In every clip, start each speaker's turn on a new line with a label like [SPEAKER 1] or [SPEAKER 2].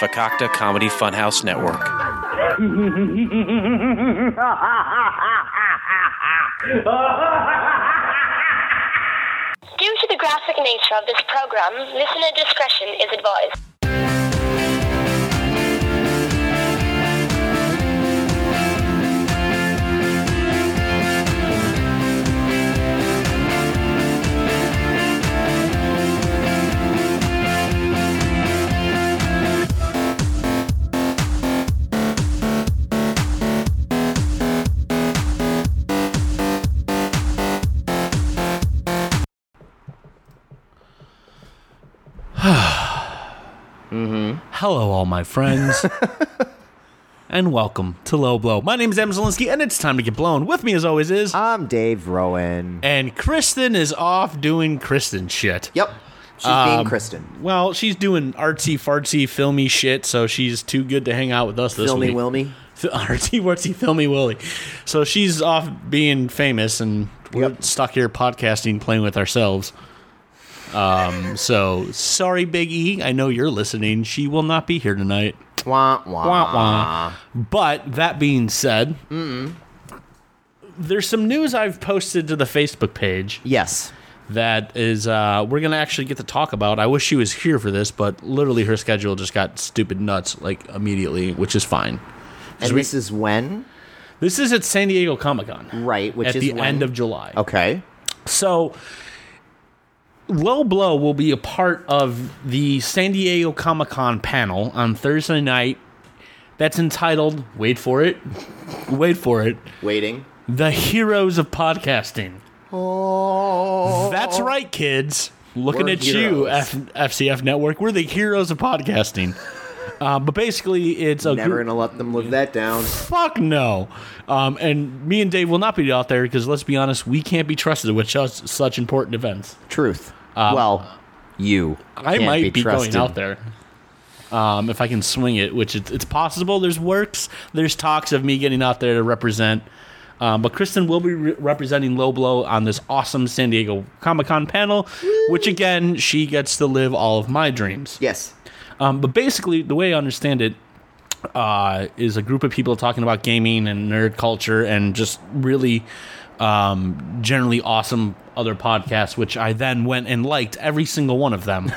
[SPEAKER 1] Fakakta Comedy Funhouse Network.
[SPEAKER 2] Due to the graphic nature of this program, listener discretion is advised.
[SPEAKER 3] Hello, all my friends, and welcome to Low Blow. My name is Em Zelinsky, and it's time to get blown. With me, as always, is
[SPEAKER 4] I'm Dave Rowan.
[SPEAKER 3] and Kristen is off doing Kristen shit.
[SPEAKER 4] Yep. She's
[SPEAKER 3] Um,
[SPEAKER 4] being Kristen.
[SPEAKER 3] Well, she's doing artsy fartsy filmy shit, so she's too good to hang out with us this
[SPEAKER 4] Filmy
[SPEAKER 3] week.
[SPEAKER 4] Wilmy.
[SPEAKER 3] F- artsy fartsy filmy willy. So she's off being famous, and we're
[SPEAKER 4] Yep.
[SPEAKER 3] stuck here podcasting, playing with ourselves. Um. So sorry, Big E. I know you're listening. She will not be here tonight.
[SPEAKER 4] Wah, wah.
[SPEAKER 3] Wah, wah.
[SPEAKER 4] Ah.
[SPEAKER 3] But that being said, there's some news I've posted to the Facebook page
[SPEAKER 4] Yes.
[SPEAKER 3] that is uh, we're gonna actually get to talk about. I wish she was here for this, but literally her schedule just got stupid nuts like immediately, which is fine.
[SPEAKER 4] And this is when?
[SPEAKER 3] This is at San Diego Comic Con,
[SPEAKER 4] Right, which
[SPEAKER 3] at
[SPEAKER 4] is
[SPEAKER 3] the
[SPEAKER 4] when?
[SPEAKER 3] end of July.
[SPEAKER 4] Okay.
[SPEAKER 3] So, Low Blow will be a part of the San Diego Comic Con panel on Thursday night. That's entitled, wait for it, wait for it,
[SPEAKER 4] Waiting.
[SPEAKER 3] The Heroes of Podcasting.
[SPEAKER 4] Oh.
[SPEAKER 3] That's right, kids. Looking
[SPEAKER 4] We're
[SPEAKER 3] at you,
[SPEAKER 4] heroes.
[SPEAKER 3] F- FCF Network. We're the heroes of podcasting. uh, but basically, it's a
[SPEAKER 4] Never
[SPEAKER 3] gr-
[SPEAKER 4] gonna let them live that down.
[SPEAKER 3] fuck no. Um, and me and Dave will not be out there because let's be honest, we can't be trusted with such, such important events.
[SPEAKER 4] Truth. well, you.
[SPEAKER 3] Um, I
[SPEAKER 4] can't
[SPEAKER 3] might be,
[SPEAKER 4] trusted.
[SPEAKER 3] going out there. Um, if I can swing it, which it's, it's possible. There's works. There's talks of me getting out there to represent. Um, but Kristen will be re- representing Low Blow on this awesome San Diego Comic Con panel, which again she gets to live all of my dreams.
[SPEAKER 4] Yes.
[SPEAKER 3] Um, but basically, the way I understand it uh, is a group of people talking about gaming and nerd culture and just really um, generally awesome other podcasts, which I then went and liked every single one of them.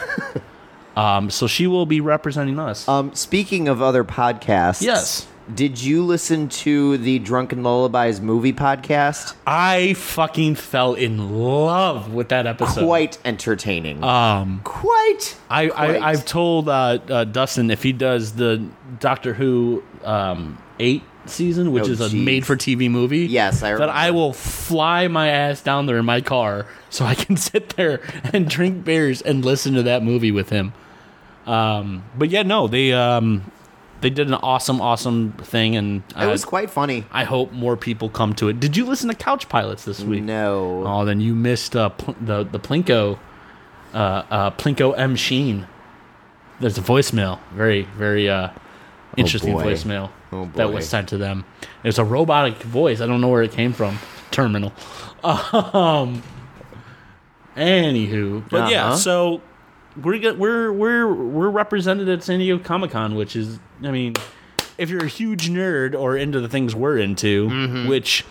[SPEAKER 3] um, so she will be representing us.
[SPEAKER 4] Um, speaking of other podcasts.
[SPEAKER 3] Yes.
[SPEAKER 4] Did you listen to the Drunken Lullabies movie podcast?
[SPEAKER 3] I fucking fell in love with that episode.
[SPEAKER 4] Quite entertaining. Um, quite.
[SPEAKER 3] I,
[SPEAKER 4] Quite.
[SPEAKER 3] I I've told uh, uh, Dustin if he does the Doctor Who um, eight season, which
[SPEAKER 4] Oh,
[SPEAKER 3] is a
[SPEAKER 4] geez.
[SPEAKER 3] made for TV movie,
[SPEAKER 4] Yes, I
[SPEAKER 3] that I
[SPEAKER 4] remember.
[SPEAKER 3] will fly my ass down there in my car so I can sit there and drink beers and listen to that movie with him. Um, but yeah, no, they um, they did an awesome, awesome thing, and
[SPEAKER 4] It
[SPEAKER 3] I,
[SPEAKER 4] was quite funny.
[SPEAKER 3] I hope more people come to it. Did you listen to Couch Pilots this week?
[SPEAKER 4] No.
[SPEAKER 3] Oh, then you missed uh, pl- the the Plinko, uh, uh, Plinko M Sheen. There's a voicemail, very very uh, interesting
[SPEAKER 4] boy.
[SPEAKER 3] voicemail
[SPEAKER 4] Oh,
[SPEAKER 3] that
[SPEAKER 4] boy.
[SPEAKER 3] was sent to them. It was a robotic voice. I don't know where it came from. Terminal. Um. Anywho, but yeah,
[SPEAKER 4] Uh-huh.
[SPEAKER 3] so we're go- we're we're we're represented at San Diego Comic Con, which is, I mean, if you're a huge nerd or into the things we're into,
[SPEAKER 4] Mm-hmm.
[SPEAKER 3] which,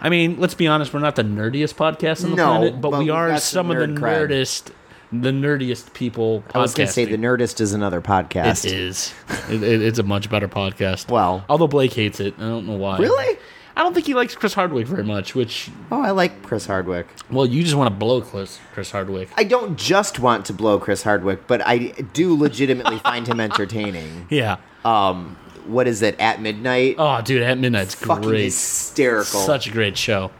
[SPEAKER 3] I mean, let's be honest, we're not the nerdiest podcast on the
[SPEAKER 4] No,
[SPEAKER 3] planet, but,
[SPEAKER 4] but
[SPEAKER 3] we
[SPEAKER 4] we
[SPEAKER 3] are
[SPEAKER 4] got
[SPEAKER 3] some of
[SPEAKER 4] some
[SPEAKER 3] the
[SPEAKER 4] nerd cred.
[SPEAKER 3] nerdest, the nerdiest people.
[SPEAKER 4] I was going to say
[SPEAKER 3] podcasting.
[SPEAKER 4] The Nerdist is another podcast.
[SPEAKER 3] It is. it, it- it's a much better podcast.
[SPEAKER 4] Well.
[SPEAKER 3] although Blake hates it, I don't know why.
[SPEAKER 4] Really?
[SPEAKER 3] I don't think he likes Chris Hardwick very much. Which,
[SPEAKER 4] Oh, I like Chris Hardwick.
[SPEAKER 3] well, you just want to blow Chris Chris Hardwick.
[SPEAKER 4] I don't just want to blow Chris Hardwick, but I do legitimately find him entertaining.
[SPEAKER 3] Yeah.
[SPEAKER 4] Um, what is it? At midnight?
[SPEAKER 3] Oh, dude, at midnight's
[SPEAKER 4] Fucking
[SPEAKER 3] great.
[SPEAKER 4] hysterical.
[SPEAKER 3] Such a great show.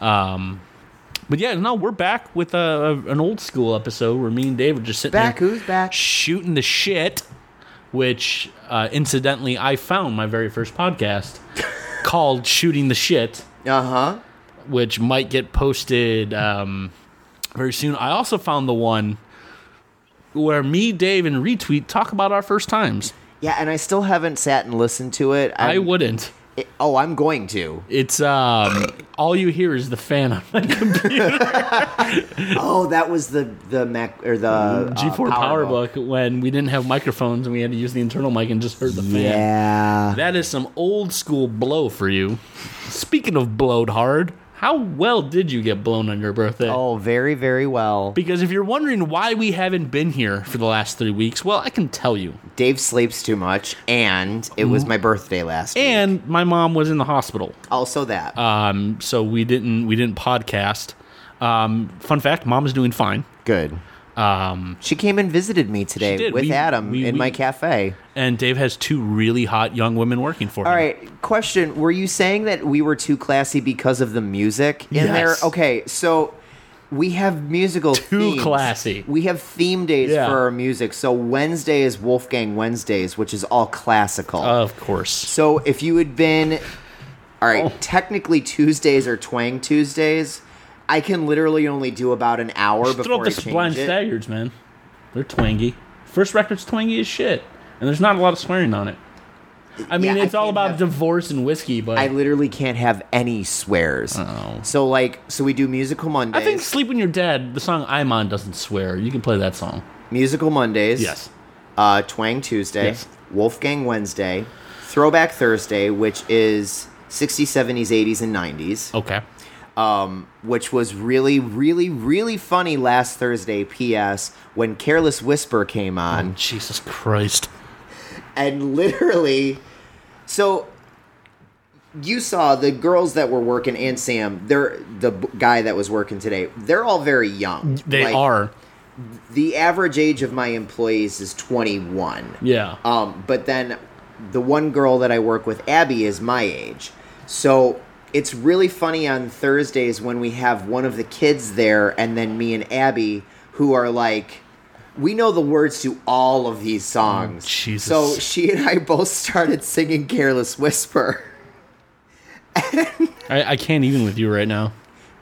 [SPEAKER 3] Um, but yeah, no, we're back with a, a an old school episode where me and Dave are just sitting
[SPEAKER 4] back
[SPEAKER 3] there
[SPEAKER 4] who's back?
[SPEAKER 3] shooting the shit. Which, uh, incidentally, I found my very first podcast called "Shooting the Shit."
[SPEAKER 4] Uh huh.
[SPEAKER 3] which might get posted um, very soon. I also found the one where me, Dave, and Retweet talk about our first times.
[SPEAKER 4] Yeah, and I still haven't sat and listened to it. I'm,
[SPEAKER 3] I wouldn't.
[SPEAKER 4] it- oh, I'm going to.
[SPEAKER 3] It's um, all you hear is the fan on my computer.
[SPEAKER 4] Oh, that was the the Mac or the uh,
[SPEAKER 3] G4
[SPEAKER 4] Power Book.
[SPEAKER 3] PowerBook when we didn't have microphones and we had to use the internal mic and just heard the fan.
[SPEAKER 4] Yeah.
[SPEAKER 3] That is some old school blow for you. Speaking of blowed hard, how well did you get blown on your birthday?
[SPEAKER 4] Oh, very very well.
[SPEAKER 3] Because if you're wondering why we haven't been here for the last three weeks, well, I can tell you.
[SPEAKER 4] Dave sleeps too much, and it was my birthday last. week.
[SPEAKER 3] Mm. And my mom was in the hospital,
[SPEAKER 4] also that.
[SPEAKER 3] um, so we didn't we didn't podcast. Um, fun fact: Mom is doing fine.
[SPEAKER 4] Good. Um, she came and visited me today
[SPEAKER 3] did.
[SPEAKER 4] with
[SPEAKER 3] We-
[SPEAKER 4] Adam
[SPEAKER 3] we-
[SPEAKER 4] in
[SPEAKER 3] we-
[SPEAKER 4] my cafe.
[SPEAKER 3] And Dave has two really hot young women working for
[SPEAKER 4] All
[SPEAKER 3] him.
[SPEAKER 4] right, question. Were you saying that we were too classy because of the music in
[SPEAKER 3] Yes.
[SPEAKER 4] there? Okay, so we have musical
[SPEAKER 3] Too
[SPEAKER 4] themes.
[SPEAKER 3] classy.
[SPEAKER 4] We have theme days
[SPEAKER 3] Yeah.
[SPEAKER 4] for our music. So Wednesday is Wolfgang Wednesdays, which is all classical.
[SPEAKER 3] Of course.
[SPEAKER 4] so if you had been All right,
[SPEAKER 3] oh.
[SPEAKER 4] technically Tuesdays are Twang Tuesdays. I can literally only do about an hour
[SPEAKER 3] Throw up
[SPEAKER 4] before I
[SPEAKER 3] the
[SPEAKER 4] change
[SPEAKER 3] blind
[SPEAKER 4] it.
[SPEAKER 3] staggards, man. They're twangy. First record's twangy as shit, and there's not a lot of swearing on it. I mean,
[SPEAKER 4] Yeah, I
[SPEAKER 3] it's all
[SPEAKER 4] can't
[SPEAKER 3] about
[SPEAKER 4] have-
[SPEAKER 3] divorce and whiskey, but I,
[SPEAKER 4] I literally can't have any swears.
[SPEAKER 3] Oh.
[SPEAKER 4] So like, so we do musical Mondays.
[SPEAKER 3] think "Sleep When You're Dead," the song I'm on, doesn't swear. You can play that song.
[SPEAKER 4] musical Mondays.
[SPEAKER 3] Yes.
[SPEAKER 4] Uh, Twang Tuesday.
[SPEAKER 3] Yes.
[SPEAKER 4] Wolfgang Wednesday. Throwback Thursday, which is 60s, 70s, 80s, and 90s.
[SPEAKER 3] Okay.
[SPEAKER 4] Um, which was really, really, really funny last Thursday. P.S. When Careless Whisper came on,
[SPEAKER 3] Jesus Christ. Oh.
[SPEAKER 4] and literally, so you saw the girls that were working and Sam. They're the b- guy that was working today. They're all very young.
[SPEAKER 3] They
[SPEAKER 4] Like,
[SPEAKER 3] are.
[SPEAKER 4] The average age of my employees is 21.
[SPEAKER 3] Yeah.
[SPEAKER 4] Um, but then the one girl that I work with, Abby, is my age. So it's really funny on Thursdays when we have one of the kids there and then me and Abby who are like, we know the words to all of these songs.
[SPEAKER 3] Jesus.
[SPEAKER 4] So she and I both started singing Careless Whisper.
[SPEAKER 3] I, I can't even with you right now.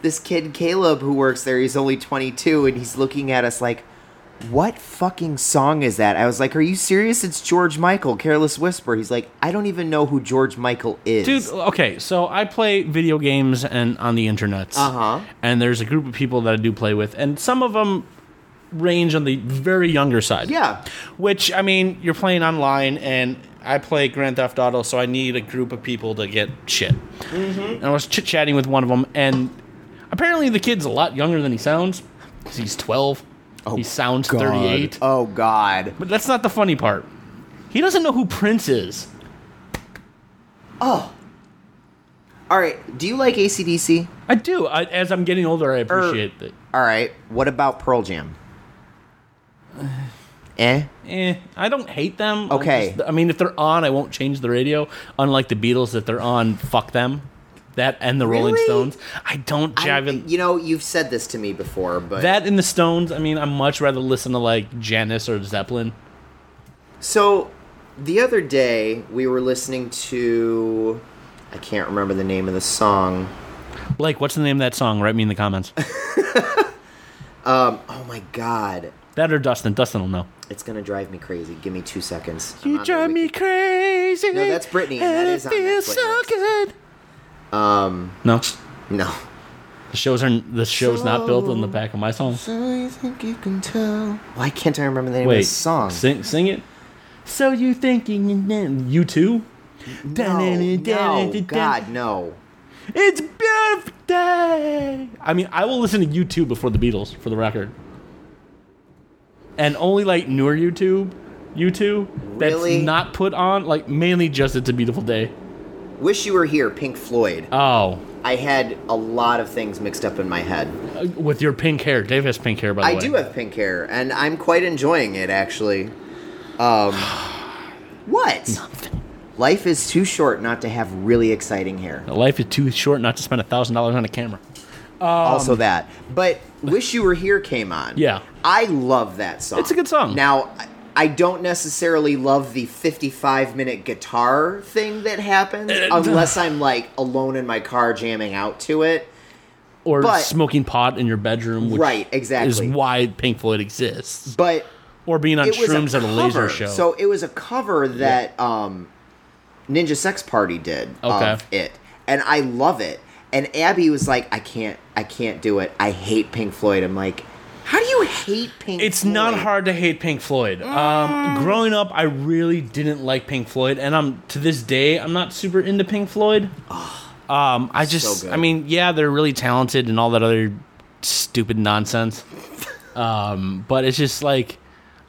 [SPEAKER 4] This kid, Caleb, who works there, he's only 22 and he's looking at us like, what fucking song is that? I was like, are you serious? It's George Michael, Careless Whisper. He's like, I don't even know who George Michael is.
[SPEAKER 3] Dude, okay, so I play video games and on the internet.
[SPEAKER 4] Uh-huh.
[SPEAKER 3] And there's a group of people that I do play with, and some of them range on the very younger side.
[SPEAKER 4] Yeah.
[SPEAKER 3] Which I mean, you're playing online, and I play Grand Theft Auto, so I need a group of people to get shit.
[SPEAKER 4] Mm-hmm.
[SPEAKER 3] And I was chit chatting with one of them, and apparently the kid's a lot younger than he sounds. 'cause he's 12. he sounds 38.
[SPEAKER 4] Oh God.
[SPEAKER 3] But that's not the funny part. He doesn't know who Prince is.
[SPEAKER 4] All right. Do you like ACDC?
[SPEAKER 3] I do. I, as I'm getting older, I
[SPEAKER 4] Er,
[SPEAKER 3] appreciate it.
[SPEAKER 4] All right. What about Pearl Jam? eh.
[SPEAKER 3] Eh, I don't hate them. I
[SPEAKER 4] Okay.
[SPEAKER 3] just- I mean, if they're on, I won't change the radio. Unlike the Beatles, if they're on, fuck them. That and the Rolling
[SPEAKER 4] Really?
[SPEAKER 3] Stones. I don't
[SPEAKER 4] I-
[SPEAKER 3] jive. in-
[SPEAKER 4] you know, you've said this to me before, but
[SPEAKER 3] that and the Stones. I mean, I much rather listen to like Janis or Zeppelin.
[SPEAKER 4] so the other day we were listening to I can't remember the name of the song.
[SPEAKER 3] Blake, what's the name of that song? Write me in the comments.
[SPEAKER 4] Um, oh my God.
[SPEAKER 3] that or Dustin. Dustin will know.
[SPEAKER 4] It's gonna drive me crazy. Give me two seconds. I'm
[SPEAKER 3] You
[SPEAKER 4] on
[SPEAKER 3] drive
[SPEAKER 4] the
[SPEAKER 3] me crazy.
[SPEAKER 4] No, that's Britney, and that
[SPEAKER 3] it
[SPEAKER 4] is on that
[SPEAKER 3] feels so
[SPEAKER 4] playlist.
[SPEAKER 3] good. Um. No.
[SPEAKER 4] wiki- No.
[SPEAKER 3] The shows are the show's not built on the back of my song.
[SPEAKER 4] So you think you can tell? Why can't I remember the name of
[SPEAKER 3] Wait,
[SPEAKER 4] the song?
[SPEAKER 3] Sing, sing it. So you thinking and then you too?
[SPEAKER 4] No, no, God, no.
[SPEAKER 3] It's beautiful day. I mean, I will listen to U two before the Beatles, for the record. And only like newer YouTube, U two
[SPEAKER 4] Really?
[SPEAKER 3] that's not put on, like mainly just "It's a Beautiful Day."
[SPEAKER 4] Wish You Were Here, Pink Floyd.
[SPEAKER 3] Oh,
[SPEAKER 4] I had a lot of things mixed up in my head.
[SPEAKER 3] uh, with your pink hair, Dave has pink hair by the
[SPEAKER 4] I
[SPEAKER 3] way.
[SPEAKER 4] do have pink hair, and I'm quite enjoying it, actually. Um, what? Life is too short not to have really exciting hair.
[SPEAKER 3] Life is too short not to spend a thousand dollars on a camera.
[SPEAKER 4] also, that. But Wish You Were Here came on.
[SPEAKER 3] Um, Yeah.
[SPEAKER 4] I love that song.
[SPEAKER 3] It's a good song.
[SPEAKER 4] Now, I- I don't necessarily love the 55 minute guitar thing that happens
[SPEAKER 3] Uh,
[SPEAKER 4] unless I'm like alone in my car jamming out to it.
[SPEAKER 3] Or
[SPEAKER 4] But-
[SPEAKER 3] smoking pot in your bedroom, which
[SPEAKER 4] Right, exactly.
[SPEAKER 3] is why Pink Floyd exists.
[SPEAKER 4] But
[SPEAKER 3] Or being on
[SPEAKER 4] it was
[SPEAKER 3] shrooms
[SPEAKER 4] a
[SPEAKER 3] at a laser
[SPEAKER 4] cover.
[SPEAKER 3] show.
[SPEAKER 4] So it was a cover that um, Ninja Sex Party did
[SPEAKER 3] Okay.
[SPEAKER 4] of it, and I love it. and Abby was like, "I can't, I can't do it. I hate Pink Floyd." I'm like, "How do you hate Pink?"
[SPEAKER 3] It's not
[SPEAKER 4] Floyd?"
[SPEAKER 3] hard to hate Pink Floyd. Um, growing up, I really didn't like Pink Floyd, and I'm to this day I'm not super into Pink Floyd. Um, I just,
[SPEAKER 4] Ah, good.
[SPEAKER 3] I mean, yeah, they're really talented and all that other stupid nonsense. Um, but it's just like,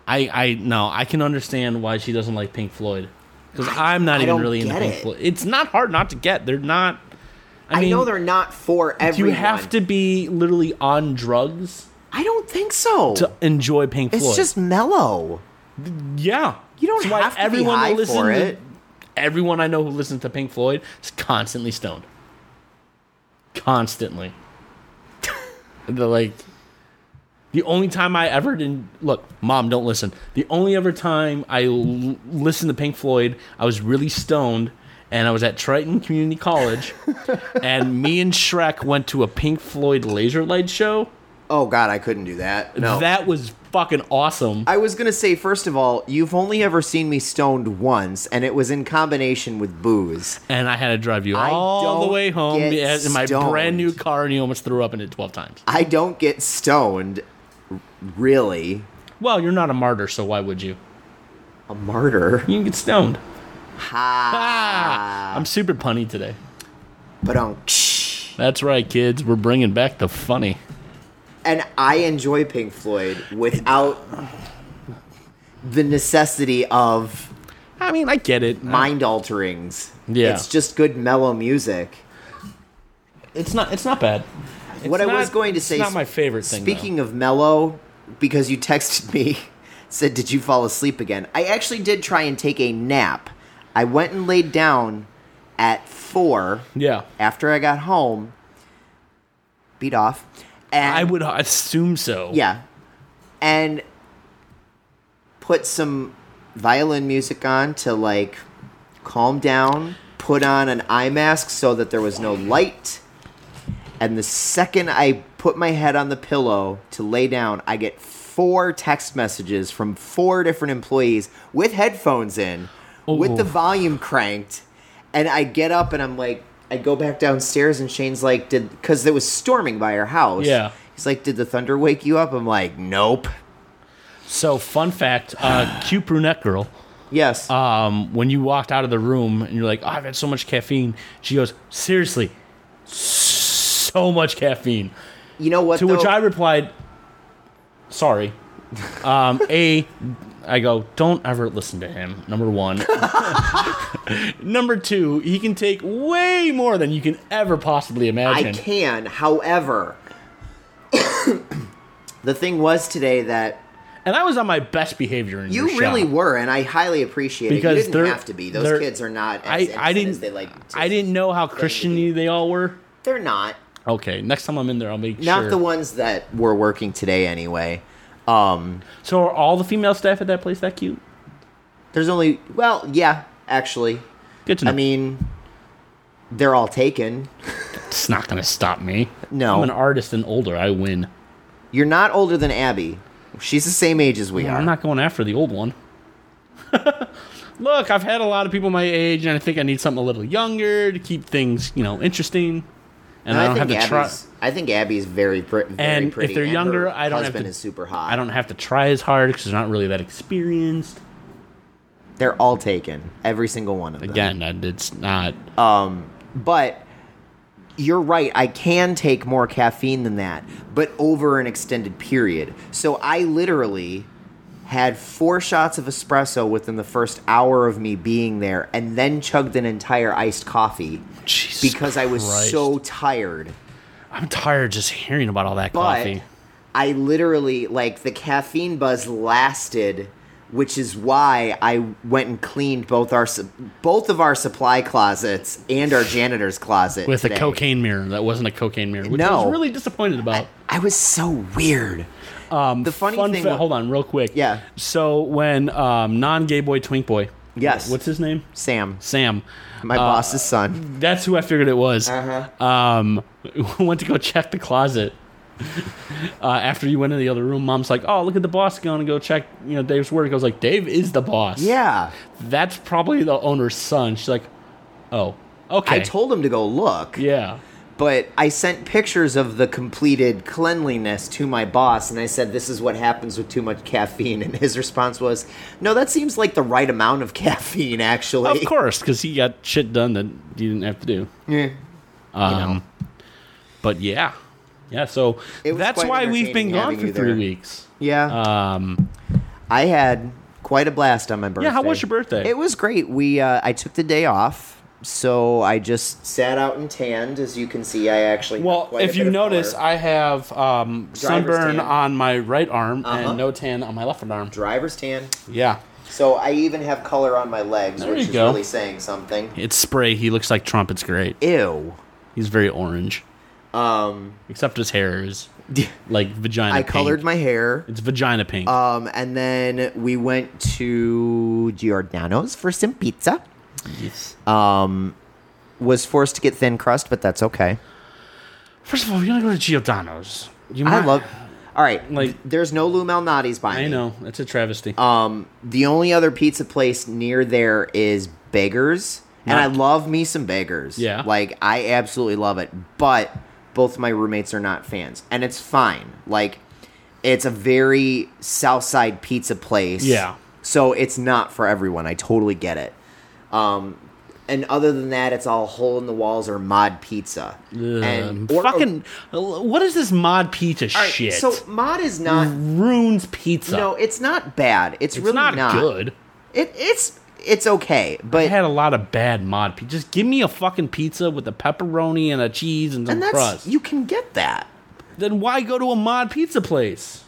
[SPEAKER 3] I, I no, I can understand why she doesn't like Pink Floyd because I'm not
[SPEAKER 4] I
[SPEAKER 3] even
[SPEAKER 4] don't
[SPEAKER 3] really into
[SPEAKER 4] get
[SPEAKER 3] Pink
[SPEAKER 4] it.
[SPEAKER 3] Floyd. It's not hard not to get. They're not. I,
[SPEAKER 4] I,
[SPEAKER 3] mean,
[SPEAKER 4] know they're not for
[SPEAKER 3] you
[SPEAKER 4] everyone.
[SPEAKER 3] have to be literally on drugs
[SPEAKER 4] I don't think so.
[SPEAKER 3] to enjoy Pink
[SPEAKER 4] it's
[SPEAKER 3] Floyd.
[SPEAKER 4] just mellow.
[SPEAKER 3] Yeah,
[SPEAKER 4] You don't
[SPEAKER 3] That's why
[SPEAKER 4] have to
[SPEAKER 3] everyone
[SPEAKER 4] be
[SPEAKER 3] who
[SPEAKER 4] high
[SPEAKER 3] listens
[SPEAKER 4] for
[SPEAKER 3] to-
[SPEAKER 4] it.
[SPEAKER 3] everyone I know who listens to Pink Floyd is constantly stoned. Constantly. They're like the only time I ever didn't look, mom, don't listen. The only ever time I l- listened to Pink Floyd, I was really stoned, and I was at Triton Community College, and me and Shrek went to a Pink Floyd laser light show.
[SPEAKER 4] Oh God, I couldn't do that. No.
[SPEAKER 3] That was fucking awesome.
[SPEAKER 4] I was gonna say, first of all, you've only ever seen me stoned once, and it was in combination with booze.
[SPEAKER 3] and I had to drive you
[SPEAKER 4] I
[SPEAKER 3] all the
[SPEAKER 4] don't
[SPEAKER 3] way home
[SPEAKER 4] get
[SPEAKER 3] in my
[SPEAKER 4] stoned.
[SPEAKER 3] brand new car, and you almost threw up in it twelve times.
[SPEAKER 4] I don't get stoned, really.
[SPEAKER 3] Well, you're not a martyr, so why would you?
[SPEAKER 4] A martyr.
[SPEAKER 3] You can get stoned. Ah,
[SPEAKER 4] Ha.
[SPEAKER 3] I'm super punny today.
[SPEAKER 4] But um,
[SPEAKER 3] That's right, kids. We're bringing back the funny.
[SPEAKER 4] and I enjoy Pink Floyd without the necessity of
[SPEAKER 3] I mean, I get it.
[SPEAKER 4] mind alterings.
[SPEAKER 3] Yeah.
[SPEAKER 4] It's just good mellow music.
[SPEAKER 3] It's not. It's not bad. It's
[SPEAKER 4] what I was
[SPEAKER 3] not-
[SPEAKER 4] going to
[SPEAKER 3] it's
[SPEAKER 4] say.
[SPEAKER 3] not my favorite thing. though.
[SPEAKER 4] Speaking of mellow, because you texted me, said, "Did you fall asleep again?" I actually did try and take a nap. I went and laid down at four
[SPEAKER 3] yeah,
[SPEAKER 4] after I got home. Beat off, and
[SPEAKER 3] I would assume so.
[SPEAKER 4] yeah, and put some violin music on to like calm down. Put on an eye mask so that there was no light. And the second I put my head on the pillow to lay down, I get four text messages from four different employees with headphones in, with the
[SPEAKER 3] Oh.
[SPEAKER 4] volume cranked. And I get up and I'm like, I go back downstairs and Shane's like, did, because it was storming by our house.
[SPEAKER 3] Yeah.
[SPEAKER 4] He's like, did the thunder wake you up? I'm like, nope.
[SPEAKER 3] So, fun fact: uh, cute brunette girl.
[SPEAKER 4] Yes.
[SPEAKER 3] Um, when you walked out of the room and you're like, oh, "I've had so much caffeine," she goes, "Seriously, so much caffeine."
[SPEAKER 4] you know what?
[SPEAKER 3] To which
[SPEAKER 4] though?
[SPEAKER 3] I replied, "Sorry." Um, a, I go, "Don't ever listen to him." Number one. number two, he can take way more than you can ever possibly
[SPEAKER 4] I
[SPEAKER 3] imagine.
[SPEAKER 4] can. However, the thing was today that
[SPEAKER 3] and I was on my best behavior in
[SPEAKER 4] you
[SPEAKER 3] your
[SPEAKER 4] really
[SPEAKER 3] shop.
[SPEAKER 4] were, and I highly appreciate
[SPEAKER 3] Because
[SPEAKER 4] it. You
[SPEAKER 3] they're-
[SPEAKER 4] didn't have to be. Those
[SPEAKER 3] they're-
[SPEAKER 4] kids are not. As
[SPEAKER 3] I, I
[SPEAKER 4] innocent
[SPEAKER 3] didn't
[SPEAKER 4] As they like. to-
[SPEAKER 3] I didn't know how Christiany they all were.
[SPEAKER 4] They're not.
[SPEAKER 3] Okay, next time I'm in there, I'll make
[SPEAKER 4] Not
[SPEAKER 3] sure.
[SPEAKER 4] the ones that were working today, anyway. Um,
[SPEAKER 3] so, are all the female staff at that place that cute?
[SPEAKER 4] there's only. Well, yeah, actually.
[SPEAKER 3] Good to know.
[SPEAKER 4] I mean, they're all taken.
[SPEAKER 3] it's not going to stop me.
[SPEAKER 4] No.
[SPEAKER 3] I'm an artist and older. I win.
[SPEAKER 4] You're not older than Abby. She's the same age as we are.
[SPEAKER 3] I'm not going after the old one. Look, I've had a lot of people my age, and I think I need something a little younger to keep things, you know, interesting. And I, don't have to try.
[SPEAKER 4] Abby's, I think Abby's very, pr- very
[SPEAKER 3] And if
[SPEAKER 4] pretty.
[SPEAKER 3] they're
[SPEAKER 4] and
[SPEAKER 3] younger,
[SPEAKER 4] her
[SPEAKER 3] I don't have
[SPEAKER 4] husband
[SPEAKER 3] to-
[SPEAKER 4] is super hot.
[SPEAKER 3] I don't have to try as hard because they're not really that experienced.
[SPEAKER 4] They're all taken, every single one of them.
[SPEAKER 3] Again, I- it's not.
[SPEAKER 4] Uh, But you're right. I can take more caffeine than that, but over an extended period. So I literally had four shots of espresso within the first hour of me being there, and then chugged an entire iced coffee
[SPEAKER 3] Jesus
[SPEAKER 4] because I was
[SPEAKER 3] Christ.
[SPEAKER 4] so tired.
[SPEAKER 3] I'm tired just hearing about all that
[SPEAKER 4] but
[SPEAKER 3] coffee.
[SPEAKER 4] I literally like the caffeine buzz lasted, which is why I went and cleaned both our su- both of our supply closets and our janitor's closet
[SPEAKER 3] With
[SPEAKER 4] today.
[SPEAKER 3] a cocaine mirror that wasn't a cocaine mirror, which I
[SPEAKER 4] No.
[SPEAKER 3] was really disappointed about.
[SPEAKER 4] I was so weird. Um, the funny
[SPEAKER 3] Fun
[SPEAKER 4] thing,
[SPEAKER 3] fa-
[SPEAKER 4] wa-
[SPEAKER 3] hold on, real quick.
[SPEAKER 4] Yeah.
[SPEAKER 3] So when um, non-gay boy Twink Boy,
[SPEAKER 4] Yes.
[SPEAKER 3] what's his Uh, name?
[SPEAKER 4] Sam,
[SPEAKER 3] Sam.
[SPEAKER 4] my boss's son.
[SPEAKER 3] That's who I figured it was.
[SPEAKER 4] Uh-huh.
[SPEAKER 3] Um, went to go check the closet. Uh, after you went in the other room, mom's like, "Oh, look at the boss going to go check, you know, Dave's work." I was like, "Dave is the boss."
[SPEAKER 4] Yeah,
[SPEAKER 3] that's probably the owner's son. She's like, "Oh, okay."
[SPEAKER 4] I told him to go look,
[SPEAKER 3] Yeah,
[SPEAKER 4] but I sent pictures of the completed cleanliness to my boss, and I said, This is what happens with too much caffeine. And his response was, No, that seems like the right amount of caffeine, actually.
[SPEAKER 3] Of course, because he got shit done that you didn't have to do.
[SPEAKER 4] Yeah.
[SPEAKER 3] Um, But yeah, yeah. So
[SPEAKER 4] It was
[SPEAKER 3] that's
[SPEAKER 4] quite
[SPEAKER 3] why we've been
[SPEAKER 4] entertaining
[SPEAKER 3] gone
[SPEAKER 4] having
[SPEAKER 3] for
[SPEAKER 4] you
[SPEAKER 3] three
[SPEAKER 4] there.
[SPEAKER 3] weeks.
[SPEAKER 4] Yeah.
[SPEAKER 3] Um,
[SPEAKER 4] I had quite a blast on my birthday.
[SPEAKER 3] Yeah, how was your birthday?
[SPEAKER 4] It was great. We uh, I took the day off, so I just sat out and tanned. As you can see, I actually
[SPEAKER 3] well,
[SPEAKER 4] have quite
[SPEAKER 3] if
[SPEAKER 4] a
[SPEAKER 3] you
[SPEAKER 4] bit of
[SPEAKER 3] notice,
[SPEAKER 4] color.
[SPEAKER 3] I have um, sunburn
[SPEAKER 4] tan.
[SPEAKER 3] on my right arm
[SPEAKER 4] Uh-huh.
[SPEAKER 3] and no tan on my left arm.
[SPEAKER 4] driver's tan.
[SPEAKER 3] Yeah,
[SPEAKER 4] So I even have color on my legs,
[SPEAKER 3] There
[SPEAKER 4] which
[SPEAKER 3] you
[SPEAKER 4] is
[SPEAKER 3] go.
[SPEAKER 4] really saying something.
[SPEAKER 3] it's spray. He looks like Trump. It's great.
[SPEAKER 4] Ew.
[SPEAKER 3] He's very orange,
[SPEAKER 4] Um,
[SPEAKER 3] except his hair is like vagina.
[SPEAKER 4] I
[SPEAKER 3] pink.
[SPEAKER 4] colored my hair.
[SPEAKER 3] It's vagina pink.
[SPEAKER 4] Um, and then we went to Giordano's for some pizza.
[SPEAKER 3] Yes.
[SPEAKER 4] Um, was forced to get thin crust, but that's okay.
[SPEAKER 3] First of all, you're gonna go to Giordano's. You
[SPEAKER 4] I
[SPEAKER 3] might-
[SPEAKER 4] love. All right,
[SPEAKER 3] Like-
[SPEAKER 4] like there's no Lou Malnati's by me.
[SPEAKER 3] I know that's a travesty.
[SPEAKER 4] Um, the only other pizza place near there is Beggars, and
[SPEAKER 3] Not-
[SPEAKER 4] I love me some Beggars.
[SPEAKER 3] Yeah.
[SPEAKER 4] like I absolutely love it. But both my roommates are not fans, and it's fine. Like, it's a very South Side pizza place.
[SPEAKER 3] Yeah.
[SPEAKER 4] so it's not for everyone. I totally get it. Um, and other than that, it's all hole in the walls or mod pizza.
[SPEAKER 3] and
[SPEAKER 4] or- or-
[SPEAKER 3] Um, fucking, what is this mod pizza
[SPEAKER 4] all right,
[SPEAKER 3] shit?
[SPEAKER 4] So mod is not.
[SPEAKER 3] ruins pizza.
[SPEAKER 4] No, it's not bad. It's,
[SPEAKER 3] it's
[SPEAKER 4] really
[SPEAKER 3] not,
[SPEAKER 4] not,
[SPEAKER 3] good.
[SPEAKER 4] It, it's it's okay,
[SPEAKER 3] I
[SPEAKER 4] but
[SPEAKER 3] had a lot of bad mod pizza. Just give me a fucking pizza with a pepperoni and a cheese and some
[SPEAKER 4] and that's
[SPEAKER 3] crust.
[SPEAKER 4] you can get that.
[SPEAKER 3] then why go to a mod pizza place?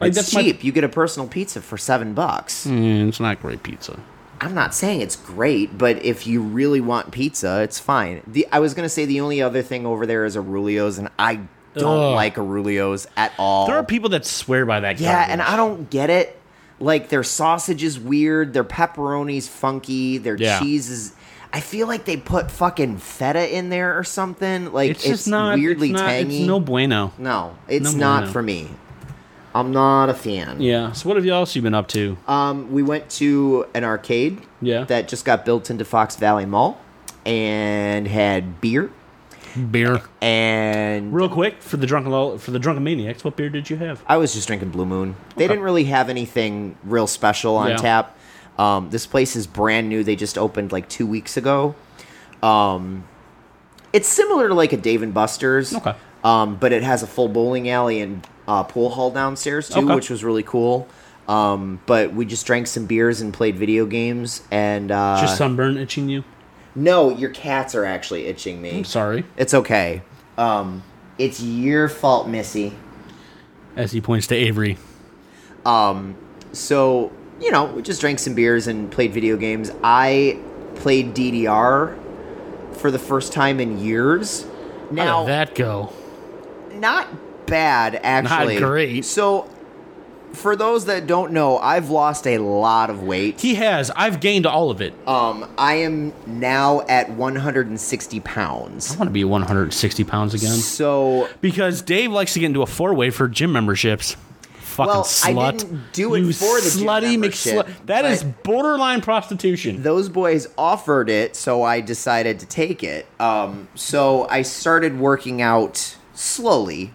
[SPEAKER 3] Like,
[SPEAKER 4] it's
[SPEAKER 3] my-
[SPEAKER 4] cheap. You get a personal pizza for seven bucks.
[SPEAKER 3] Mm, it's not great pizza.
[SPEAKER 4] I'm not saying it's great, but if you really want pizza, it's fine. The I was gonna say the only other thing over there is Arulio's, and I don't
[SPEAKER 3] Ugh.
[SPEAKER 4] like Arulio's at all.
[SPEAKER 3] There are people that swear by that.
[SPEAKER 4] Oh. yeah,
[SPEAKER 3] garbage.
[SPEAKER 4] and I don't get it. Like their sausage is weird, their pepperoni's funky, their
[SPEAKER 3] Yeah.
[SPEAKER 4] cheese is. I feel like they put fucking feta in there or something. Like
[SPEAKER 3] It's,
[SPEAKER 4] it's,
[SPEAKER 3] just not
[SPEAKER 4] weirdly
[SPEAKER 3] it's not,
[SPEAKER 4] tangy.
[SPEAKER 3] It's no bueno.
[SPEAKER 4] No, it's
[SPEAKER 3] No
[SPEAKER 4] not
[SPEAKER 3] bueno.
[SPEAKER 4] for me. I'm not a fan.
[SPEAKER 3] Yeah. So what have you else you been up to?
[SPEAKER 4] Um, we went to an arcade
[SPEAKER 3] Yeah.
[SPEAKER 4] that just got built into Fox Valley Mall and had beer
[SPEAKER 3] beer.
[SPEAKER 4] and
[SPEAKER 3] Real quick for the drunken lol- for the drunken maniacs. What beer did you have?
[SPEAKER 4] I was just drinking Blue Moon. They didn't really have anything real special on
[SPEAKER 3] Yeah.
[SPEAKER 4] tap. Um, this place is brand new. They just opened like two weeks ago. Um, it's similar to like a Dave and Buster's,
[SPEAKER 3] Okay.
[SPEAKER 4] um, but it has a full bowling alley and uh, pool hall downstairs too,
[SPEAKER 3] Okay.
[SPEAKER 4] which was really cool. Um, but we just drank some beers and played video games. And uh,
[SPEAKER 3] Just sunburn itching you.
[SPEAKER 4] no, your cats are actually itching me.
[SPEAKER 3] I'm sorry.
[SPEAKER 4] It's okay. Um, it's your fault, Missy.
[SPEAKER 3] As he points to Avery.
[SPEAKER 4] Um, so you know, we just drank some beers and played video games. I played DDR for the first time in years.
[SPEAKER 3] How
[SPEAKER 4] Now,
[SPEAKER 3] did that go?
[SPEAKER 4] not bad actually.
[SPEAKER 3] great.
[SPEAKER 4] So, for those that don't know, I've lost a lot of weight.
[SPEAKER 3] He has. I've gained all of it.
[SPEAKER 4] Um, I am now at 160 pounds.
[SPEAKER 3] I want to be 160 pounds again.
[SPEAKER 4] So
[SPEAKER 3] Because Dave likes to get into a four way for gym memberships. Fucking
[SPEAKER 4] Well, I
[SPEAKER 3] slut.
[SPEAKER 4] didn't do it for the gym membership,
[SPEAKER 3] McSlut. That is
[SPEAKER 4] but-
[SPEAKER 3] borderline prostitution.
[SPEAKER 4] those boys offered it, so I decided to take it. Um, so I started working out slowly.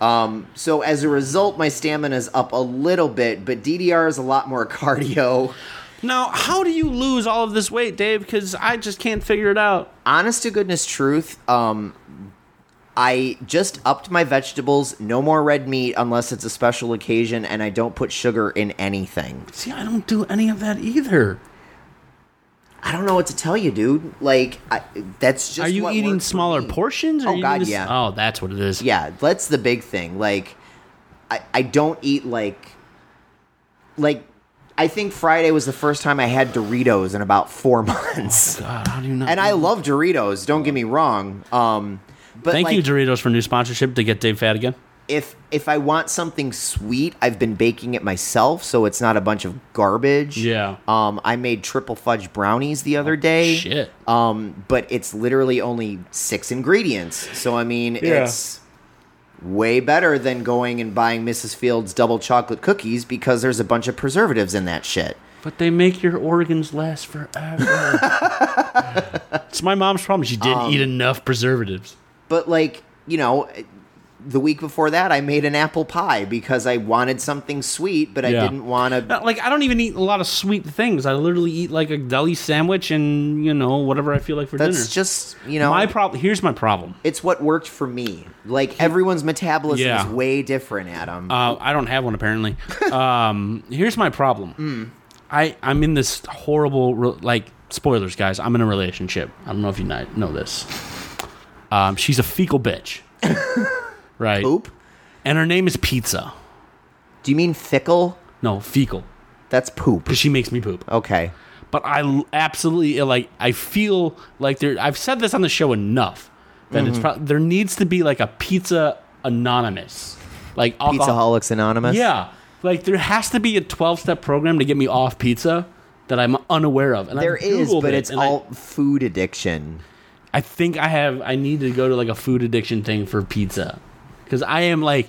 [SPEAKER 4] Um, so as a result, my stamina's up a little bit, but DDR is a lot more cardio.
[SPEAKER 3] now, how do you lose all of this weight, Dave? Because I just can't figure it out.
[SPEAKER 4] Honest to goodness truth, um, I just upped my vegetables. No more red meat unless it's a special occasion, and I don't put sugar in anything.
[SPEAKER 3] See, I don't do any of that either.
[SPEAKER 4] I don't know what to tell you, dude. Like, I, that's just
[SPEAKER 3] Are you
[SPEAKER 4] what
[SPEAKER 3] eating
[SPEAKER 4] worked for
[SPEAKER 3] smaller
[SPEAKER 4] me.
[SPEAKER 3] portions? Or
[SPEAKER 4] Oh,
[SPEAKER 3] are you
[SPEAKER 4] God,
[SPEAKER 3] eating this-
[SPEAKER 4] yeah.
[SPEAKER 3] Oh, that's what it is.
[SPEAKER 4] yeah that's the big thing like i i don't eat like like i think friday was the first time i had doritos in about four months
[SPEAKER 3] God, how do you not?
[SPEAKER 4] and i love doritos don't get me wrong um but
[SPEAKER 3] Thank you,
[SPEAKER 4] like,
[SPEAKER 3] Doritos, for new sponsorship to get Dave fat again.
[SPEAKER 4] if if i want something sweet i've been baking it myself so it's not a bunch of garbage
[SPEAKER 3] Yeah. Oh,
[SPEAKER 4] um i made triple fudge brownies the other day
[SPEAKER 3] Shit.
[SPEAKER 4] um but it's literally only six ingredients so i mean
[SPEAKER 3] Yeah.
[SPEAKER 4] it's way better than going and buying mrs field's double chocolate cookies because there's a bunch of preservatives in that shit
[SPEAKER 3] But they make your organs last Um, forever. it's my mom's problem. She didn't eat enough preservatives.
[SPEAKER 4] But like, you know, the week before that I made an apple pie because I wanted something sweet, but I
[SPEAKER 3] Yeah.
[SPEAKER 4] didn't want to
[SPEAKER 3] Not- Like I don't even eat a lot of sweet things. I literally eat like a deli sandwich and you know whatever I feel like for
[SPEAKER 4] That's
[SPEAKER 3] dinner.
[SPEAKER 4] just, you know,
[SPEAKER 3] my problem. Here's my problem.
[SPEAKER 4] it's what worked for me. Like everyone's metabolism
[SPEAKER 3] Yeah.
[SPEAKER 4] is way different, Adam.
[SPEAKER 3] Uh, I don't have one apparently. um, here's my problem.
[SPEAKER 4] Hmm.
[SPEAKER 3] I I'm in this horrible re- like spoilers, guys. I'm in a relationship. I don't know if you kni- know this. Um, she's a fecal bitch, right?
[SPEAKER 4] Boop.
[SPEAKER 3] And her name is Pizza.
[SPEAKER 4] Do you mean fickle?
[SPEAKER 3] No, fecal,
[SPEAKER 4] That's poop.
[SPEAKER 3] because she makes me poop.
[SPEAKER 4] Okay.
[SPEAKER 3] but I l- absolutely eh, like I feel like there I've said this on the show enough that
[SPEAKER 4] Mm-hmm.
[SPEAKER 3] it's probably there needs to be like a pizza anonymous like alcohol
[SPEAKER 4] Pizzaholics Anonymous.
[SPEAKER 3] yeah like there has to be a 12 step program to get me off pizza that I'm unaware of and
[SPEAKER 4] There
[SPEAKER 3] I've
[SPEAKER 4] is,
[SPEAKER 3] Googled
[SPEAKER 4] but
[SPEAKER 3] it,
[SPEAKER 4] it's
[SPEAKER 3] and I-
[SPEAKER 4] all food addiction.
[SPEAKER 3] I, think I have I need to go to like a food addiction thing for pizza cuz I am like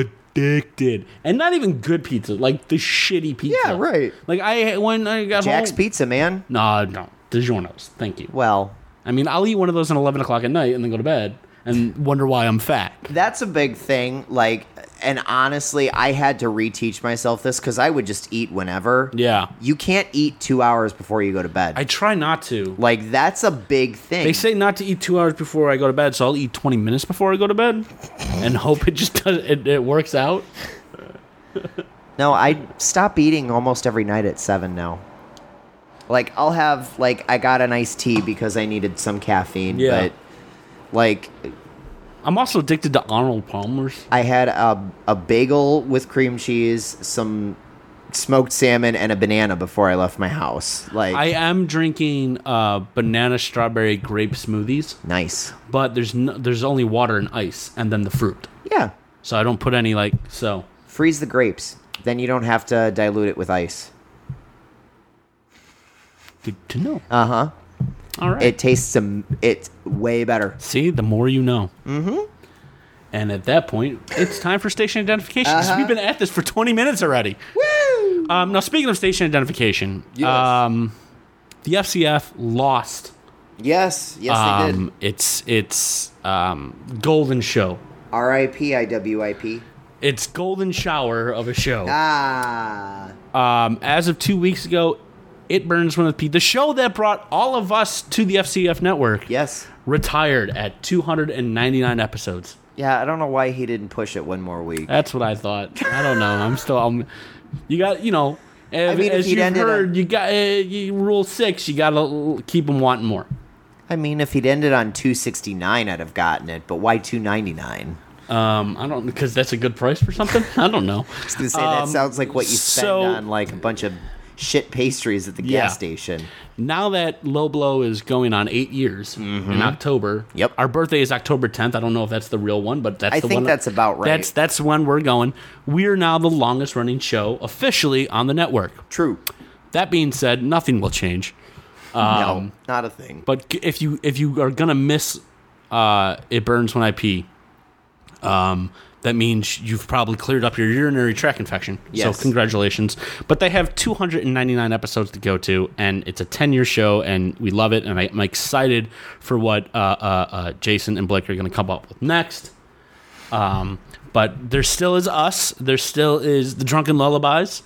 [SPEAKER 3] addicted and not even good pizza like the shitty pizza
[SPEAKER 4] Yeah, right.
[SPEAKER 3] like I when I got
[SPEAKER 4] Jack's
[SPEAKER 3] home
[SPEAKER 4] Pizza, man.
[SPEAKER 3] no no DiGiorno's thank you
[SPEAKER 4] Well,
[SPEAKER 3] I mean, I'll eat one of those at 11 o'clock at night and then go to bed and wonder why I'm fat.
[SPEAKER 4] that's a big thing. Like, and honestly, I had to reteach myself this because I would just eat whenever.
[SPEAKER 3] Yeah.
[SPEAKER 4] You can't eat two hours before you go to bed.
[SPEAKER 3] I try not to.
[SPEAKER 4] like, that's a big thing.
[SPEAKER 3] They say not to eat two hours before I go to bed, so I'll eat 20 minutes before I go to bed and hope it just does, it, it works out.
[SPEAKER 4] No, I stop eating almost every night at seven now. Like I'll have like I got an iced tea because I needed some caffeine.
[SPEAKER 3] Yeah.
[SPEAKER 4] But like
[SPEAKER 3] I'm also addicted to Arnold Palmer's.
[SPEAKER 4] I had a a bagel with cream cheese, some smoked salmon, and a banana before I left my house. Like
[SPEAKER 3] I am drinking uh, banana strawberry grape smoothies,
[SPEAKER 4] nice.
[SPEAKER 3] but there's no, there's only water and ice and then the fruit.
[SPEAKER 4] Yeah.
[SPEAKER 3] So I don't put any like so.
[SPEAKER 4] Freeze the grapes. Then you don't have to dilute it with ice.
[SPEAKER 3] Good to know.
[SPEAKER 4] Uh huh.
[SPEAKER 3] All right.
[SPEAKER 4] It tastes some. It's way better.
[SPEAKER 3] See, the more you know. Mm-hmm. And at that point, it's time for station identification. 'cause We've been at this for 20 minutes already. Uh-huh. Woo! Um, now, speaking of station identification, um, the FCF lost
[SPEAKER 4] Yes. Yes,
[SPEAKER 3] um, its its um, golden show,
[SPEAKER 4] R.I.P. I.W.I.P.
[SPEAKER 3] its golden shower of a show.
[SPEAKER 4] Ah.
[SPEAKER 3] Um, as of two weeks ago, it burns one of the P. The show that brought all of us to the FCF network
[SPEAKER 4] Yes.
[SPEAKER 3] retired at 299 episodes.
[SPEAKER 4] Yeah, I don't know why he didn't push it one more week.
[SPEAKER 3] That's what I thought. I don't know. I'm still. I'm, you got. You know. As,
[SPEAKER 4] mean, if
[SPEAKER 3] as
[SPEAKER 4] he'd
[SPEAKER 3] you've
[SPEAKER 4] ended
[SPEAKER 3] heard,
[SPEAKER 4] on-
[SPEAKER 3] you got uh, you, rule six. You gotta l- keep them wanting more.
[SPEAKER 4] I mean, if he'd ended on 269, I'd have gotten it, but why 299?
[SPEAKER 3] Um, I don't because that's a good price for something. I don't know.
[SPEAKER 4] I was going to say, that sounds like what you spend
[SPEAKER 3] Um, so-
[SPEAKER 4] on like a bunch of shit pastries at the gas
[SPEAKER 3] Yeah.
[SPEAKER 4] station.
[SPEAKER 3] Now that Low Blow is going on eight years in October.
[SPEAKER 4] Mm-hmm. Yep.
[SPEAKER 3] Our birthday is October 10th. I don't know if that's the real one, but that's
[SPEAKER 4] I
[SPEAKER 3] the
[SPEAKER 4] think
[SPEAKER 3] one-
[SPEAKER 4] that's about right.
[SPEAKER 3] That's that's when we're going. We're now the longest running show officially on the network.
[SPEAKER 4] True.
[SPEAKER 3] That being said, nothing will change.
[SPEAKER 4] no, not a thing.
[SPEAKER 3] Um, But g- if you if you are gonna miss, uh, it burns when I pee. Um, that means you've probably cleared up your urinary tract infection.
[SPEAKER 4] Yes.
[SPEAKER 3] So congratulations. But they have 299 episodes to go to, and it's a 10 year show, and we love it. And I, am excited for what uh, uh, uh, Jason and Blake are going to come up with next. Um, but there still is us. There still is the Drunken Lullabies,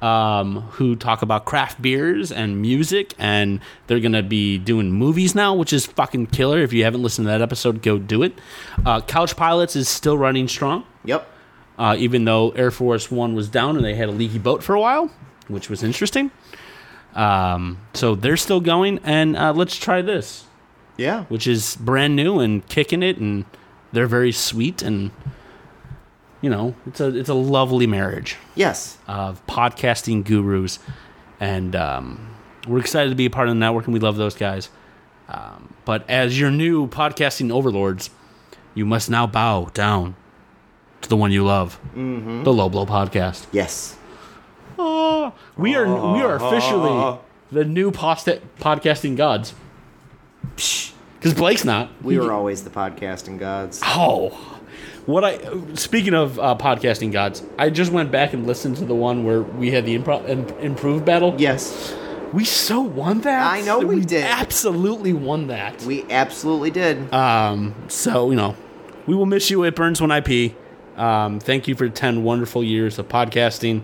[SPEAKER 3] um, who talk about craft beers and music, and they're gonna be doing movies now, which is fucking killer. If you haven't listened to that episode, go do it. Uh, Couch Pilots is still running strong,
[SPEAKER 4] Yep.
[SPEAKER 3] uh, even though Air Force One was down and they had a leaky boat for a while, which was interesting. Um, so they're still going, and uh, let's try this
[SPEAKER 4] Yeah.
[SPEAKER 3] which is brand new and kicking it, and they're very sweet, and you know, it's a it's a lovely marriage
[SPEAKER 4] Yes.
[SPEAKER 3] of podcasting gurus, and um, we're excited to be a part of the network, and we love those guys. Um, but as your new podcasting overlords, you must now bow down to the one you love, the Low Blow Podcast.
[SPEAKER 4] Yes.
[SPEAKER 3] We are we are officially the new posta- podcasting gods. Because Blake's not.
[SPEAKER 4] We were always the podcasting gods.
[SPEAKER 3] Oh, what I speaking of uh, podcasting gods, I just went back and listened to the one where we had the improv im- improve battle.
[SPEAKER 4] Yes.
[SPEAKER 3] We so won that.
[SPEAKER 4] I know we did.
[SPEAKER 3] Absolutely won that.
[SPEAKER 4] We absolutely did.
[SPEAKER 3] Um, so, you know, we will miss you. It burns when I pee. Um, thank you for 10 wonderful years of podcasting.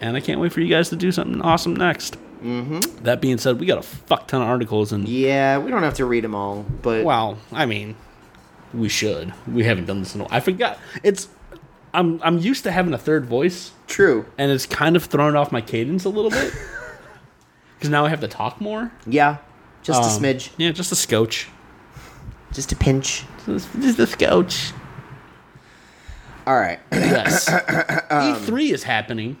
[SPEAKER 3] And I can't wait for you guys to do something awesome next. Mm-hmm. That being said, we got a fuck ton of articles. And,
[SPEAKER 4] yeah, we don't have to read them all, but
[SPEAKER 3] well, I mean, we should. We haven't done this in a while. I forgot. It's. I'm, I'm used to having a third voice,
[SPEAKER 4] true.
[SPEAKER 3] and it's kind of thrown off my cadence a little bit. Because now I have to talk more.
[SPEAKER 4] Yeah, just a
[SPEAKER 3] Um,
[SPEAKER 4] smidge,
[SPEAKER 3] Yeah, just a scotch.
[SPEAKER 4] just a pinch.
[SPEAKER 3] Just a scotch.
[SPEAKER 4] All right,
[SPEAKER 3] Yes. E3 is happening.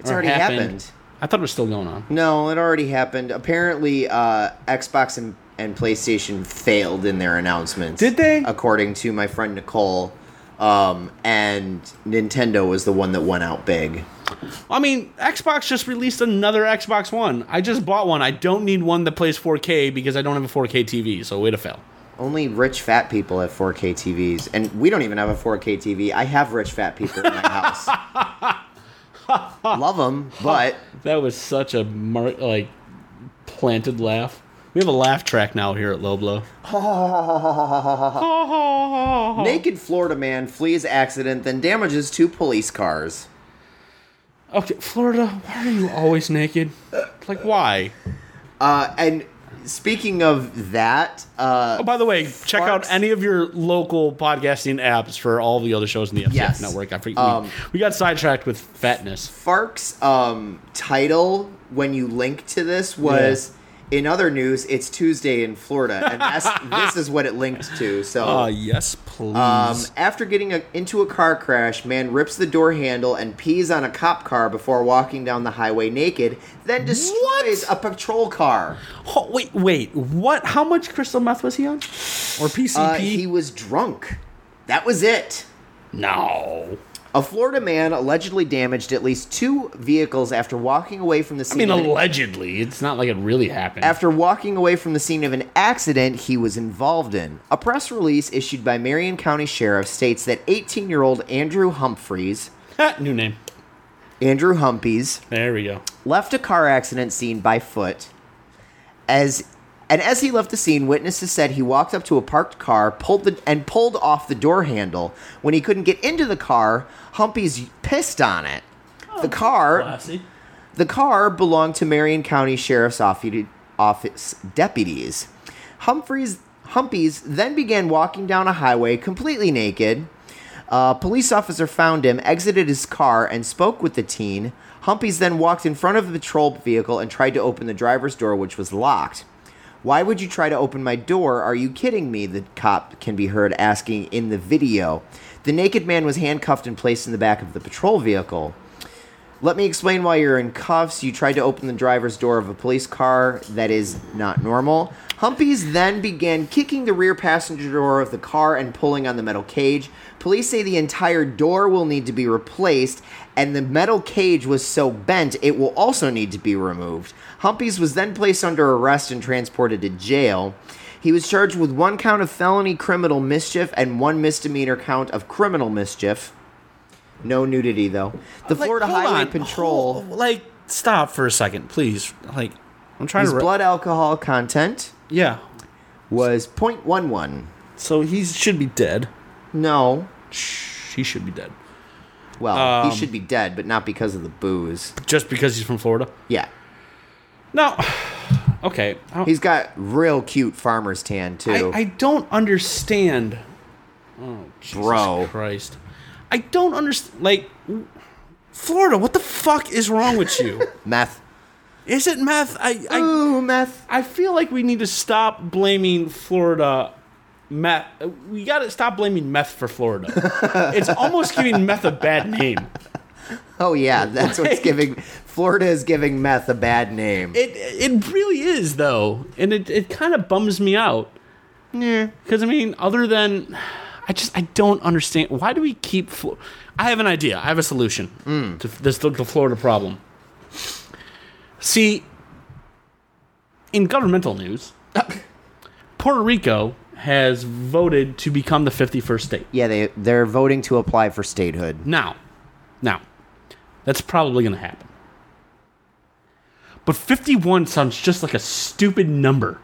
[SPEAKER 4] it's
[SPEAKER 3] Or
[SPEAKER 4] already
[SPEAKER 3] happened.
[SPEAKER 4] happened.
[SPEAKER 3] I thought it was still going on.
[SPEAKER 4] No, it already happened. Apparently, uh, Xbox and, and PlayStation failed in their announcements.
[SPEAKER 3] Did they?
[SPEAKER 4] According to my friend Nicole, um, and Nintendo was the one that went out big.
[SPEAKER 3] I mean, Xbox just released another Xbox One. I just bought one. I don't need one that plays 4K because I don't have a 4K TV. So way to fail.
[SPEAKER 4] Only rich fat people have 4K TVs, and we don't even have a 4K TV. I have rich fat people in my house. Love them, but
[SPEAKER 3] That was such a mar- like planted laugh. We have a laugh track now here at Low Blow.
[SPEAKER 4] naked Florida man flees accident, then damages two police cars.
[SPEAKER 3] Okay, Florida, why are you always naked? Like why?
[SPEAKER 4] Uh, and speaking of that, uh,
[SPEAKER 3] Oh, by the way, check out
[SPEAKER 4] Farts.
[SPEAKER 3] any of your local podcasting apps for all the other shows in the FCF
[SPEAKER 4] Yes.
[SPEAKER 3] network. I forget, we,
[SPEAKER 4] Um,
[SPEAKER 3] we got sidetracked with fatness.
[SPEAKER 4] Fark's um, title when you link to this was in other news, it's Tuesday in Florida, and that's, this is what it linked to. So.
[SPEAKER 3] Uh, yes, please.
[SPEAKER 4] um, after getting a, into a car crash, man rips the door handle and pees on a cop car before walking down the highway naked, then destroys a patrol car.
[SPEAKER 3] Ho- wait, wait. What? How much crystal meth was he on? Or PCP?
[SPEAKER 4] Uh, he was drunk. That was it.
[SPEAKER 3] no.
[SPEAKER 4] A Florida man allegedly damaged at least two vehicles after walking away from the
[SPEAKER 3] I
[SPEAKER 4] scene.
[SPEAKER 3] mean,
[SPEAKER 4] of an-
[SPEAKER 3] allegedly. It's not like it really happened.
[SPEAKER 4] after walking away from the scene of an accident he was involved in. A press release issued by Marion County Sheriff states that 18-year-old Andrew Humphreys,
[SPEAKER 3] Ha, Ah, New name.
[SPEAKER 4] Andrew Humpies,
[SPEAKER 3] There we go.
[SPEAKER 4] left a car accident scene by foot. As and as he left the scene, witnesses said he walked up to a parked car, pulled the and pulled off the door handle. When he couldn't get into the car, Humpies pissed on it. The car, the car belonged to Marion County Sheriff's Offi- Office deputies. Humphreys Humpies then began walking down a highway completely naked. A police officer found him, exited his car, and spoke with the teen. Humpies then walked in front of the patrol vehicle and tried to open the driver's door, which was locked. Why would you try to open my door? Are you kidding me? The cop can be heard asking in the video. The naked man was handcuffed and placed in the back of the patrol vehicle. Let me explain why you're in cuffs. You tried to open the driver's door of a police car. That is not normal. Humpies then began kicking the rear passenger door of the car and pulling on the metal cage. Police say the entire door will need to be replaced, and the metal cage was so bent it will also need to be removed. Humpies was then placed under arrest and transported to jail. He was charged with one count of felony criminal mischief and one misdemeanor count of criminal mischief. No nudity, though. The Florida
[SPEAKER 3] hold
[SPEAKER 4] Highway
[SPEAKER 3] on.
[SPEAKER 4] Patrol.
[SPEAKER 3] Hold- like, stop for a second, please. Like, I'm trying
[SPEAKER 4] His
[SPEAKER 3] to. re-
[SPEAKER 4] blood alcohol content
[SPEAKER 3] yeah.
[SPEAKER 4] was 0.11.
[SPEAKER 3] So he should be dead.
[SPEAKER 4] No.
[SPEAKER 3] Shh, He should be dead.
[SPEAKER 4] Well,
[SPEAKER 3] Um,
[SPEAKER 4] he should be dead, but not because of the booze.
[SPEAKER 3] Just because he's from Florida?
[SPEAKER 4] Yeah.
[SPEAKER 3] No. Okay. I don't-
[SPEAKER 4] He's got real cute farmer's tan, too.
[SPEAKER 3] I, I don't understand. Oh, Jesus
[SPEAKER 4] Bro.
[SPEAKER 3] Christ. I don't understand. Like, Florida, what the fuck is wrong with you?
[SPEAKER 4] meth.
[SPEAKER 3] is it meth? I, I,
[SPEAKER 4] Ooh, meth.
[SPEAKER 3] I feel like we need to stop blaming Florida meth. We got to stop blaming meth for Florida. it's almost giving meth a bad name.
[SPEAKER 4] Oh, yeah. That's what's giving. Florida is giving meth a bad name.
[SPEAKER 3] It it really is though, and it, it kind of bums me out. Yeah, because I mean, other than I just I don't understand why do we keep. Flo- I have an idea. I have a solution to this the, the Florida problem. See, in governmental news, Puerto Rico has voted to become the fifty-first state.
[SPEAKER 4] yeah, they, they're voting to apply for statehood.
[SPEAKER 3] Now, now, that's probably going to happen. but 51 sounds just like a stupid number.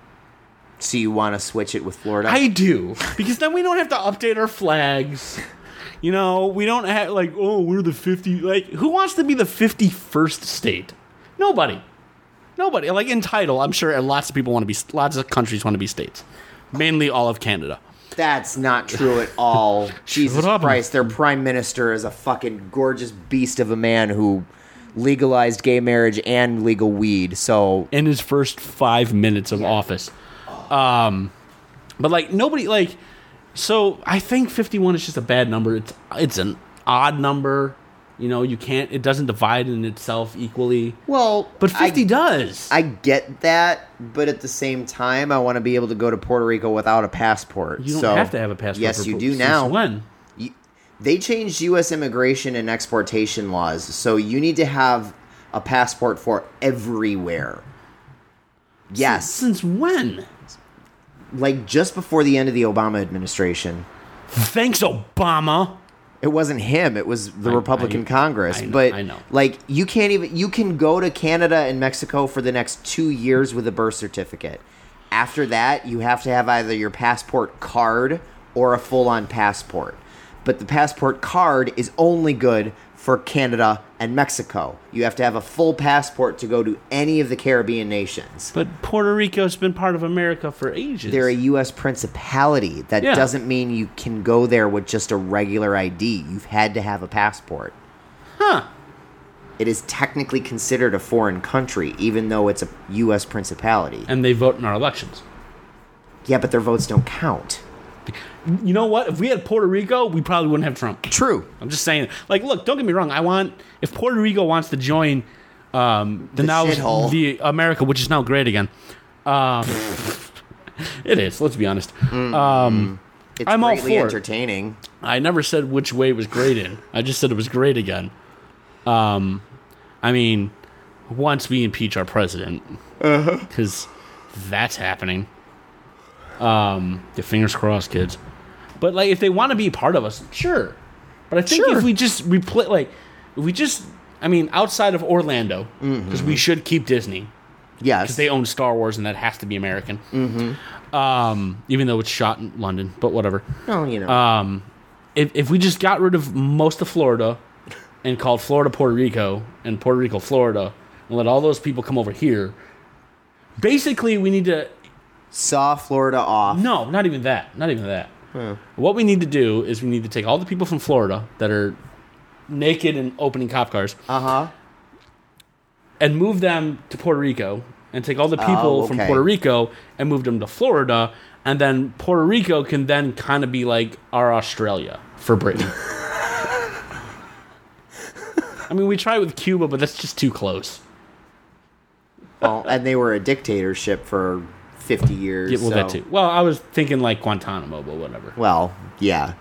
[SPEAKER 4] So you want to switch it with Florida?
[SPEAKER 3] I do because then we don't have to update our flags. You know, we don't have like oh we're the fifty like who wants to be the fifty first state? Nobody, nobody. Like in title, I'm sure lots of people want to be lots of countries want to be states, mainly all of Canada.
[SPEAKER 4] That's not true at all. Jesus
[SPEAKER 3] up.
[SPEAKER 4] Christ, their prime minister is a fucking gorgeous beast of a man who legalized gay marriage and legal weed. So
[SPEAKER 3] in his first five minutes of office. Um, but like nobody like, so I think fifty one is just a bad number. It's it's an odd number. You know, you can't. It doesn't divide in itself equally.
[SPEAKER 4] well,
[SPEAKER 3] But fifty
[SPEAKER 4] I,
[SPEAKER 3] does.
[SPEAKER 4] I get that, but at the same time, I want to be able to go to Puerto Rico without a passport.
[SPEAKER 3] you don't
[SPEAKER 4] so,
[SPEAKER 3] have to have a passport.
[SPEAKER 4] Yes,
[SPEAKER 3] for-
[SPEAKER 4] you do
[SPEAKER 3] since
[SPEAKER 4] now.
[SPEAKER 3] When?
[SPEAKER 4] You- They changed U.S. immigration and exportation laws, so you need to have a passport for everywhere. Yes,
[SPEAKER 3] Since when?
[SPEAKER 4] like just before the end of the Obama administration.
[SPEAKER 3] Thanks, Obama.
[SPEAKER 4] It wasn't him. It was the
[SPEAKER 3] I-
[SPEAKER 4] Republican
[SPEAKER 3] I-
[SPEAKER 4] Congress.
[SPEAKER 3] I know-
[SPEAKER 4] but
[SPEAKER 3] I know.
[SPEAKER 4] like you can't even you can go to Canada and Mexico for the next two years with a birth certificate. After that, you have to have either your passport card or a full on passport. But the passport card is only good for Canada and Mexico. You have to have a full passport to go to any of the Caribbean nations.
[SPEAKER 3] But Puerto Rico's been part of America for ages.
[SPEAKER 4] They're a U.S. principality. That
[SPEAKER 3] Yeah.
[SPEAKER 4] doesn't mean you can go there with just a regular ID. You've had to have a passport.
[SPEAKER 3] huh?
[SPEAKER 4] It is technically considered a foreign country, even though it's a U.S. principality.
[SPEAKER 3] And they vote in our elections.
[SPEAKER 4] Yeah, but their votes don't count.
[SPEAKER 3] You know what? If we had Puerto Rico, we probably wouldn't have Trump.
[SPEAKER 4] True.
[SPEAKER 3] I'm just saying. Like, look, don't get me wrong. I want if Puerto Rico wants to join um, the,
[SPEAKER 4] The
[SPEAKER 3] now
[SPEAKER 4] shithole.
[SPEAKER 3] the America, which is now great again. Um, it is. Let's be honest.
[SPEAKER 4] It's
[SPEAKER 3] I'm all
[SPEAKER 4] greatly
[SPEAKER 3] for it.
[SPEAKER 4] entertaining.
[SPEAKER 3] I never said which way it was great in. I just said it was great again. Um, I mean, once we impeach our president, because that's happening. Um, yeah, fingers crossed, kids. But like, if they want to be part of us, sure. But I think
[SPEAKER 4] Sure.
[SPEAKER 3] if we just replay, like, if we just, I mean, outside of Orlando, because we should keep Disney
[SPEAKER 4] Yes.
[SPEAKER 3] they own Star Wars, and that has to be American. Mm-hmm. Um, even though it's shot in London, but whatever
[SPEAKER 4] oh, you know.
[SPEAKER 3] um, if, if we just got rid of most of Florida and called Florida Puerto Rico and Puerto Rico Florida and let all those people come over here, basically we need to
[SPEAKER 4] Saw Florida off.
[SPEAKER 3] no, not even that, not even that. What we need to do is we need to take all the people from Florida that are naked and opening cop cars
[SPEAKER 4] Uh huh.
[SPEAKER 3] and move them to Puerto Rico and take all the people
[SPEAKER 4] Oh,
[SPEAKER 3] from
[SPEAKER 4] okay.
[SPEAKER 3] Puerto Rico and move them to Florida and then Puerto Rico can then kind of be like our Australia for Britain. I mean, we tried with Cuba, but that's just too close.
[SPEAKER 4] Well, and they were a dictatorship for 50 years.
[SPEAKER 3] Yeah, well, that
[SPEAKER 4] so-
[SPEAKER 3] too. Well, I was thinking like Guantanamo, but whatever.
[SPEAKER 4] Well, yeah.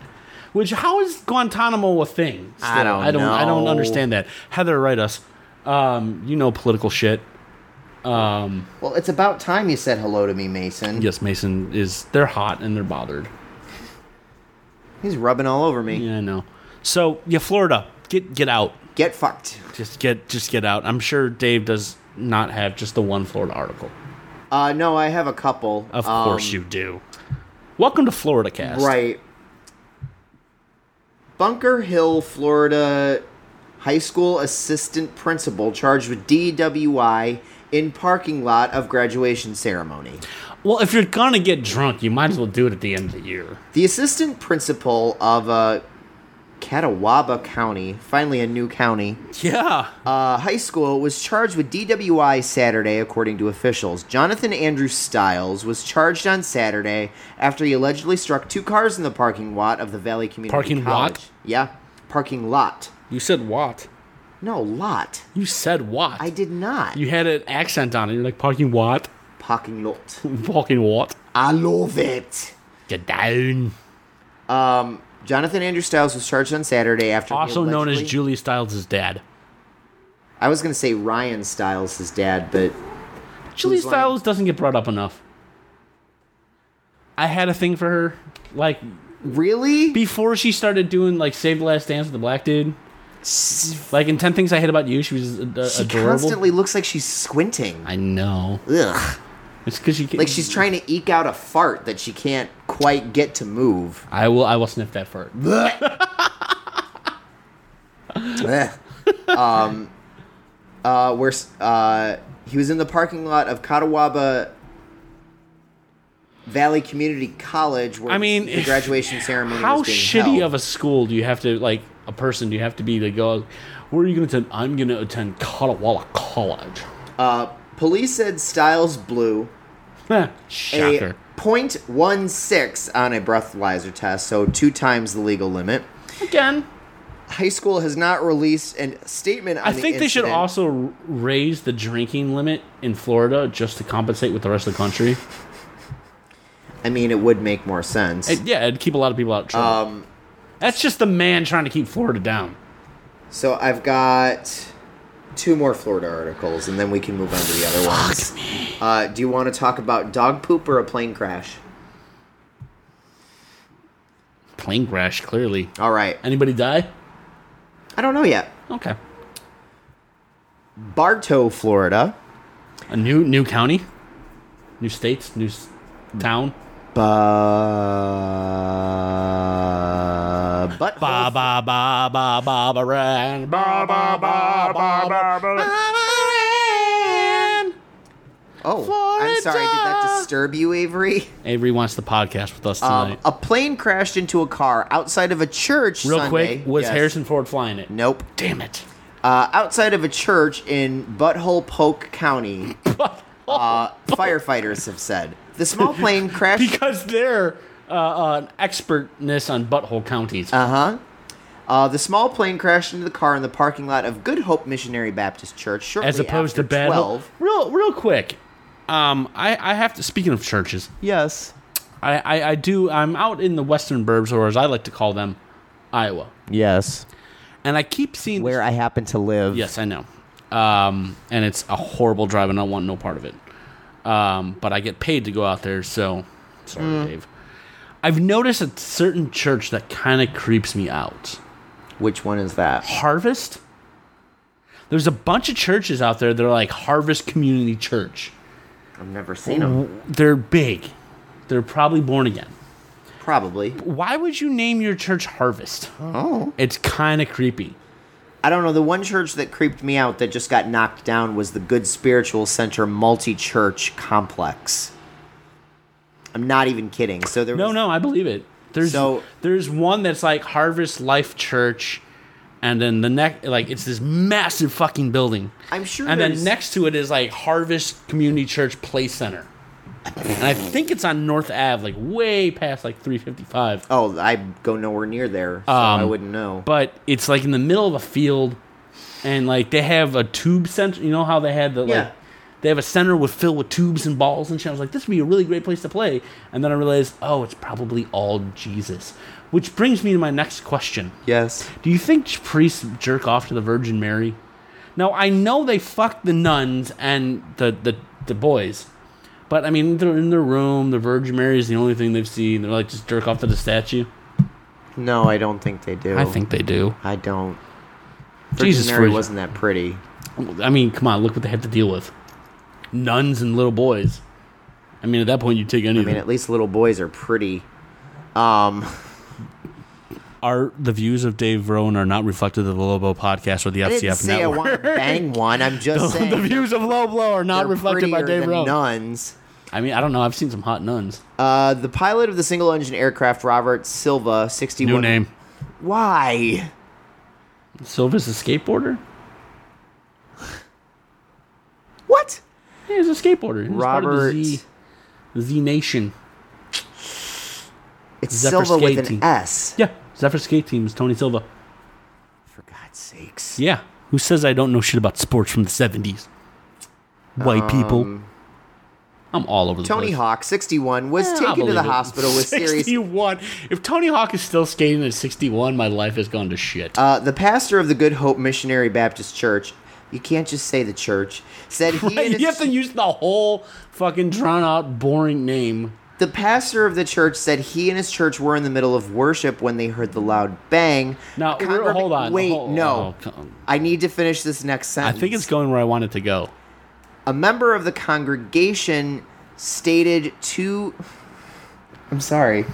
[SPEAKER 3] Which how is Guantanamo a thing?
[SPEAKER 4] I
[SPEAKER 3] still?
[SPEAKER 4] don't
[SPEAKER 3] I don't. I don't
[SPEAKER 4] know.
[SPEAKER 3] understand that. Heather, write us. Um, you know political shit. Um,
[SPEAKER 4] Well, it's about time you said hello to me, Mason.
[SPEAKER 3] yes, Mason is. They're hot and they're bothered.
[SPEAKER 4] He's rubbing all over me.
[SPEAKER 3] Yeah, I know. So yeah, Florida, get get out.
[SPEAKER 4] Get fucked.
[SPEAKER 3] Just get just get out. I'm sure Dave does not have just the one Florida article.
[SPEAKER 4] Uh, no, I have a couple.
[SPEAKER 3] Of
[SPEAKER 4] Um,
[SPEAKER 3] course you do. Welcome to Florida Cast.
[SPEAKER 4] Right. Bunker Hill, Florida high school assistant principal charged with DWI in parking lot of graduation ceremony.
[SPEAKER 3] Well, if you're gonna get drunk, you might as well do it at the end of the year.
[SPEAKER 4] The assistant principal of uh, Catawba County, finally a new county,
[SPEAKER 3] Yeah.
[SPEAKER 4] uh, high school was charged with DWI Saturday, according to officials. Jonathan Andrew Stiles was charged on Saturday after he allegedly struck two cars in the parking lot of the Valley Community
[SPEAKER 3] Parking lot?
[SPEAKER 4] College. Yeah, parking lot.
[SPEAKER 3] you said what?
[SPEAKER 4] No, lot.
[SPEAKER 3] You said what?
[SPEAKER 4] I did not.
[SPEAKER 3] You had an accent on it. You're like parking what?
[SPEAKER 4] Parking lot.
[SPEAKER 3] Parking what?
[SPEAKER 4] I love it.
[SPEAKER 3] Get down.
[SPEAKER 4] Um, Jonathan Andrew Stiles was charged on Saturday after he
[SPEAKER 3] Also known as
[SPEAKER 4] allegedly-
[SPEAKER 3] Julie Stiles' dad.
[SPEAKER 4] I was gonna say Ryan Stiles, his dad, but
[SPEAKER 3] Julie
[SPEAKER 4] Who's lying?
[SPEAKER 3] Stiles doesn't get brought up enough. I had a thing for her, like
[SPEAKER 4] really,
[SPEAKER 3] before she started doing like Save the Last Dance with the Black Dude. Like in Ten Things I Hate About You, she was ad-
[SPEAKER 4] She
[SPEAKER 3] adorable.
[SPEAKER 4] constantly looks like she's squinting.
[SPEAKER 3] I know.
[SPEAKER 4] Ugh.
[SPEAKER 3] It's because she
[SPEAKER 4] Like she's trying to eke out a fart that she can't quite get to move.
[SPEAKER 3] I will. I will sniff that fart.
[SPEAKER 4] Blech. um, uh, where uh, he was in the parking lot of Catawba Valley Community College, where
[SPEAKER 3] I mean,
[SPEAKER 4] the graduation ceremony.
[SPEAKER 3] How
[SPEAKER 4] was being
[SPEAKER 3] shitty
[SPEAKER 4] held.
[SPEAKER 3] of a school do you have to like a person? Do you have to be to go? Where are you going to attend? I'm going to attend Catawba College.
[SPEAKER 4] Uh, police said Styles blew
[SPEAKER 3] Heh,
[SPEAKER 4] a
[SPEAKER 3] Shocker.
[SPEAKER 4] .16 on a breathalyzer test, so two times the legal limit.
[SPEAKER 3] Again,
[SPEAKER 4] High school has not released a statement on
[SPEAKER 3] I
[SPEAKER 4] the
[SPEAKER 3] think they should
[SPEAKER 4] incident.
[SPEAKER 3] also r- raise the drinking limit in Florida just to compensate with the rest of the country.
[SPEAKER 4] I mean, it would make more sense.
[SPEAKER 3] It, yeah, it'd keep a lot of people out of trouble.
[SPEAKER 4] um,
[SPEAKER 3] That's just the man trying to keep Florida down.
[SPEAKER 4] So I've got two more Florida articles, and then we can move on to the other ones. Uh, do you want to talk about dog poop or a plane crash?
[SPEAKER 3] Plane crash, clearly.
[SPEAKER 4] All right.
[SPEAKER 3] Anybody die?
[SPEAKER 4] I don't know yet.
[SPEAKER 3] Okay.
[SPEAKER 4] Bartow, Florida.
[SPEAKER 3] A new new county, new states, new s- town.
[SPEAKER 4] Ba- but
[SPEAKER 3] Ba ba ba ba ba ba ran. Ba ba ba ba ba ba ran.
[SPEAKER 4] oh, I'm sorry. Did that
[SPEAKER 3] Florida.
[SPEAKER 4] disturb you, Avery?
[SPEAKER 3] Avery wants the podcast with us tonight.
[SPEAKER 4] Um, a plane crashed into a car outside of a church.
[SPEAKER 3] Real
[SPEAKER 4] Sunday.
[SPEAKER 3] quick, was
[SPEAKER 4] Yes.
[SPEAKER 3] Harrison Ford flying it?
[SPEAKER 4] Nope.
[SPEAKER 3] Damn it.
[SPEAKER 4] Uh, outside of a church in Butthole Polk County, uh, firefighters have said the small plane crashed.
[SPEAKER 3] Because they're uh, uh, an expertness on butthole counties.
[SPEAKER 4] Uh huh. Uh, the small plane crashed into the car in the parking lot of Good Hope Missionary Baptist Church shortly
[SPEAKER 3] as opposed
[SPEAKER 4] after
[SPEAKER 3] to bad.
[SPEAKER 4] twelve.
[SPEAKER 3] Real, real quick. Um, I, I have to. Speaking of churches,
[SPEAKER 4] Yes.
[SPEAKER 3] I, I, I do. I'm out in the western burbs, or as I like to call them, Iowa,
[SPEAKER 4] Yes.
[SPEAKER 3] and I keep seeing
[SPEAKER 4] Where I happen to live.
[SPEAKER 3] Yes, I know. Um, and it's a horrible drive, and I want no part of it. Um, but I get paid to go out there, so sorry,
[SPEAKER 4] Mm.
[SPEAKER 3] Dave. I've noticed a certain church that kind of creeps me out.
[SPEAKER 4] Which one is that?
[SPEAKER 3] Harvest. There's a bunch of churches out there that are like Harvest Community Church.
[SPEAKER 4] I've never seen them.
[SPEAKER 3] They're big. They're probably born again.
[SPEAKER 4] Probably.
[SPEAKER 3] Why would you name your church Harvest?
[SPEAKER 4] Oh.
[SPEAKER 3] It's kind of creepy.
[SPEAKER 4] I don't know. The one church that creeped me out that just got knocked down was the Good Spiritual Center Multi Church Complex. I'm not even kidding. So there
[SPEAKER 3] No,
[SPEAKER 4] was
[SPEAKER 3] no, I believe it. There's
[SPEAKER 4] So-
[SPEAKER 3] there's one that's like Harvest Life Church, and then the next like it's this massive fucking building,
[SPEAKER 4] I'm sure.
[SPEAKER 3] and then
[SPEAKER 4] there's-
[SPEAKER 3] next to it is like Harvest Community Church Play Center, and I think it's on North Ave, like way past like 355.
[SPEAKER 4] Oh, I go nowhere near there, so I
[SPEAKER 3] Um,
[SPEAKER 4] wouldn't know.
[SPEAKER 3] But it's like in the middle of a field, and like they have a tube center. You know how they had the like.
[SPEAKER 4] Yeah.
[SPEAKER 3] They have a center with filled with tubes and balls and shit. I was like, this would be a really great place to play. And then I realized, oh, it's probably all Jesus. Which brings me to my next question.
[SPEAKER 4] yes.
[SPEAKER 3] Do you think priests jerk off to the Virgin Mary? Now I know they fuck the nuns and the the, the boys, but I mean they're in their room. The Virgin Mary is the only thing they've seen. They're like just jerk off to the statue.
[SPEAKER 4] No, I don't think they do.
[SPEAKER 3] I think they do.
[SPEAKER 4] I don't.
[SPEAKER 3] Jesus
[SPEAKER 4] Jesus Mary
[SPEAKER 3] freak.
[SPEAKER 4] wasn't that pretty.
[SPEAKER 3] I mean, come on, look what they have to deal with. Nuns and little boys. I mean, at that point, you take
[SPEAKER 4] I mean,
[SPEAKER 3] anything.
[SPEAKER 4] at least little boys are pretty. Um,
[SPEAKER 3] Are the views of Dave Rowan are not reflective of the Lobo podcast or the
[SPEAKER 4] I
[SPEAKER 3] FCF
[SPEAKER 4] didn't say I
[SPEAKER 3] network?
[SPEAKER 4] want to bang one. I'm just saying.
[SPEAKER 3] the views of Lobo are not
[SPEAKER 4] they're
[SPEAKER 3] reflected by
[SPEAKER 4] prettier
[SPEAKER 3] Dave
[SPEAKER 4] than
[SPEAKER 3] Rowan.
[SPEAKER 4] Nuns.
[SPEAKER 3] I mean, I don't know. I've seen some hot nuns.
[SPEAKER 4] Uh, the pilot of the single engine aircraft, Robert Silva, 61.
[SPEAKER 3] New name.
[SPEAKER 4] Why?
[SPEAKER 3] Silva's a skateboarder.
[SPEAKER 4] What?
[SPEAKER 3] Yeah, he's a skateboarder. He's part of the
[SPEAKER 4] Robert.
[SPEAKER 3] Z, Z Nation.
[SPEAKER 4] It's
[SPEAKER 3] Zephyr
[SPEAKER 4] Silva with
[SPEAKER 3] Skate
[SPEAKER 4] an
[SPEAKER 3] Team.
[SPEAKER 4] S.
[SPEAKER 3] Yeah, Zephyr Skate Team is Tony Silva.
[SPEAKER 4] For God's sakes.
[SPEAKER 3] Yeah. Who says I don't know shit about sports from the 70s? White people. I'm all over the
[SPEAKER 4] Um, Tony
[SPEAKER 3] place.
[SPEAKER 4] Hawk, 61, was
[SPEAKER 3] Yeah, I
[SPEAKER 4] taken to the
[SPEAKER 3] believe it.
[SPEAKER 4] hospital with serious
[SPEAKER 3] 61. If Tony Hawk is still skating at 61, my life has gone to shit.
[SPEAKER 4] Uh, the pastor of the Good Hope Missionary Baptist Church, you can't just say the church, said he and
[SPEAKER 3] you
[SPEAKER 4] his,
[SPEAKER 3] have to use the whole fucking drawn out, boring name.
[SPEAKER 4] The pastor of the church said he and his church were in the middle of worship when they heard the loud bang.
[SPEAKER 3] Now,
[SPEAKER 4] A congrega-
[SPEAKER 3] hold on.
[SPEAKER 4] Wait,
[SPEAKER 3] Hold-
[SPEAKER 4] no.
[SPEAKER 3] oh, come-
[SPEAKER 4] I need to finish this next
[SPEAKER 3] I
[SPEAKER 4] sentence.
[SPEAKER 3] think it's going where I want it to go.
[SPEAKER 4] a member of the congregation stated to I'm sorry,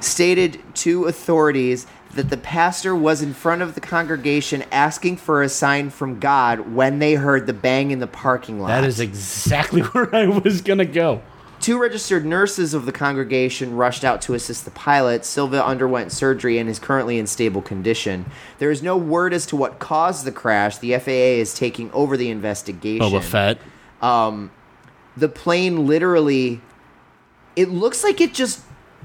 [SPEAKER 4] stated to authorities that the pastor was in front of the congregation asking for a sign from God when they heard the bang in the parking lot.
[SPEAKER 3] That is exactly where I was going to go.
[SPEAKER 4] Two registered nurses of the congregation rushed out to assist the pilot. Silva underwent surgery and is currently in stable condition. There is no word as to what caused the crash. The FAA is taking over the investigation.
[SPEAKER 3] Boba Fett.
[SPEAKER 4] the plane literally it looks like it just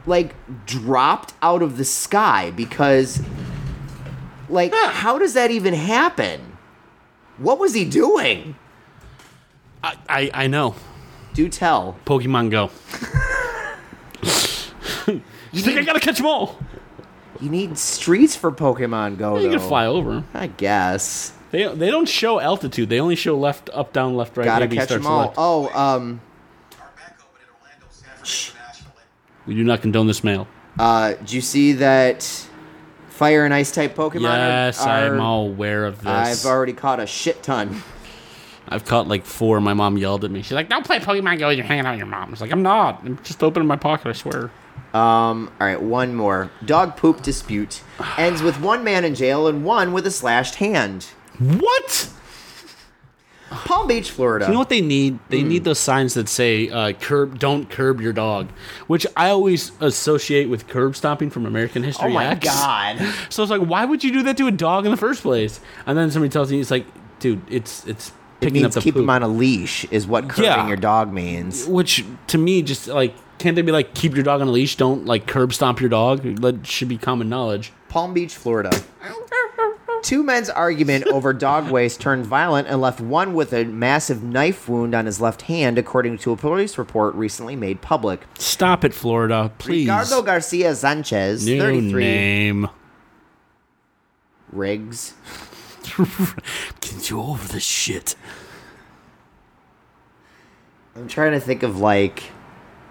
[SPEAKER 4] like dropped out of the sky because like how does that even happen what was he doing
[SPEAKER 3] I, I, I know.
[SPEAKER 4] do tell
[SPEAKER 3] Pokemon Go. you think I got to catch them all?
[SPEAKER 4] you need streets for pokemon go
[SPEAKER 3] You can
[SPEAKER 4] though.
[SPEAKER 3] fly over 'em.
[SPEAKER 4] i guess
[SPEAKER 3] They, they don't show altitude. They only show left, up, down, left, right.
[SPEAKER 4] gotta
[SPEAKER 3] AB
[SPEAKER 4] catch
[SPEAKER 3] starts
[SPEAKER 4] them all
[SPEAKER 3] left.
[SPEAKER 4] oh um
[SPEAKER 3] We do not condone this mail.
[SPEAKER 4] uh do you see that fire and ice type pokemon are-
[SPEAKER 3] Yes, I'm
[SPEAKER 4] are-
[SPEAKER 3] all aware of this.
[SPEAKER 4] i've
[SPEAKER 3] I've,
[SPEAKER 4] already caught a shit ton
[SPEAKER 3] caught like four. My mom yelled at me. She's like, "Don't play Pokemon Go. You're hanging out with your mom." I was like, "I'm not. I'm just opening my pocket. I swear."
[SPEAKER 4] Um, all right, one more. Dog poop dispute ends with one man in jail and one with a slashed hand.
[SPEAKER 3] What?
[SPEAKER 4] Palm Beach, Florida.
[SPEAKER 3] You know what they need? They need those signs that say uh, "curb, don't curb your dog," which I always associate with curb stomping from American History.
[SPEAKER 4] Oh my
[SPEAKER 3] X.
[SPEAKER 4] god.
[SPEAKER 3] So it's like, why would you do that to a dog in the first place? And then somebody tells you, it's like, dude, it's it's
[SPEAKER 4] It
[SPEAKER 3] picking up
[SPEAKER 4] means
[SPEAKER 3] the
[SPEAKER 4] keep
[SPEAKER 3] poop.
[SPEAKER 4] him on a leash is what curbing
[SPEAKER 3] Yeah.
[SPEAKER 4] your dog means.
[SPEAKER 3] which to me just like can't they be like keep your dog on a leash don't like curb stomp your dog that should be common knowledge
[SPEAKER 4] Palm Beach, Florida. Two men's argument over dog waste turned violent and left one with a massive knife wound on his left hand, according to a police report recently made public.
[SPEAKER 3] stop it florida please
[SPEAKER 4] Ricardo Garcia Sanchez,
[SPEAKER 3] New
[SPEAKER 4] 33,
[SPEAKER 3] name
[SPEAKER 4] Riggs,
[SPEAKER 3] get you over this shit
[SPEAKER 4] I'm trying to think of like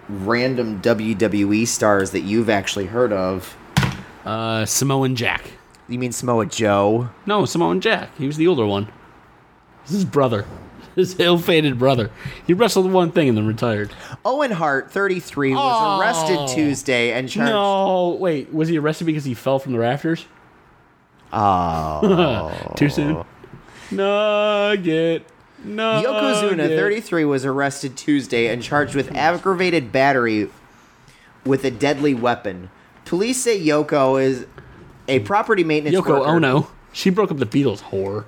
[SPEAKER 4] random WWE stars that you've actually heard of.
[SPEAKER 3] uh samoan jack
[SPEAKER 4] You mean Samoa Joe?
[SPEAKER 3] no samoan jack he was the older one this is his brother his ill-fated brother he wrestled one thing and then retired
[SPEAKER 4] Owen Hart, 33, was
[SPEAKER 3] Oh.
[SPEAKER 4] arrested Tuesday and charged.
[SPEAKER 3] no wait was he arrested because he fell from the rafters oh too soon nugget no
[SPEAKER 4] Yokozuna, 33, was arrested Tuesday and charged with aggravated battery with a deadly weapon. Police say Yoko is a property maintenance
[SPEAKER 3] Yoko
[SPEAKER 4] worker-
[SPEAKER 3] Ono. She broke up the Beatles, whore.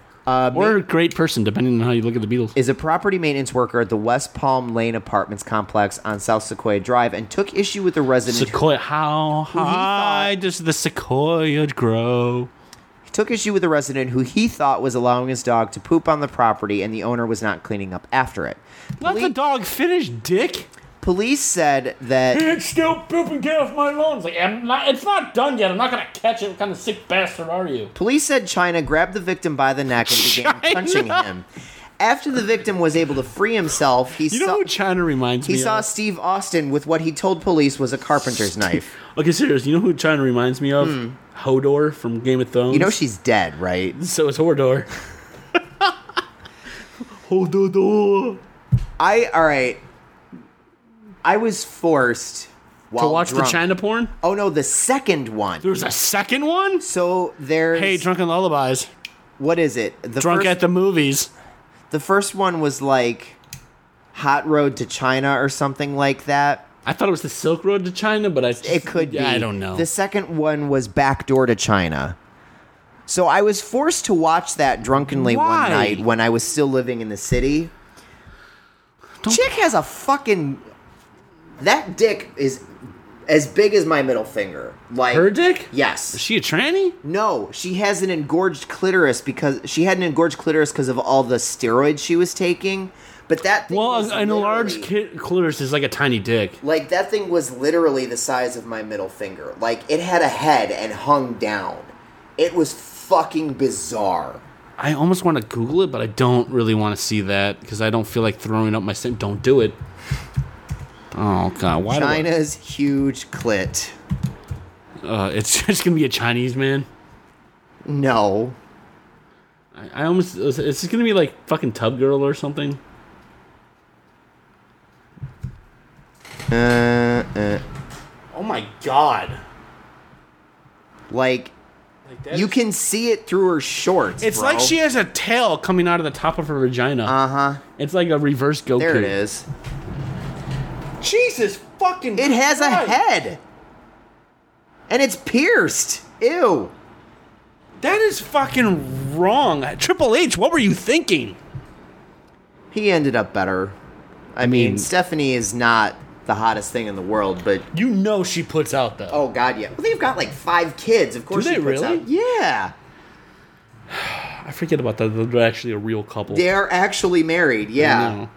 [SPEAKER 3] or a great person, depending on how you look at the Beatles.
[SPEAKER 4] Uh, is a property maintenance worker at the West Palm Lane Apartments complex on South Sequoia Drive and took issue with the resident who
[SPEAKER 3] Sequoia. How high
[SPEAKER 4] thought-
[SPEAKER 3] does the sequoia grow?
[SPEAKER 4] took issue with a resident who he thought was allowing his dog to poop on the property and the owner was not cleaning up after it.
[SPEAKER 3] Let the
[SPEAKER 4] Poli-
[SPEAKER 3] dog finish, dick.
[SPEAKER 4] police said that
[SPEAKER 3] It's still pooping. Get off my lawn. It's like I'm not. It's not done yet. I'm not gonna catch it. What kind of sick bastard are you?
[SPEAKER 4] police said China grabbed the victim by the neck and began
[SPEAKER 3] China?
[SPEAKER 4] punching him. After the victim was able to free himself, he
[SPEAKER 3] You know
[SPEAKER 4] saw
[SPEAKER 3] who China reminds
[SPEAKER 4] he
[SPEAKER 3] me
[SPEAKER 4] saw
[SPEAKER 3] of?
[SPEAKER 4] Steve Austin with what he told police was a carpenter's knife.
[SPEAKER 3] Okay, serious. You know who China reminds me of? Hodor from Game of Thrones.
[SPEAKER 4] Hmm. You know she's dead, right?
[SPEAKER 3] so is Hodor. Hodor.
[SPEAKER 4] I all right. I was forced while
[SPEAKER 3] To watch the
[SPEAKER 4] drunk-
[SPEAKER 3] China porn?
[SPEAKER 4] Oh no, the second one.
[SPEAKER 3] There's a second one?
[SPEAKER 4] So there's
[SPEAKER 3] Hey, Drunken Lullabies.
[SPEAKER 4] what is it? The
[SPEAKER 3] Drunk
[SPEAKER 4] first-
[SPEAKER 3] at the movies.
[SPEAKER 4] The first one was like Hot Road to China or something like that.
[SPEAKER 3] I thought it was the Silk Road to China, but I
[SPEAKER 4] It could be.
[SPEAKER 3] I don't know.
[SPEAKER 4] The second one was Backdoor to China. So I was forced to watch that drunkenly
[SPEAKER 3] Why?
[SPEAKER 4] one night when I was still living in the city.
[SPEAKER 3] Don't-
[SPEAKER 4] Chick has a fucking that dick is as big as my middle finger. Like
[SPEAKER 3] Her dick?
[SPEAKER 4] Yes.
[SPEAKER 3] Is she a tranny?
[SPEAKER 4] No, she has an engorged clitoris because she had an engorged clitoris because of all the steroids she was taking. But that thing
[SPEAKER 3] Well,
[SPEAKER 4] was
[SPEAKER 3] an enlarged
[SPEAKER 4] literally-
[SPEAKER 3] cli- clitoris is like a tiny dick.
[SPEAKER 4] like that thing was literally the size of my middle finger. Like it had a head and hung down. It was fucking bizarre.
[SPEAKER 3] I almost want to Google it, but I don't really want to see that because I don't feel like throwing up my sim. Don't do it. Oh God, why? do I-
[SPEAKER 4] China's huge clit.
[SPEAKER 3] uh, it's just gonna be a Chinese man.
[SPEAKER 4] No.
[SPEAKER 3] I, I almost. It's just gonna be like fucking Tub Girl or something.
[SPEAKER 4] Uh, uh,
[SPEAKER 3] Oh my God.
[SPEAKER 4] like
[SPEAKER 3] Like that
[SPEAKER 4] you
[SPEAKER 3] is-
[SPEAKER 4] can see it through her shorts.
[SPEAKER 3] It's like she has a tail coming out of the top of her vagina.
[SPEAKER 4] Uh huh.
[SPEAKER 3] it's like a reverse Goku.
[SPEAKER 4] There it is.
[SPEAKER 3] Jesus fucking.
[SPEAKER 4] It has a
[SPEAKER 3] Christ.
[SPEAKER 4] head. And it's pierced. Ew.
[SPEAKER 3] That is fucking wrong. Triple H, what were you thinking?
[SPEAKER 4] He ended up better. I mean,
[SPEAKER 3] mean-
[SPEAKER 4] Stephanie is not the hottest thing in the world, but
[SPEAKER 3] You know she puts out though.
[SPEAKER 4] oh god, yeah. Well, they've got like five kids. Of course,
[SPEAKER 3] they
[SPEAKER 4] she puts
[SPEAKER 3] really?
[SPEAKER 4] out- Yeah,
[SPEAKER 3] I forget about that. They're actually a real couple.
[SPEAKER 4] they're actually married.
[SPEAKER 3] I
[SPEAKER 4] Yeah,
[SPEAKER 3] know.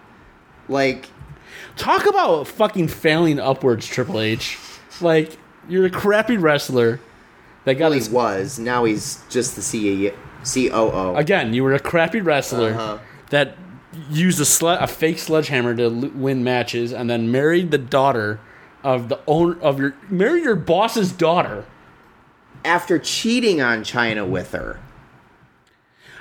[SPEAKER 4] like
[SPEAKER 3] Talk about fucking failing upwards, Triple H. Like you're a crappy wrestler that got
[SPEAKER 4] he
[SPEAKER 3] his.
[SPEAKER 4] was. Now he's just the CEO. COO.
[SPEAKER 3] Again, you were a crappy wrestler
[SPEAKER 4] Uh-huh.
[SPEAKER 3] that used a, sle- a fake sledgehammer to l- win matches, and then married the daughter of the owner of your married your boss's daughter.
[SPEAKER 4] After cheating on China with her,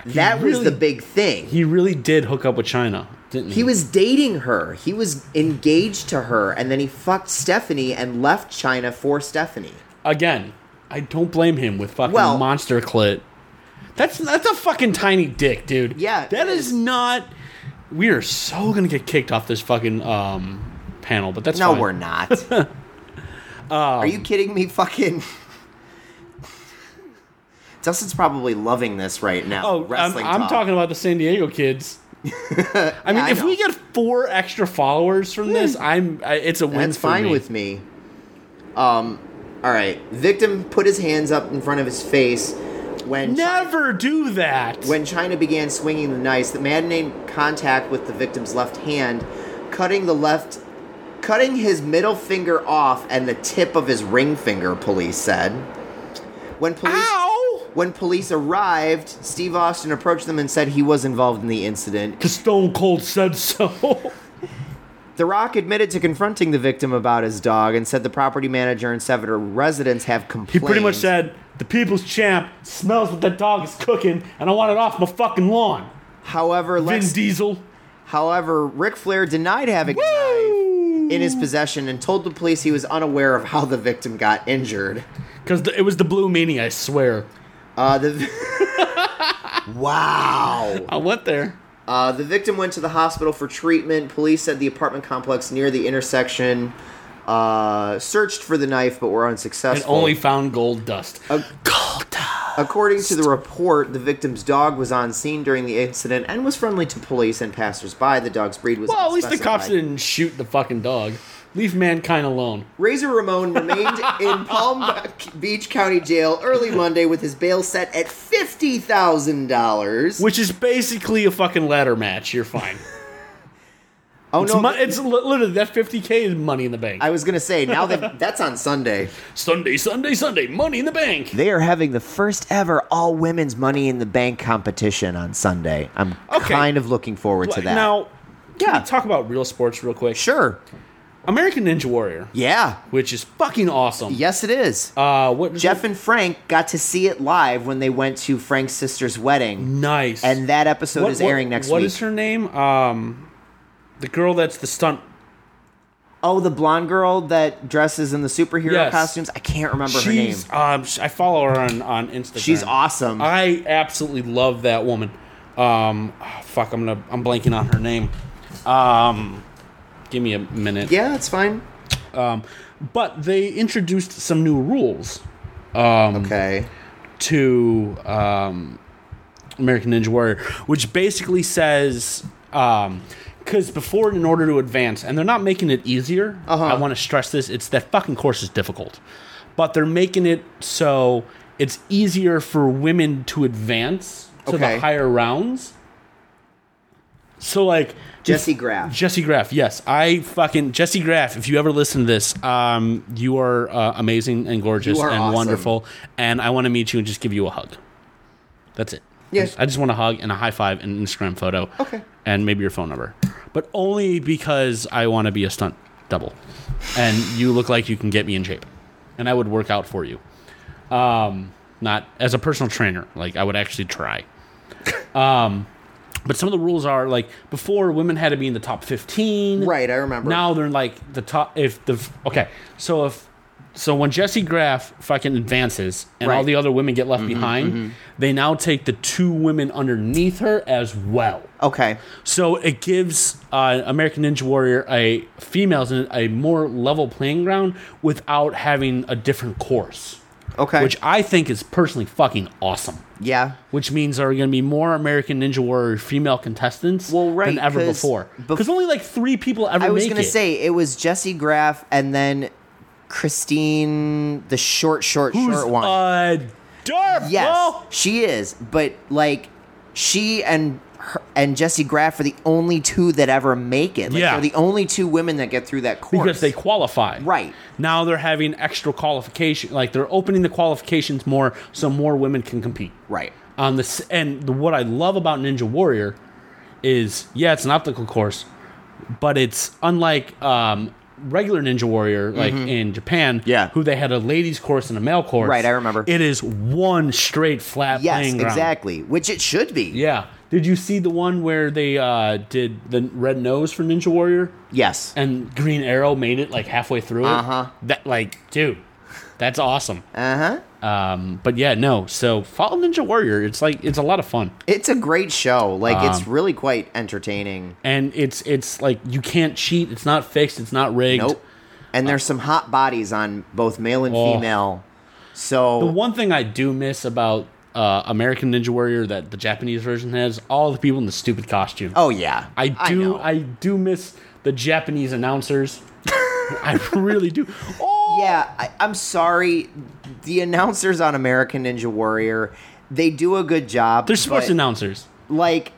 [SPEAKER 4] that was
[SPEAKER 3] really-
[SPEAKER 4] the big thing.
[SPEAKER 3] He really did hook up with China, didn't he?
[SPEAKER 4] He was dating her. He was engaged to her, and then he fucked Stephanie and left China for Stephanie.
[SPEAKER 3] again, I don't blame him with fucking
[SPEAKER 4] Well-
[SPEAKER 3] monster clit. That's that's a fucking tiny dick, dude.
[SPEAKER 4] Yeah,
[SPEAKER 3] that
[SPEAKER 4] it
[SPEAKER 3] is
[SPEAKER 4] is.
[SPEAKER 3] not. We are so gonna get kicked off this fucking um panel, but that's
[SPEAKER 4] No,
[SPEAKER 3] fine. Um,
[SPEAKER 4] we're not. Are you kidding me? Fucking. Dustin's probably loving this right now.
[SPEAKER 3] Oh, I'm,
[SPEAKER 4] wrestling.
[SPEAKER 3] I'm
[SPEAKER 4] talk.
[SPEAKER 3] talking about the San Diego kids. I mean,
[SPEAKER 4] I
[SPEAKER 3] if we
[SPEAKER 4] know. Hmm.
[SPEAKER 3] get four extra followers from this, I'm I, it's a win.
[SPEAKER 4] That's
[SPEAKER 3] for
[SPEAKER 4] fine
[SPEAKER 3] me.
[SPEAKER 4] with me. Um, all right. Victim put his hands up in front of his face when Chi-
[SPEAKER 3] Never do that.
[SPEAKER 4] when China began swinging the knife. The man made contact with the victim's left hand, cutting the left, cutting his middle finger off and the tip of his ring finger. Police said. When police.
[SPEAKER 3] Ow!
[SPEAKER 4] When police arrived, Steve Austin approached them and said he was involved in the incident.
[SPEAKER 3] Because Stone Cold said so.
[SPEAKER 4] The Rock admitted to confronting the victim about his dog and said the property manager and Senator residents have
[SPEAKER 3] he
[SPEAKER 4] complained.
[SPEAKER 3] pretty much said, "The people's champ smells what that dog is cooking, and I want it off my fucking lawn."
[SPEAKER 4] However,
[SPEAKER 3] Vin
[SPEAKER 4] let's,
[SPEAKER 3] Diesel.
[SPEAKER 4] however, Ric Flair denied having a
[SPEAKER 3] Woo!
[SPEAKER 4] knife in his possession and told the police he was unaware of how the victim got injured.
[SPEAKER 3] Because it was the Blue Meanie, I swear.
[SPEAKER 4] Uh, the wow.
[SPEAKER 3] I went there.
[SPEAKER 4] Uh, the victim went to the hospital for treatment. Police said the apartment complex near the intersection uh, searched for the knife, but were
[SPEAKER 3] And
[SPEAKER 4] unsuccessful.
[SPEAKER 3] only found gold dust. gold dust.
[SPEAKER 4] According to the report, the victim's dog was on scene during the incident and was friendly to police and passersby. The dog's breed was
[SPEAKER 3] Well, at least the cops
[SPEAKER 4] unspecified.
[SPEAKER 3] didn't shoot the fucking dog. Leave mankind alone.
[SPEAKER 4] Razor Ramon remained in Palm Beach County Jail early Monday with his bail set at fifty thousand dollars.
[SPEAKER 3] Which is basically a fucking ladder match. You're fine.
[SPEAKER 4] Oh
[SPEAKER 3] It's,
[SPEAKER 4] no,
[SPEAKER 3] mon- it's li- literally that 50k is money in the bank.
[SPEAKER 4] I was gonna say now that that's on Sunday.
[SPEAKER 3] Sunday, Sunday, Sunday, money in the bank.
[SPEAKER 4] They are having the first ever all women's Money in the Bank competition on Sunday. I'm
[SPEAKER 3] Okay.
[SPEAKER 4] kind of looking forward to that.
[SPEAKER 3] Now, can
[SPEAKER 4] Yeah.
[SPEAKER 3] we talk about real sports real quick?
[SPEAKER 4] sure,
[SPEAKER 3] American Ninja Warrior,
[SPEAKER 4] yeah,
[SPEAKER 3] which is fucking awesome.
[SPEAKER 4] yes, it is.
[SPEAKER 3] Uh, what
[SPEAKER 4] Jeff and Frank got to see it live when they went to Frank's sister's wedding,
[SPEAKER 3] Nice.
[SPEAKER 4] and that episode
[SPEAKER 3] What-
[SPEAKER 4] is
[SPEAKER 3] what-
[SPEAKER 4] airing next
[SPEAKER 3] What
[SPEAKER 4] week.
[SPEAKER 3] is her name? Um, the girl that's the stunt.
[SPEAKER 4] Oh, the blonde girl that dresses in the superhero
[SPEAKER 3] Yes.
[SPEAKER 4] costumes. I can't remember her name.
[SPEAKER 3] She's. Um, sh- I follow her on on Instagram.
[SPEAKER 4] She's awesome.
[SPEAKER 3] I absolutely love that woman. Um, ah, fuck, I'm gonna. I'm blanking on her name. Um, give me a minute.
[SPEAKER 4] yeah, that's fine.
[SPEAKER 3] Um, but they introduced some new rules. Um,
[SPEAKER 4] Okay.
[SPEAKER 3] to um, American Ninja Warrior, which basically says because before, in order to advance, and they're not making it easier.
[SPEAKER 4] Uh-huh.
[SPEAKER 3] I want to stress this: it's that fucking course is difficult, but they're making it so it's easier for women to advance to
[SPEAKER 4] Okay.
[SPEAKER 3] the higher rounds. So like
[SPEAKER 4] Jesse Graff.
[SPEAKER 3] Jesse Graff, yes, I fucking Jesse Graff. If you ever listen to this, um, you are uh, amazing and gorgeous
[SPEAKER 4] You are
[SPEAKER 3] and
[SPEAKER 4] awesome.
[SPEAKER 3] wonderful, and I want to meet you and just give you a hug. That's it.
[SPEAKER 4] Yeah.
[SPEAKER 3] I just, I just want a hug and a high five and an Instagram photo.
[SPEAKER 4] Okay.
[SPEAKER 3] And maybe your phone number, but only because I want to be a stunt double, and you look like you can get me in shape, and I would work out for you. Um, not as a personal trainer, like I would actually try. Um, but some of the rules are like before women had to be in the top fifteen,
[SPEAKER 4] Right, I remember.
[SPEAKER 3] Now they're in, like the top. If the okay, so if so, when Jesse Graff fucking advances and all
[SPEAKER 4] Right. Mm-hmm,
[SPEAKER 3] the other women get left behind, they now take the two women underneath her as well.
[SPEAKER 4] Okay.
[SPEAKER 3] So it gives uh, American Ninja Warrior a females in a more level playing ground without having a different course,
[SPEAKER 4] Okay.
[SPEAKER 3] which I think is personally fucking awesome.
[SPEAKER 4] yeah.
[SPEAKER 3] Which means there are going to be more American Ninja Warrior female contestants
[SPEAKER 4] Well, right,
[SPEAKER 3] than ever
[SPEAKER 4] 'cause
[SPEAKER 3] before.
[SPEAKER 4] bef-
[SPEAKER 3] Because only like three people ever.
[SPEAKER 4] I was
[SPEAKER 3] make
[SPEAKER 4] gonna
[SPEAKER 3] it.
[SPEAKER 4] say it was Jesse Graff and then Christine, the short, short,
[SPEAKER 3] Who's
[SPEAKER 4] short one.
[SPEAKER 3] adorable.
[SPEAKER 4] yes,
[SPEAKER 3] Oh.
[SPEAKER 4] she is. But like, she and her, and Jesse Graff are the only two that ever make it. Like,
[SPEAKER 3] Yeah.
[SPEAKER 4] they're the only two women that get through that course.
[SPEAKER 3] Because they qualify.
[SPEAKER 4] Right.
[SPEAKER 3] Now they're having extra qualification. Like they're opening the qualifications more so more women can compete.
[SPEAKER 4] right.
[SPEAKER 3] On this and the, what I love about Ninja Warrior is yeah, it's an optical course, but it's unlike um, regular Ninja Warrior like in Japan,
[SPEAKER 4] Mm-hmm. Yeah.
[SPEAKER 3] who they had a ladies course and a male course.
[SPEAKER 4] Right, I remember.
[SPEAKER 3] It is one straight flat
[SPEAKER 4] Yes,
[SPEAKER 3] playing ground.
[SPEAKER 4] exactly. Which it should be.
[SPEAKER 3] Yeah. Did you see the one where they uh, did the red nose for Ninja Warrior?
[SPEAKER 4] Yes.
[SPEAKER 3] and Green Arrow made it like halfway through it.
[SPEAKER 4] Uh-huh.
[SPEAKER 3] That like, dude, that's awesome.
[SPEAKER 4] Uh huh.
[SPEAKER 3] Um, but yeah, no. So follow Ninja Warrior. It's like it's a lot of fun,
[SPEAKER 4] It's a great show. Like
[SPEAKER 3] Um,
[SPEAKER 4] it's really quite entertaining.
[SPEAKER 3] and it's it's like you can't cheat. It's not fixed. It's not rigged.
[SPEAKER 4] Nope. And there's some hot bodies on both male and
[SPEAKER 3] Oh.
[SPEAKER 4] female. So
[SPEAKER 3] The one thing I do miss about uh, American Ninja Warrior that the Japanese version has all the people in the stupid costume.
[SPEAKER 4] Oh yeah.
[SPEAKER 3] I do
[SPEAKER 4] know.
[SPEAKER 3] I, do miss the Japanese announcers. I really do. Oh
[SPEAKER 4] yeah, I, I'm sorry. The announcers on American Ninja Warrior, they do a good job.
[SPEAKER 3] they're sports
[SPEAKER 4] but,
[SPEAKER 3] announcers.
[SPEAKER 4] Like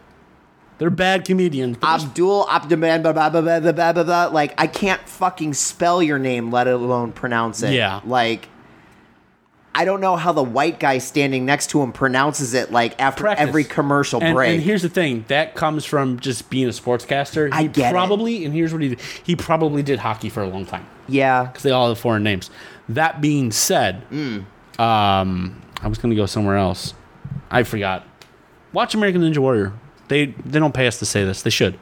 [SPEAKER 3] They're bad comedians. but they're
[SPEAKER 4] Abdul Abdaman, blah, blah, blah, blah, blah, blah, blah, blah. Like I can't fucking spell your name, let alone pronounce it.
[SPEAKER 3] Yeah.
[SPEAKER 4] Like. I don't know how the white guy standing next to him pronounces it like after
[SPEAKER 3] practice.
[SPEAKER 4] every commercial
[SPEAKER 3] and,
[SPEAKER 4] break.
[SPEAKER 3] And here's the thing: that comes from just being a sportscaster.
[SPEAKER 4] I
[SPEAKER 3] He
[SPEAKER 4] get it.
[SPEAKER 3] probably, and here's what he did: he probably did hockey for a long time
[SPEAKER 4] yeah.
[SPEAKER 3] because they all have foreign names. That being said,
[SPEAKER 4] Mm.
[SPEAKER 3] um, I was going to go somewhere else. I forgot. Watch American Ninja Warrior. They they don't pay us to say this. They should.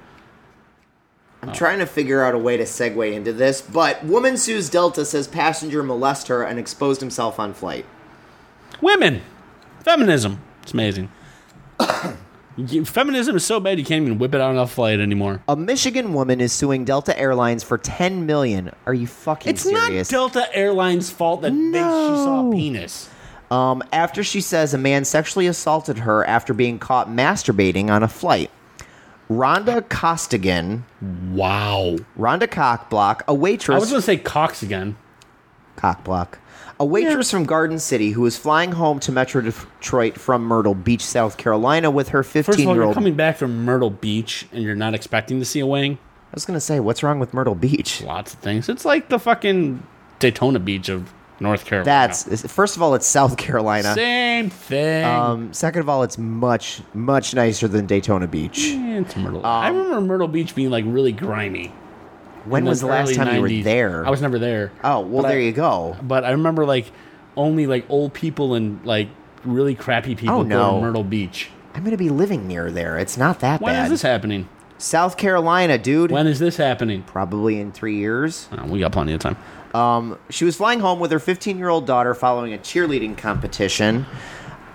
[SPEAKER 4] I'm trying to figure out a way to segue into this, but woman sues Delta says passenger molested her and exposed himself on flight.
[SPEAKER 3] Women, feminism. It's amazing. You- Feminism is so bad you can't even whip it on a flight anymore.
[SPEAKER 4] A Michigan woman is suing Delta Airlines for 10 million. Are you fucking
[SPEAKER 3] It's
[SPEAKER 4] serious?
[SPEAKER 3] not Delta Airlines' fault that they, she saw a
[SPEAKER 4] No.
[SPEAKER 3] penis.
[SPEAKER 4] um, after she says a man sexually assaulted her after being caught masturbating on a flight. Rhonda Costigan,
[SPEAKER 3] Wow.
[SPEAKER 4] Rhonda Cockblock, a waitress.
[SPEAKER 3] I was going to say Cox again.
[SPEAKER 4] Cockblock. A waitress from Garden City who was flying home to Metro Detroit from Myrtle Beach, South Carolina, with her
[SPEAKER 3] First of all, you're
[SPEAKER 4] 15-year-old.
[SPEAKER 3] coming back from Myrtle Beach and you're not expecting to see a wing.
[SPEAKER 4] I was gonna say, what's wrong with Myrtle Beach?
[SPEAKER 3] Lots of things. It's like the fucking Daytona Beach of North Carolina.
[SPEAKER 4] That's first of all, it's South Carolina.
[SPEAKER 3] same thing.
[SPEAKER 4] Um, second of all, it's much much nicer than Daytona Beach.
[SPEAKER 3] Eh, it's Myrtle.
[SPEAKER 4] um,
[SPEAKER 3] I remember Myrtle Beach being like really grimy.
[SPEAKER 4] When
[SPEAKER 3] in
[SPEAKER 4] was the last
[SPEAKER 3] early
[SPEAKER 4] time
[SPEAKER 3] 90s.
[SPEAKER 4] you were there?
[SPEAKER 3] I was never there.
[SPEAKER 4] Oh well,
[SPEAKER 3] But
[SPEAKER 4] there
[SPEAKER 3] I-
[SPEAKER 4] you go.
[SPEAKER 3] But I remember like only like old people and like really crappy people
[SPEAKER 4] Oh,
[SPEAKER 3] go
[SPEAKER 4] no.
[SPEAKER 3] to Myrtle Beach.
[SPEAKER 4] I'm gonna be living near there. It's not that
[SPEAKER 3] When is
[SPEAKER 4] bad.
[SPEAKER 3] this happening?
[SPEAKER 4] South Carolina, dude.
[SPEAKER 3] When is this happening?
[SPEAKER 4] Probably in three years.
[SPEAKER 3] Oh, we got plenty of time.
[SPEAKER 4] Um, she was flying home with her 15 year old daughter following a cheerleading competition.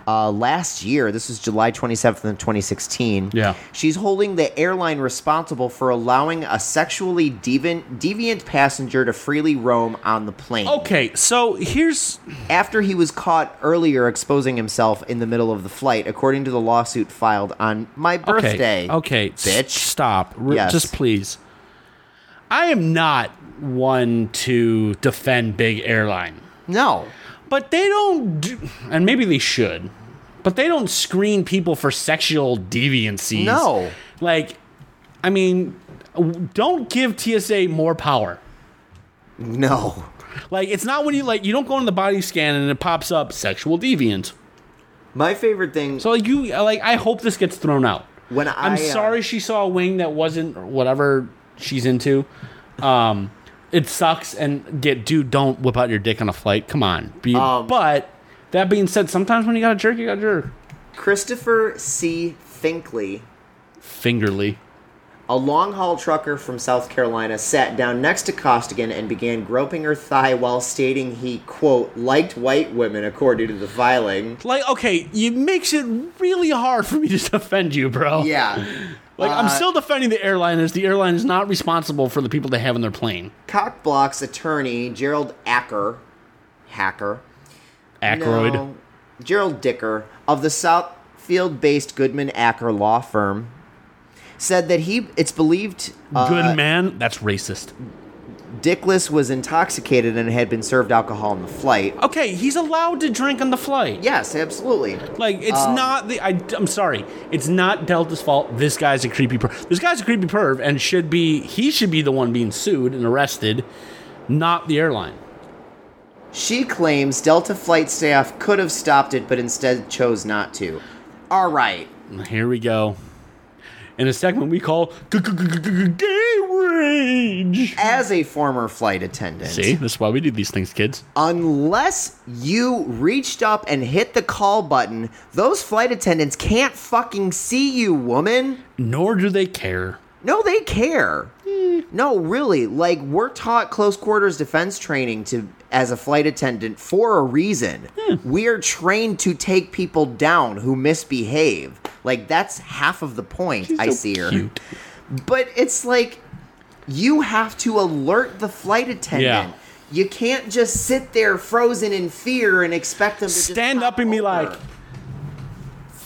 [SPEAKER 4] Uh, last year, this was July 27th of 2016.
[SPEAKER 3] Yeah.
[SPEAKER 4] She's holding the airline responsible for allowing a sexually deviant, deviant passenger to freely roam on the plane.
[SPEAKER 3] Okay, so here's
[SPEAKER 4] After he was caught earlier exposing himself in the middle of the flight, according to the lawsuit filed on my birthday.
[SPEAKER 3] Okay, okay. s-
[SPEAKER 4] Bitch.
[SPEAKER 3] stop. R-
[SPEAKER 4] Yes.
[SPEAKER 3] Just please. I am not one to defend big airline,
[SPEAKER 4] No.
[SPEAKER 3] but they don't, do, and maybe they should, but they don't screen people for sexual deviancies.
[SPEAKER 4] No.
[SPEAKER 3] like, I mean, w- don't give TSA more power.
[SPEAKER 4] No.
[SPEAKER 3] Like, it's not when you like you don't go on the body scan and it pops up sexual deviant.
[SPEAKER 4] My favorite thing.
[SPEAKER 3] So like you like I hope this gets thrown out.
[SPEAKER 4] When
[SPEAKER 3] I'm
[SPEAKER 4] I, uh,
[SPEAKER 3] sorry she saw a wing that wasn't whatever she's into. Um it sucks and get dude don't whip out your dick on a flight come on Be-
[SPEAKER 4] Um,
[SPEAKER 3] but that being said sometimes when you got a jerk you got a jerk
[SPEAKER 4] Christopher C. Finkley,
[SPEAKER 3] fingerly
[SPEAKER 4] a long haul trucker from South Carolina, sat down next to Costigan and began groping her thigh while stating he, quote, liked white women, according to the filing.
[SPEAKER 3] like okay it makes it really hard for me to defend you bro
[SPEAKER 4] Yeah.
[SPEAKER 3] like i'm
[SPEAKER 4] Uh,
[SPEAKER 3] still defending the airliners the airline is not responsible for the people they have in their plane
[SPEAKER 4] Cockblock's attorney, Gerald Acker, hacker,
[SPEAKER 3] Ackroyd.
[SPEAKER 4] No. Gerald Dicker of the Southfield based Goodman Acker law firm said that he it's believed uh,
[SPEAKER 3] good man that's racist
[SPEAKER 4] Dickless was intoxicated and had been served alcohol on the flight.
[SPEAKER 3] okay he's allowed to drink on the flight
[SPEAKER 4] Yes, absolutely.
[SPEAKER 3] Like it's not the I, I'm sorry, it's not Delta's fault. This guy's a creepy perv. This guy's a creepy perv, and should be he should be the one being sued and arrested, not the airline.
[SPEAKER 4] She claims Delta flight staff could have stopped it but instead chose not to. All right.
[SPEAKER 3] Here we go. In a segment we call gay rage.
[SPEAKER 4] As a former flight attendant,
[SPEAKER 3] See, that's why we do these things, kids.
[SPEAKER 4] unless you reached up and hit the call button, those flight attendants can't fucking see you, woman.
[SPEAKER 3] Nor do they care.
[SPEAKER 4] No, they care. No, really. Like we're taught close quarters defense training to as a flight attendant for a reason.
[SPEAKER 3] Hmm.
[SPEAKER 4] We are trained to take people down who misbehave. Like that's half of the point. I see her.
[SPEAKER 3] Cute.
[SPEAKER 4] But it's like you have to alert the flight attendant.
[SPEAKER 3] Yeah.
[SPEAKER 4] You can't just sit there frozen in fear and expect them to just
[SPEAKER 3] Stand
[SPEAKER 4] pop
[SPEAKER 3] up and be
[SPEAKER 4] over.
[SPEAKER 3] like,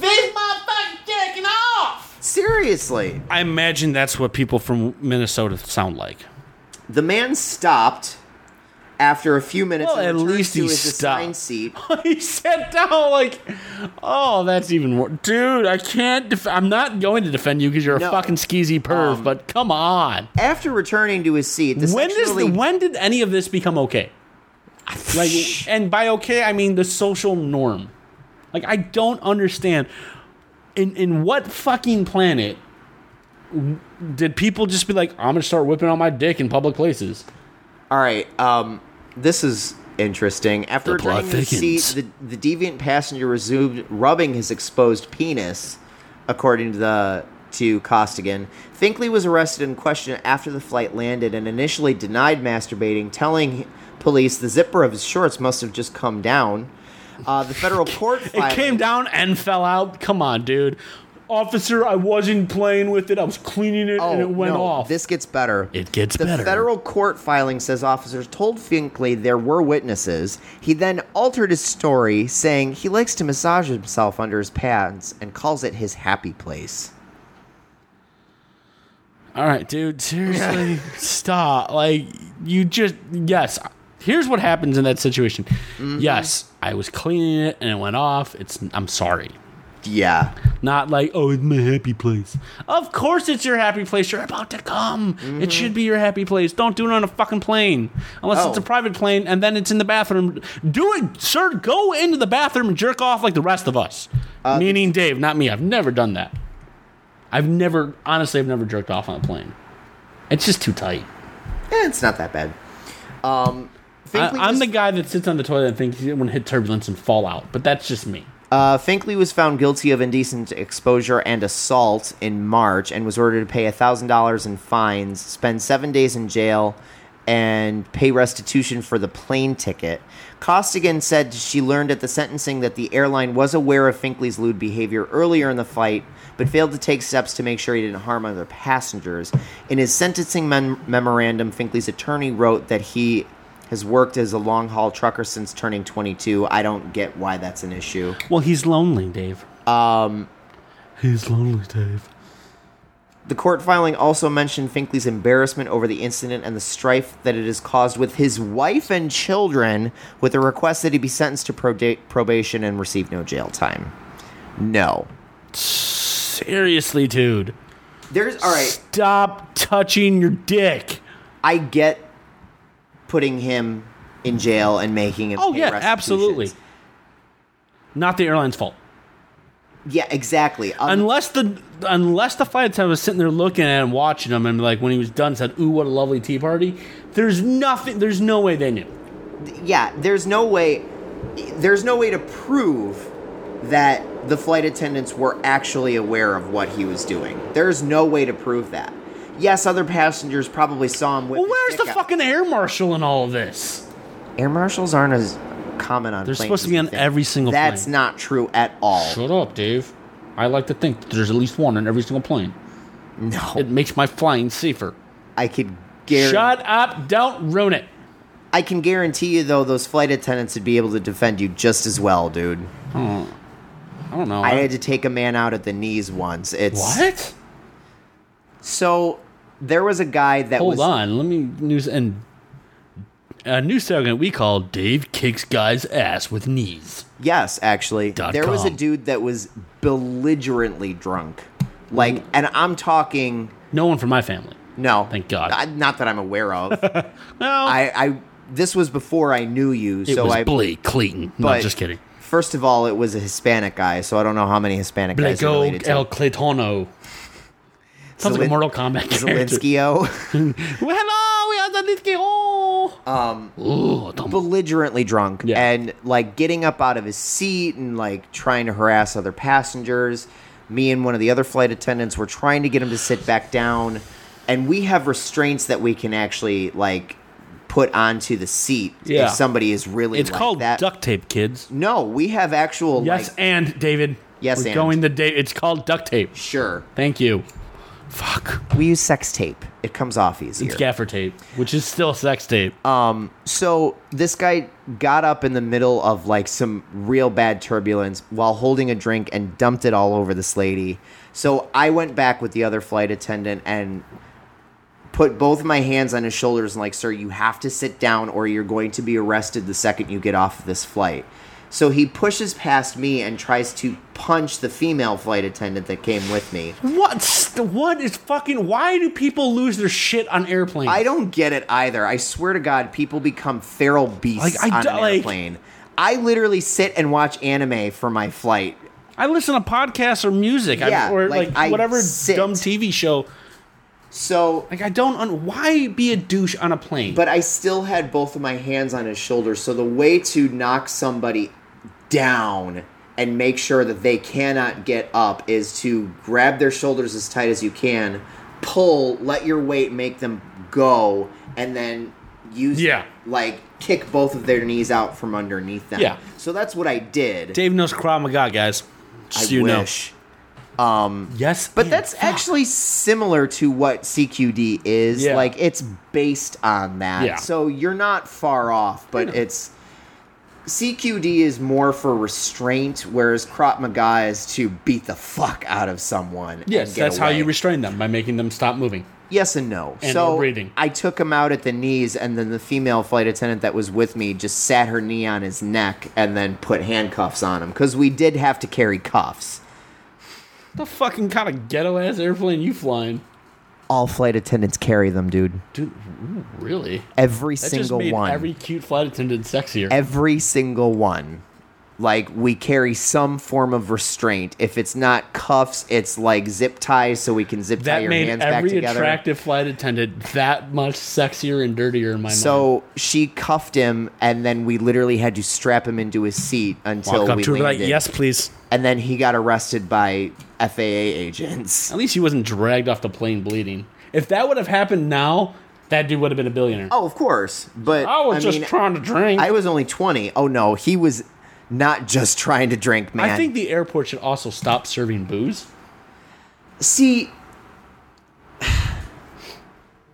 [SPEAKER 5] This motherfucker's taking off!
[SPEAKER 4] seriously.
[SPEAKER 3] I imagine that's what people from Minnesota sound like.
[SPEAKER 4] The man stopped after a few minutes.
[SPEAKER 3] Well,
[SPEAKER 4] and
[SPEAKER 3] at
[SPEAKER 4] returned
[SPEAKER 3] least
[SPEAKER 4] to
[SPEAKER 3] he
[SPEAKER 4] his assigned
[SPEAKER 3] stopped.
[SPEAKER 4] seat.
[SPEAKER 3] he sat down like, oh, that's even worse, dude. I can't. Def- I'm not going to defend you because you're
[SPEAKER 4] No.
[SPEAKER 3] a fucking skeezy perv. but come on.
[SPEAKER 4] After returning to his seat, the
[SPEAKER 3] When does
[SPEAKER 4] sexually
[SPEAKER 3] the, when did any of this become okay? Like, and by okay, I mean the social norm. Like, I don't understand. In in what fucking planet w- did people just be like, I'm gonna start whipping on my dick in public places?
[SPEAKER 4] All right. Um, this is interesting. After
[SPEAKER 3] The plot
[SPEAKER 4] returning to the seat,
[SPEAKER 3] thickens.
[SPEAKER 4] the, the deviant passenger resumed rubbing his exposed penis, according to the to Costigan. Finkley was arrested and questioned after the flight landed, and initially denied masturbating, telling police the zipper of his shorts must have just come down. Uh, the federal court.
[SPEAKER 3] It came down and fell out. Come on, dude. Officer, I wasn't playing with it. I was cleaning it and it went
[SPEAKER 4] Oh, no,
[SPEAKER 3] off.
[SPEAKER 4] This gets better.
[SPEAKER 3] It gets
[SPEAKER 4] the
[SPEAKER 3] better.
[SPEAKER 4] federal court filing says officers told Finkley there were witnesses. He then altered his story, saying he likes to massage himself under his pads and calls it his happy place.
[SPEAKER 3] All right, dude, seriously, stop. Like, you just, yes. Here's what happens in that situation.
[SPEAKER 4] Mm-hmm.
[SPEAKER 3] Yes, I was cleaning it and it went off. It's, I'm sorry.
[SPEAKER 4] Yeah.
[SPEAKER 3] Not like, oh, it's my happy place. Of course it's your happy place. You're about to come. It should be your happy place. Don't do it on a fucking plane. Unless it's
[SPEAKER 4] Oh.
[SPEAKER 3] a private plane and then it's in the bathroom. Do it, sir. Go into the bathroom and jerk off like the rest of us. Meaning Dave, not me. I've never done that. I've never, honestly, I've never jerked off on a plane. It's just too tight.
[SPEAKER 4] Eh, it's not that bad. Um,
[SPEAKER 3] I,
[SPEAKER 4] Finkley
[SPEAKER 3] I'm
[SPEAKER 4] was
[SPEAKER 3] the guy that sits on the toilet and thinks he's going to hit turbulence and fall out, but that's just me.
[SPEAKER 4] Uh, Finkley was found guilty of indecent exposure and assault in March and was ordered to pay $1,000 in fines, spend seven days in jail, and pay restitution for the plane ticket. Costigan said she learned at the sentencing that the airline was aware of Finkley's lewd behavior earlier in the flight, but failed to take steps to make sure he didn't harm other passengers. In his sentencing mem- memorandum, Finkley's attorney wrote that he has worked as a long haul trucker since turning 22. I don't get why that's an issue.
[SPEAKER 3] Well, he's lonely, Dave. Um, he's lonely, Dave.
[SPEAKER 4] The court filing also mentioned Finkley's embarrassment over the incident and the strife that it has caused with his wife and children, with a request that he be sentenced to proda- probation and receive no jail time. No.
[SPEAKER 3] Seriously, dude.
[SPEAKER 4] There's, all right,
[SPEAKER 3] Stop touching your dick.
[SPEAKER 4] I get putting him in jail and making him.
[SPEAKER 3] Oh
[SPEAKER 4] pay
[SPEAKER 3] yeah,
[SPEAKER 4] restitutions.
[SPEAKER 3] absolutely. Not the airline's fault.
[SPEAKER 4] yeah, exactly. Um,
[SPEAKER 3] Unless the unless the flight attendant was sitting there looking at him, watching him, and like when he was done, said, "Ooh, what a lovely tea party." There's nothing. There's no way they knew.
[SPEAKER 4] yeah, there's no way there's no way to prove that the flight attendants were actually aware of what he was doing. There's no way to prove that. Yes, other passengers probably saw him with.
[SPEAKER 3] Well,
[SPEAKER 4] his
[SPEAKER 3] where's
[SPEAKER 4] dick
[SPEAKER 3] the
[SPEAKER 4] out.
[SPEAKER 3] fucking air marshal in all of this?
[SPEAKER 4] air marshals aren't as common on?
[SPEAKER 3] They're
[SPEAKER 4] planes
[SPEAKER 3] supposed to
[SPEAKER 4] as
[SPEAKER 3] be
[SPEAKER 4] you
[SPEAKER 3] on
[SPEAKER 4] think.
[SPEAKER 3] every single
[SPEAKER 4] That's
[SPEAKER 3] plane.
[SPEAKER 4] not true at all.
[SPEAKER 3] Shut up, Dave. I like to think that there's at least one in every single plane.
[SPEAKER 4] No,
[SPEAKER 3] It makes my flying safer.
[SPEAKER 4] I could guarantee.
[SPEAKER 3] Shut up! Don't ruin it.
[SPEAKER 4] I can guarantee you though, those flight attendants would be able to defend you just as well, dude.
[SPEAKER 3] I don't know.
[SPEAKER 4] I had to take a man out at the knees once. It's
[SPEAKER 3] what?
[SPEAKER 4] So there was a guy that
[SPEAKER 3] Hold
[SPEAKER 4] was.
[SPEAKER 3] on. Let me news and a new segment we call Dave kicks guy's ass with knees.
[SPEAKER 4] Yes, actually.
[SPEAKER 3] Dot
[SPEAKER 4] there was a
[SPEAKER 3] com.
[SPEAKER 4] dude that was belligerently drunk. Like, and I'm talking
[SPEAKER 3] No one from my family.
[SPEAKER 4] no.
[SPEAKER 3] Thank God.
[SPEAKER 4] I- not that I'm aware of.
[SPEAKER 3] Well,
[SPEAKER 4] I, I this was before I knew you,
[SPEAKER 3] it
[SPEAKER 4] so
[SPEAKER 3] was
[SPEAKER 4] I
[SPEAKER 3] Blake Clayton. No,
[SPEAKER 4] but-
[SPEAKER 3] just kidding.
[SPEAKER 4] First of all, it was a Hispanic guy, so I don't know how many Hispanic guys
[SPEAKER 3] Blake
[SPEAKER 4] are
[SPEAKER 3] El
[SPEAKER 4] related to.
[SPEAKER 3] Claytono. Sounds like
[SPEAKER 4] Zelin-
[SPEAKER 3] a Mortal Kombat character.
[SPEAKER 4] Zelinskio.
[SPEAKER 3] Well, hello, we are Zelensky. Oh,
[SPEAKER 4] Um,
[SPEAKER 3] Ooh, dumb-
[SPEAKER 4] belligerently drunk
[SPEAKER 3] Yeah.
[SPEAKER 4] and like getting up out of his seat and like trying to harass other passengers. Me and one of the other flight attendants were trying to get him to sit back down, and we have restraints that we can actually like put onto the seat
[SPEAKER 3] Yeah.
[SPEAKER 4] if somebody is really
[SPEAKER 3] it's
[SPEAKER 4] like
[SPEAKER 3] called
[SPEAKER 4] that.
[SPEAKER 3] duct tape, kids.
[SPEAKER 4] no, we have actual
[SPEAKER 3] Yes,
[SPEAKER 4] like
[SPEAKER 3] and David.
[SPEAKER 4] Yes,
[SPEAKER 3] we're
[SPEAKER 4] and.
[SPEAKER 3] going the day. It's called duct tape.
[SPEAKER 4] sure.
[SPEAKER 3] Thank you. Fuck.
[SPEAKER 4] We use sex tape. It comes off easier.
[SPEAKER 3] It's gaffer tape, which is still sex tape.
[SPEAKER 4] So this guy got up in the middle of like some real bad turbulence while holding a drink and dumped it all over this lady. So I went back with the other flight attendant and put both my hands on his shoulders and like, sir, you have to sit down or you're going to be arrested the second you get off this flight. So he pushes past me and tries to punch the female flight attendant that came with me.
[SPEAKER 3] What's what is fucking? Why do people lose their shit on airplanes?
[SPEAKER 4] I don't get it either. I swear to God, people become feral beasts
[SPEAKER 3] Like, I
[SPEAKER 4] on
[SPEAKER 3] do-
[SPEAKER 4] an
[SPEAKER 3] like-
[SPEAKER 4] airplane. I literally sit and watch anime for my flight.
[SPEAKER 3] I listen to podcasts or music,
[SPEAKER 4] Yeah,
[SPEAKER 3] I, or
[SPEAKER 4] like,
[SPEAKER 3] like,
[SPEAKER 4] I
[SPEAKER 3] whatever
[SPEAKER 4] sit.
[SPEAKER 3] dumb TV show.
[SPEAKER 4] So,
[SPEAKER 3] Like I don't. Un- why be a douche on a plane?
[SPEAKER 4] but I still had both of my hands on his shoulders. So the way to knock somebody down and make sure that they cannot get up is to grab their shoulders as tight as you can, pull, let your weight make them go, and then use
[SPEAKER 3] Yeah.
[SPEAKER 4] like kick both of their knees out from underneath them.
[SPEAKER 3] Yeah.
[SPEAKER 4] So that's what I did.
[SPEAKER 3] Dave knows Krav Maga, guys.
[SPEAKER 4] I
[SPEAKER 3] Just so you
[SPEAKER 4] wish.
[SPEAKER 3] know. Yes,
[SPEAKER 4] But
[SPEAKER 3] and-
[SPEAKER 4] that's actually similar to what CQD is.
[SPEAKER 3] Yeah.
[SPEAKER 4] Like it's based on that.
[SPEAKER 3] Yeah.
[SPEAKER 4] So you're not far off, but it's CQD is more for restraint, whereas Krav Maga is to beat the fuck out of someone. and
[SPEAKER 3] yes.
[SPEAKER 4] get
[SPEAKER 3] That's how
[SPEAKER 4] away.
[SPEAKER 3] you restrain them by making them stop moving.
[SPEAKER 4] Yes and no.
[SPEAKER 3] And
[SPEAKER 4] so
[SPEAKER 3] we're breathing.
[SPEAKER 4] I took him out at the knees, and then the female flight attendant that was with me just sat her knee on his neck and then put handcuffs on him because we did have to carry cuffs.
[SPEAKER 3] the fucking kind of ghetto ass airplane you flying?
[SPEAKER 4] All flight attendants carry them, dude.
[SPEAKER 3] Dude, ooh, really?
[SPEAKER 4] Every
[SPEAKER 3] That just
[SPEAKER 4] single
[SPEAKER 3] made
[SPEAKER 4] one.
[SPEAKER 3] every cute flight attendant sexier.
[SPEAKER 4] every single one. Like we carry some form of restraint. If it's not cuffs, it's like zip ties, so we can zip tie
[SPEAKER 3] that
[SPEAKER 4] your
[SPEAKER 3] made
[SPEAKER 4] hands back
[SPEAKER 3] every
[SPEAKER 4] together.
[SPEAKER 3] attractive flight attendant that much sexier and dirtier in my mind.
[SPEAKER 4] so she cuffed him, and then we literally had to strap him into his seat until we landed.
[SPEAKER 3] please.
[SPEAKER 4] and then he got arrested by FAA agents.
[SPEAKER 3] At least he wasn't dragged off the plane bleeding. If that would have happened now, that dude would have been a billionaire.
[SPEAKER 4] Oh, of course, but
[SPEAKER 3] I was just
[SPEAKER 4] mean,
[SPEAKER 3] trying to drink.
[SPEAKER 4] I
[SPEAKER 3] I,
[SPEAKER 4] was only twenty. Oh no, he was not just trying to drink, man.
[SPEAKER 3] think the airport should also stop serving booze.
[SPEAKER 4] See,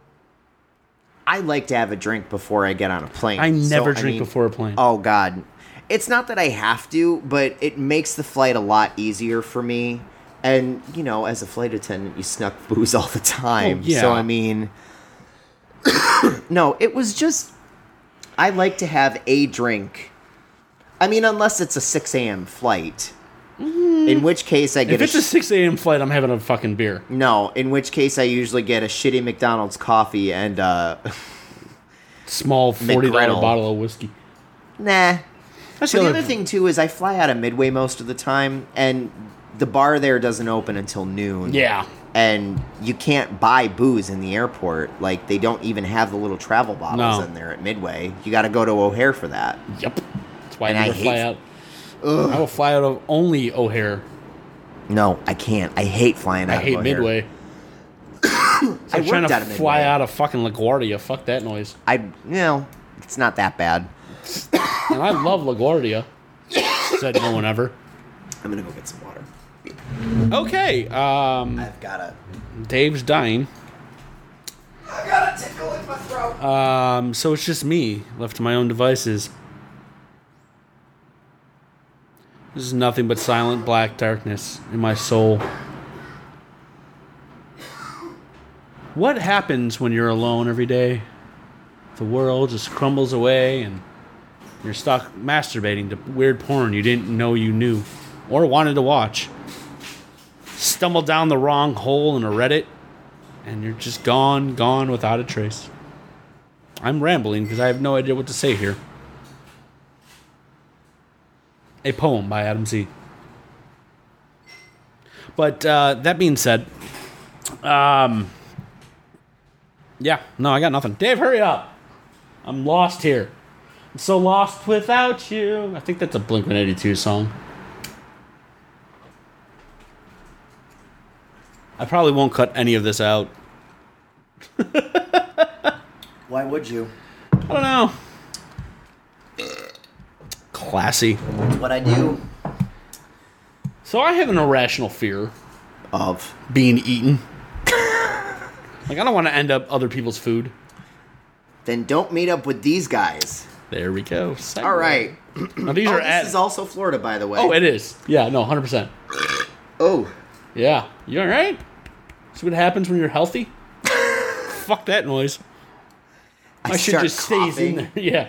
[SPEAKER 4] I like to have a drink before I get on a plane.
[SPEAKER 3] I
[SPEAKER 4] So,
[SPEAKER 3] never drink
[SPEAKER 4] mean-
[SPEAKER 3] before a plane.
[SPEAKER 4] Oh God, it's not that I have to, but it makes the flight a lot easier for me. And you know, as a flight attendant, you snuck booze all the time.
[SPEAKER 3] Oh, yeah.
[SPEAKER 4] So I mean, no, it was just I like to have a drink. I mean, unless it's a six a.m. flight, in which case I get
[SPEAKER 3] Mm-hmm. if it's
[SPEAKER 4] sh-
[SPEAKER 3] a 6 a.m. flight, I'm having a fucking beer.
[SPEAKER 4] no, in which case I usually get a shitty McDonald's coffee and uh
[SPEAKER 3] Small $40
[SPEAKER 4] McGriddle.
[SPEAKER 3] bottle of whiskey.
[SPEAKER 4] nah.
[SPEAKER 3] That's
[SPEAKER 4] So the
[SPEAKER 3] the
[SPEAKER 4] other thing too is I fly out of Midway most of the time and the bar there doesn't open until noon.
[SPEAKER 3] Yeah.
[SPEAKER 4] And you can't buy booze in the airport. Like they don't even have the little travel bottles
[SPEAKER 3] No.
[SPEAKER 4] in there at Midway. You got to go to O'Hare for that.
[SPEAKER 3] Yep. That's why
[SPEAKER 4] And
[SPEAKER 3] I
[SPEAKER 4] I
[SPEAKER 3] never fly
[SPEAKER 4] hate-
[SPEAKER 3] out. I will fly out of only O'Hare.
[SPEAKER 4] No, I can't. I hate flying out.
[SPEAKER 3] I
[SPEAKER 4] of
[SPEAKER 3] hate
[SPEAKER 4] O'Hare.
[SPEAKER 3] Midway.
[SPEAKER 4] I
[SPEAKER 3] I'm trying
[SPEAKER 4] worked
[SPEAKER 3] to
[SPEAKER 4] out of
[SPEAKER 3] fly
[SPEAKER 4] Midway.
[SPEAKER 3] out of fucking LaGuardia. Fuck that noise.
[SPEAKER 4] I you know it's not that bad.
[SPEAKER 3] And I love LaGuardia. Said no one ever.
[SPEAKER 4] I'm gonna go get some water.
[SPEAKER 3] Okay. Um,
[SPEAKER 4] I've got a.
[SPEAKER 3] Dave's dying.
[SPEAKER 4] I've got a tickle in my throat.
[SPEAKER 3] Um, so it's just me left to my own devices. This is nothing but silent black darkness in my soul. What happens when you're alone every day? The world just crumbles away and you're stuck masturbating to weird porn you didn't know you knew or wanted to watch. Stumble down the wrong hole in a Reddit and you're just gone, gone without a trace. I'm rambling because I have no idea what to say here. A poem by Adam Z. But uh, that being said, um, yeah, no, I got nothing. Dave, hurry up! I'm lost here. I'm so lost without you. I think that's a Blink 182 song. I probably won't cut any of this out.
[SPEAKER 4] Why would you?
[SPEAKER 3] I don't know. Classy.
[SPEAKER 4] What I do?
[SPEAKER 3] So I have an irrational fear
[SPEAKER 4] Of
[SPEAKER 3] being eaten. like I don't want to end up other people's food.
[SPEAKER 4] then don't meet up with these guys.
[SPEAKER 3] There we go. Segue.
[SPEAKER 4] All right.
[SPEAKER 3] Now, these
[SPEAKER 4] Oh,
[SPEAKER 3] are
[SPEAKER 4] this
[SPEAKER 3] at.
[SPEAKER 4] is also Florida, by the way.
[SPEAKER 3] oh, it is. Yeah. No. Hundred percent.
[SPEAKER 4] oh,
[SPEAKER 3] Yeah. You all right? See what happens when you're healthy? Fuck that noise. I, should
[SPEAKER 4] start
[SPEAKER 3] just stay in
[SPEAKER 4] coughing.
[SPEAKER 3] there. Yeah.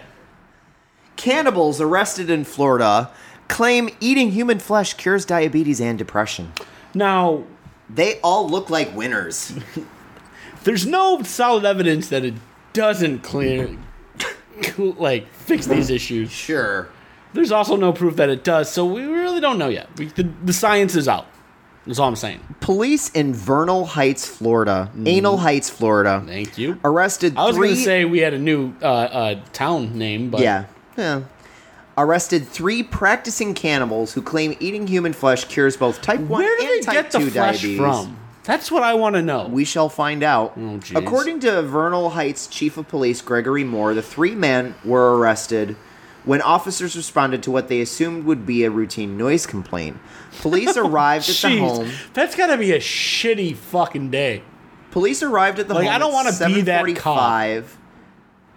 [SPEAKER 4] Cannibals arrested in Florida claim eating human flesh cures diabetes and depression.
[SPEAKER 3] Now,
[SPEAKER 4] They all look like winners.
[SPEAKER 3] there's no solid evidence that it doesn't clear, like, fix these issues.
[SPEAKER 4] sure.
[SPEAKER 3] There's also no proof that it does, so we really don't know yet. We, the, the science is out. That's all I'm saying.
[SPEAKER 4] Police in Vernal Heights, Florida, Anal Heights, Florida,
[SPEAKER 3] Thank you.
[SPEAKER 4] arrested
[SPEAKER 3] I was
[SPEAKER 4] three.
[SPEAKER 3] going to say we had a new uh, uh, town name, but
[SPEAKER 4] yeah, yeah. Arrested three practicing cannibals who claim eating human flesh cures both type one
[SPEAKER 3] where do
[SPEAKER 4] and
[SPEAKER 3] they
[SPEAKER 4] type
[SPEAKER 3] get the
[SPEAKER 4] two
[SPEAKER 3] flesh
[SPEAKER 4] diabetes.
[SPEAKER 3] from? That's what I want to know.
[SPEAKER 4] We shall find out.
[SPEAKER 3] Oh, jeez.
[SPEAKER 4] According to Vernal Heights Chief of Police Gregory Moore, the three men were arrested when officers responded to what they assumed would be a routine noise complaint. Police arrived at the
[SPEAKER 3] Jeez,
[SPEAKER 4] home.
[SPEAKER 3] that's got to be a shitty fucking day.
[SPEAKER 4] Police arrived at the
[SPEAKER 3] Like,
[SPEAKER 4] home.
[SPEAKER 3] I don't
[SPEAKER 4] want
[SPEAKER 3] wanna
[SPEAKER 4] to
[SPEAKER 3] be that cop.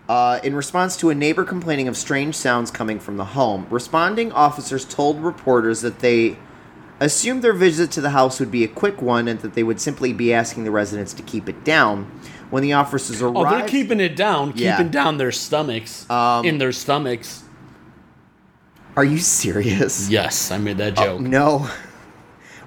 [SPEAKER 4] Uh, in response to a neighbor complaining of strange sounds coming from the home, responding officers told reporters that they assumed their visit to the house would be a quick one and that they would simply be asking the residents to keep it down. When the officers
[SPEAKER 3] Oh,
[SPEAKER 4] arrived,
[SPEAKER 3] they're keeping it down,
[SPEAKER 4] Yeah.
[SPEAKER 3] keeping down their stomachs
[SPEAKER 4] Um,
[SPEAKER 3] in their stomachs.
[SPEAKER 4] Are you serious?
[SPEAKER 3] Yes, I made that joke.
[SPEAKER 4] Oh, No.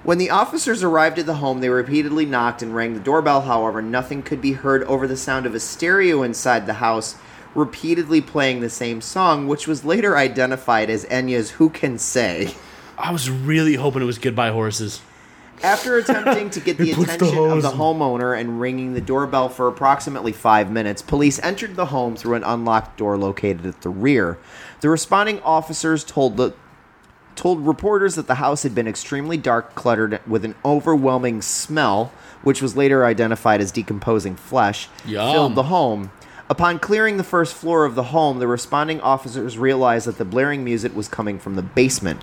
[SPEAKER 4] When the officers arrived at the home, they repeatedly knocked and rang the doorbell. However, nothing could be heard over the sound of a stereo inside the house, repeatedly playing the same song, which was later identified as Enya's Who Can Say.
[SPEAKER 3] I was really hoping it was goodbye horses.
[SPEAKER 4] After attempting to get the
[SPEAKER 3] He puts the
[SPEAKER 4] attention of
[SPEAKER 3] hose
[SPEAKER 4] the
[SPEAKER 3] in.
[SPEAKER 4] homeowner and ringing the doorbell for approximately five minutes, police entered the home through an unlocked door located at the rear. The responding officers told the told reporters that the house had been extremely dark, cluttered with an overwhelming smell, which was later identified as decomposing flesh,
[SPEAKER 3] Yum.
[SPEAKER 4] filled the home. Upon clearing the first floor of the home, the responding officers realized that the blaring music was coming from the basement.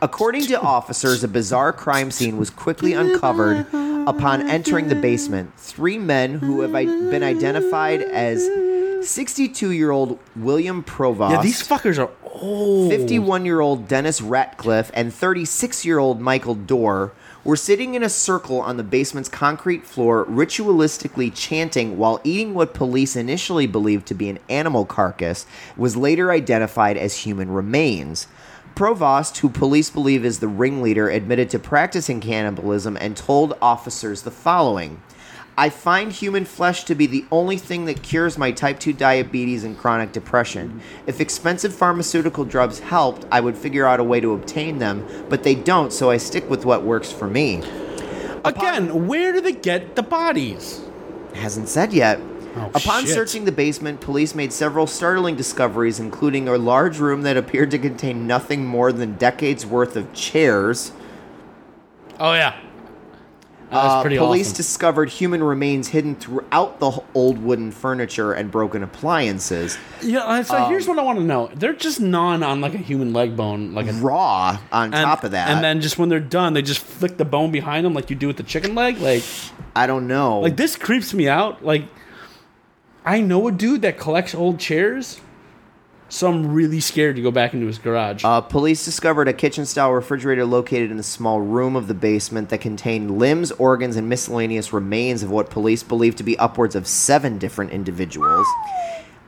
[SPEAKER 4] According to officers, a bizarre crime scene was quickly uncovered upon entering the basement. Three men who have i- been identified as 62 year old William Provost.
[SPEAKER 3] Yeah, these fuckers are old.
[SPEAKER 4] 51 year old Dennis Ratcliffe and 36 year old Michael Dorr were sitting in a circle on the basement's concrete floor, ritualistically chanting while eating what police initially believed to be an animal carcass, was later identified as human remains. Provost, who police believe is the ringleader, admitted to practicing cannibalism and told officers the following I find human flesh to be the only thing that cures my type 2 diabetes and chronic depression. If expensive pharmaceutical drugs helped, I would figure out a way to obtain them, but they don't, so I stick with what works for me.
[SPEAKER 3] Again, where do they get the bodies?
[SPEAKER 4] hasn't said yet.
[SPEAKER 3] Oh,
[SPEAKER 4] Upon
[SPEAKER 3] shit.
[SPEAKER 4] searching the basement, police made several startling discoveries, including a large room that appeared to contain nothing more than decades worth of chairs.
[SPEAKER 3] Oh yeah, that's
[SPEAKER 4] Uh,
[SPEAKER 3] pretty
[SPEAKER 4] police
[SPEAKER 3] awesome.
[SPEAKER 4] discovered human remains hidden throughout the h- old wooden furniture and broken appliances,
[SPEAKER 3] yeah, and so here's
[SPEAKER 4] um,
[SPEAKER 3] what I want to know: they're just gnawing on like a human leg bone, like a
[SPEAKER 4] raw on
[SPEAKER 3] and-
[SPEAKER 4] top of that.
[SPEAKER 3] and then just when they're done, they just flick the bone behind them like you do with the chicken leg. Like,
[SPEAKER 4] I don't know.
[SPEAKER 3] like this creeps me out. Like, I know a dude that collects old chairs, so I'm really scared to go back into his garage.
[SPEAKER 4] Uh, police discovered a kitchen style refrigerator located in a small room of the basement that contained limbs, organs, and miscellaneous remains of what police believe to be upwards of seven different individuals.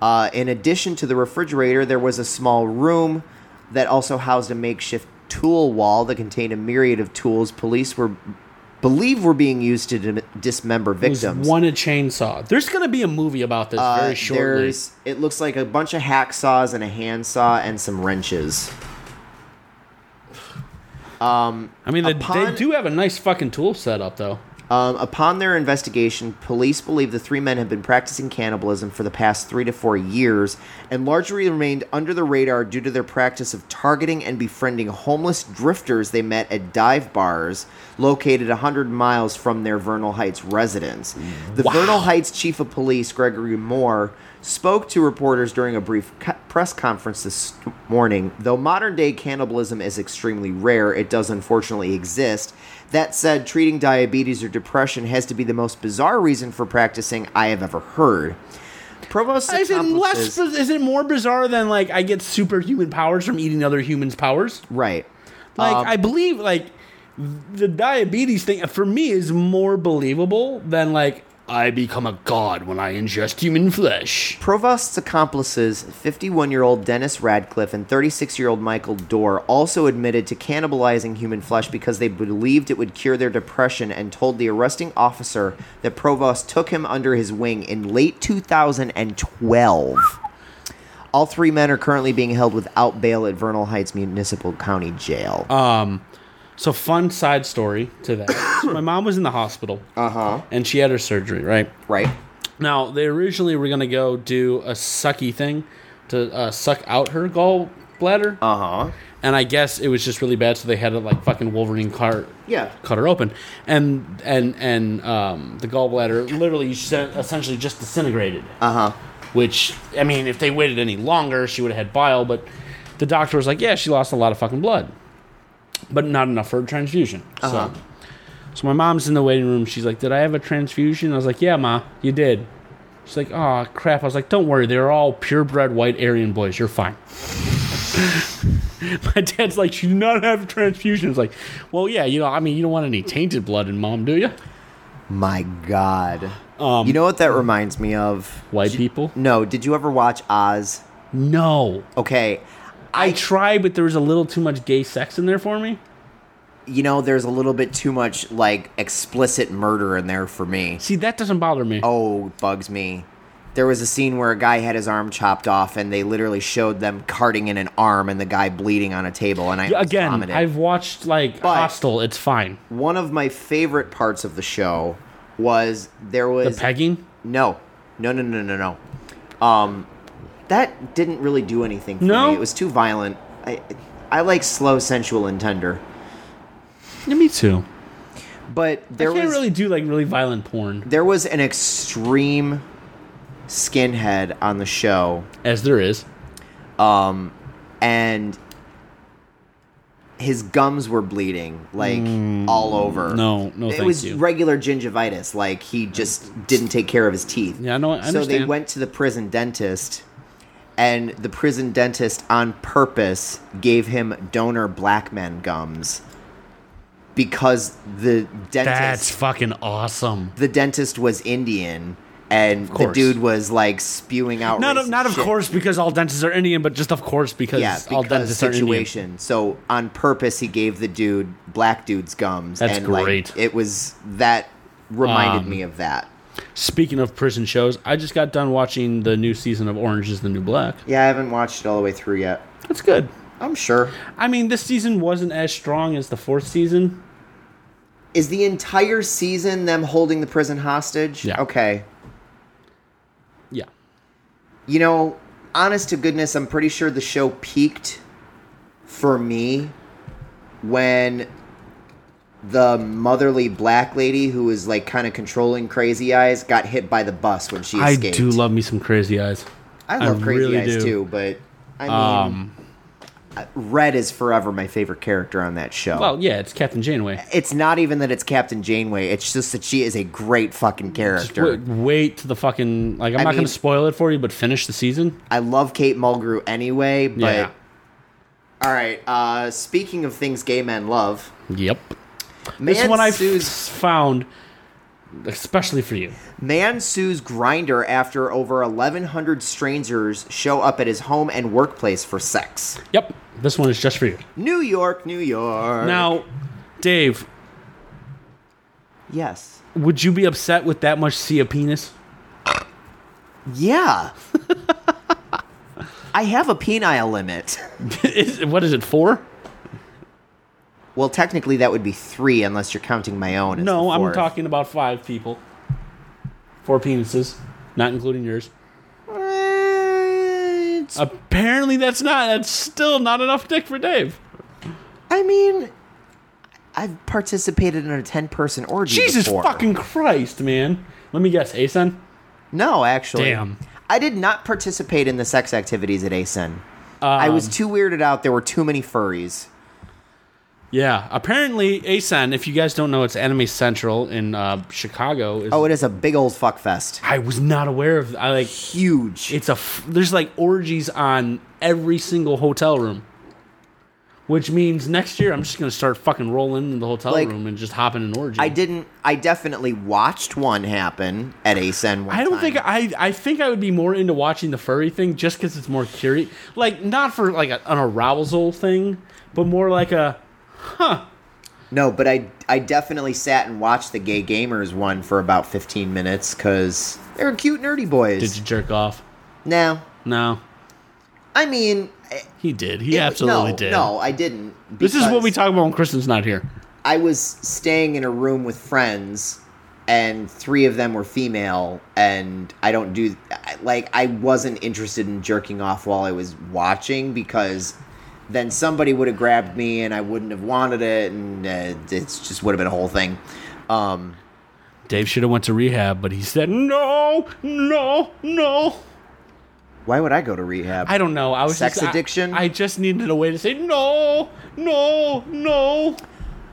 [SPEAKER 4] Uh, in addition to the refrigerator, there was a small room that also housed a makeshift tool wall that contained a myriad of tools police were believe were being used to dim- dismember
[SPEAKER 3] was
[SPEAKER 4] victims.
[SPEAKER 3] one a chainsaw. There's gonna be a movie about this
[SPEAKER 4] Uh,
[SPEAKER 3] very shortly.
[SPEAKER 4] There's, it looks like a bunch of hacksaws and a handsaw and some wrenches.
[SPEAKER 3] I mean, they, they
[SPEAKER 4] upon-
[SPEAKER 3] do have a nice fucking tool set up though.
[SPEAKER 4] Um, upon their investigation, police believe the three men had been practicing cannibalism for the past three to four years and largely remained under the radar due to their practice of targeting and befriending homeless drifters they met at dive bars located 100 miles from their Vernal Heights residence. The Vernal Heights Chief of Police, Gregory Moore, spoke to reporters during a brief co- press conference this morning. Though modern day cannibalism is extremely rare, it does unfortunately exist. That said, treating diabetes or depression has to be the most bizarre reason for practicing I have ever heard. Provost
[SPEAKER 3] Is it less?
[SPEAKER 4] accomplices,
[SPEAKER 3] Is it more bizarre than like I get superhuman powers from eating other humans' powers?
[SPEAKER 4] right?
[SPEAKER 3] Like I believe like the diabetes thing for me is more believable than like I become a god when I ingest human flesh.
[SPEAKER 4] Provost's accomplices, 51 year old Dennis Radcliffe and 36 year old Michael Dorr, also admitted to cannibalizing human flesh because they believed it would cure their depression and told the arresting officer that Provost took him under his wing in late 2012. All three men are currently being held without bail at Vernal Heights Municipal County Jail.
[SPEAKER 3] So fun side story to that. so my mom was in the hospital. Uh-huh. And she had her surgery, right?
[SPEAKER 4] right?
[SPEAKER 3] Now, they originally were going to go do a sucky thing to uh, suck out her gallbladder.
[SPEAKER 4] Uh huh.
[SPEAKER 3] and I guess it was just really bad, so they had to like fucking Wolverine car
[SPEAKER 4] Yeah.
[SPEAKER 3] cut her open, and and and um, the gallbladder literally se- essentially just disintegrated.
[SPEAKER 4] Uh huh.
[SPEAKER 3] Which I mean, if they waited any longer, she would have had bile. But the doctor was like, "Yeah, she lost a lot of fucking blood, but not enough for a transfusion."
[SPEAKER 4] Uh-huh.
[SPEAKER 3] So, so my mom's in the waiting room. She's like, "Did I have a transfusion?" I was like, "Yeah, ma, you did." She's like, "Oh crap!" I was like, "Don't worry, they're all purebred white Aryan boys. You're fine." My dad's like, "You do not have a transfusion." It's like, "Well, yeah, you know, I mean, you don't want any tainted blood in mom, do you?"
[SPEAKER 4] My God. Um, you know what that reminds me of?
[SPEAKER 3] White people?
[SPEAKER 4] No, did you ever watch Oz?
[SPEAKER 3] No.
[SPEAKER 4] Okay.
[SPEAKER 3] I tried, but there was a little too much gay sex in there for me.
[SPEAKER 4] you know, there's a little bit too much like explicit murder in there for me.
[SPEAKER 3] See, that doesn't bother me.
[SPEAKER 4] Oh, bugs me. There was a scene where a guy had his arm chopped off, and they literally showed them carting in an arm and the guy bleeding on a table. And I almost
[SPEAKER 3] Again,
[SPEAKER 4] vomited.
[SPEAKER 3] I've watched like
[SPEAKER 4] But-
[SPEAKER 3] Hostel. It's fine.
[SPEAKER 4] one of my favorite parts of the show was there
[SPEAKER 3] The
[SPEAKER 4] was
[SPEAKER 3] pegging.
[SPEAKER 4] no, no, no, no, no, no. Um, that didn't really do anything for
[SPEAKER 3] No?
[SPEAKER 4] me. It was too violent. I, I like slow, sensual, and tender.
[SPEAKER 3] Yeah, me too.
[SPEAKER 4] But there
[SPEAKER 3] I can't
[SPEAKER 4] was
[SPEAKER 3] really do like really violent porn,
[SPEAKER 4] there was an extreme skinhead on the show
[SPEAKER 3] as there is.
[SPEAKER 4] and his gums were bleeding like all over
[SPEAKER 3] Mm. no, no,
[SPEAKER 4] it
[SPEAKER 3] thank
[SPEAKER 4] was
[SPEAKER 3] you.
[SPEAKER 4] regular gingivitis like he just didn't take care of his teeth
[SPEAKER 3] Yeah, no, I
[SPEAKER 4] so they
[SPEAKER 3] understand.
[SPEAKER 4] went to the prison dentist and the prison dentist on purpose gave him donor black man gums because the dentist
[SPEAKER 3] That's fucking awesome.
[SPEAKER 4] the dentist was Indian and the
[SPEAKER 3] course.
[SPEAKER 4] dude was like spewing out
[SPEAKER 3] Not,
[SPEAKER 4] racist
[SPEAKER 3] not of
[SPEAKER 4] shit.
[SPEAKER 3] course because all dentists are Indian, but just of course because,
[SPEAKER 4] yeah
[SPEAKER 3] all
[SPEAKER 4] because
[SPEAKER 3] dentists are Indian.
[SPEAKER 4] situation so on purpose he gave the dude black dude's gums
[SPEAKER 3] That's
[SPEAKER 4] and like,
[SPEAKER 3] great.
[SPEAKER 4] it was that reminded
[SPEAKER 3] Um,
[SPEAKER 4] me of that
[SPEAKER 3] Speaking of prison shows, I just got done watching the new season of Orange is the New Black.
[SPEAKER 4] Yeah, I haven't watched it all the way through yet.
[SPEAKER 3] It's good.
[SPEAKER 4] I'm sure.
[SPEAKER 3] I mean, this season wasn't as strong as the fourth season.
[SPEAKER 4] Is the entire season them holding the prison hostage?
[SPEAKER 3] Yeah.
[SPEAKER 4] Okay.
[SPEAKER 3] Yeah.
[SPEAKER 4] You know, honest to goodness, I'm pretty sure the show peaked for me when the motherly black lady who was like kind of controlling Crazy Eyes got hit by the bus when she
[SPEAKER 3] I
[SPEAKER 4] escaped.
[SPEAKER 3] do love me some crazy eyes.
[SPEAKER 4] I love
[SPEAKER 3] I
[SPEAKER 4] Crazy
[SPEAKER 3] really
[SPEAKER 4] Eyes
[SPEAKER 3] do. Um,
[SPEAKER 4] too, but I mean, uh, Red is forever my favorite character on that show.
[SPEAKER 3] Well, yeah, it's Captain Janeway.
[SPEAKER 4] it's not even that it's Captain Janeway. It's just that she is a great fucking
[SPEAKER 3] Just
[SPEAKER 4] character.
[SPEAKER 3] wait, wait to the fucking like. I'm
[SPEAKER 4] I
[SPEAKER 3] not
[SPEAKER 4] mean-
[SPEAKER 3] going to spoil it for you, but finish the season.
[SPEAKER 4] I love Kate Mulgrew anyway, but
[SPEAKER 3] Yeah.
[SPEAKER 4] all right. Uh, speaking of things gay men love,
[SPEAKER 3] Yep.
[SPEAKER 4] man
[SPEAKER 3] this one I
[SPEAKER 4] sues
[SPEAKER 3] f- found, especially for you.
[SPEAKER 4] man sues Grinder after over 1,100 strangers show up at his home and workplace for sex.
[SPEAKER 3] Yep. This one is just for you.
[SPEAKER 4] New York, New York.
[SPEAKER 3] Now, Dave,
[SPEAKER 4] yes,
[SPEAKER 3] would you be upset with that much sea of penis?
[SPEAKER 4] yeah. I have a penile limit.
[SPEAKER 3] Is- what is it for?
[SPEAKER 4] Well, technically that would be three, unless you're counting my own. as
[SPEAKER 3] No,
[SPEAKER 4] the
[SPEAKER 3] I'm
[SPEAKER 4] fourth.
[SPEAKER 3] talking about five people. Four penises, not including yours.
[SPEAKER 4] Eh, it's-
[SPEAKER 3] Apparently, that's not. That's still not enough dick for Dave.
[SPEAKER 4] I mean, I've participated in a ten-person orgy.
[SPEAKER 3] Jesus
[SPEAKER 4] before.
[SPEAKER 3] fucking Christ, man. Let me guess, ASUN?
[SPEAKER 4] No, actually.
[SPEAKER 3] Damn.
[SPEAKER 4] I did not participate in the sex activities at ASIN. I
[SPEAKER 3] Um,
[SPEAKER 4] was too weirded out. There were too many furries.
[SPEAKER 3] Yeah, apparently ASUN, if you guys don't know, it's Anime Central in uh, Chicago. Is,
[SPEAKER 4] Oh, it is a big old fuck fest.
[SPEAKER 3] I was not aware of. I like
[SPEAKER 4] Huge.
[SPEAKER 3] it's a f- there's like orgies on every single hotel room. Which means next year I'm just gonna start fucking rolling in the hotel
[SPEAKER 4] Like,
[SPEAKER 3] room and just hopping an orgy.
[SPEAKER 4] I didn't. I definitely watched one happen at ASIN. One
[SPEAKER 3] I don't
[SPEAKER 4] time.
[SPEAKER 3] think I. I think I would be more into watching the furry thing just because it's more curious. Like not for like a, an arousal thing, but more like a
[SPEAKER 4] No, but I. I definitely sat and watched the Gay Gamers one for about fifteen minutes because they were cute, nerdy boys.
[SPEAKER 3] did you jerk off?
[SPEAKER 4] Now,
[SPEAKER 3] No,
[SPEAKER 4] I mean, eh,
[SPEAKER 3] he did. He
[SPEAKER 4] it-
[SPEAKER 3] absolutely
[SPEAKER 4] no,
[SPEAKER 3] did.
[SPEAKER 4] No, I didn't.
[SPEAKER 3] this is what
[SPEAKER 4] because-
[SPEAKER 3] we talk about when Kristen's not here.
[SPEAKER 4] I was staying in a room with friends, and three of them were female, and I don't do I- like I wasn't interested in jerking off while I was watching because then somebody would have grabbed me and I wouldn't have wanted it, and uh, it's just would have been a whole thing. Um,
[SPEAKER 3] Dave should have went to rehab, but he said no, no, no.
[SPEAKER 4] why would I go to rehab?
[SPEAKER 3] I don't know. I was
[SPEAKER 4] Sex
[SPEAKER 3] just- I-
[SPEAKER 4] addiction?
[SPEAKER 3] I, just needed a way to say no, no, no.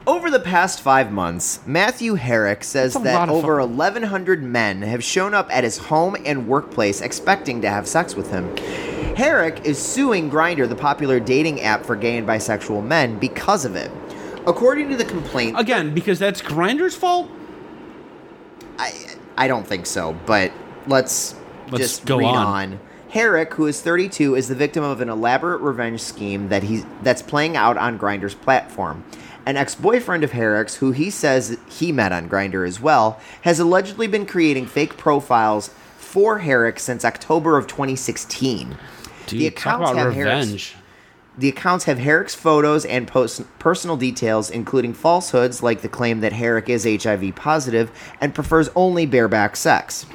[SPEAKER 4] Over the past five months, Matthew Herrick says
[SPEAKER 3] That's a
[SPEAKER 4] that
[SPEAKER 3] lot of
[SPEAKER 4] over 1,100 men have shown up at his home and workplace expecting to have sex with him. Herrick is suing Grindr, the popular dating app for gay and bisexual men, because of it. According to the complaint,
[SPEAKER 3] Again, because that's Grinder's fault.
[SPEAKER 4] I, I don't think so, but let's,
[SPEAKER 3] Let's
[SPEAKER 4] just
[SPEAKER 3] go
[SPEAKER 4] read
[SPEAKER 3] on.
[SPEAKER 4] on. Herrick, who is 32, is the victim of an elaborate revenge scheme that he's that's playing out on Grinder's platform. An ex-boyfriend of Herrick's, who he says he met on Grinder as well, has allegedly been creating fake profiles for Herrick since October of 2016.
[SPEAKER 3] Dude, talk
[SPEAKER 4] accounts
[SPEAKER 3] about
[SPEAKER 4] have Harris-
[SPEAKER 3] revenge.
[SPEAKER 4] The accounts have Herrick's photos and post- personal details, including falsehoods like the claim that Herrick is HIV positive and prefers only bareback sex.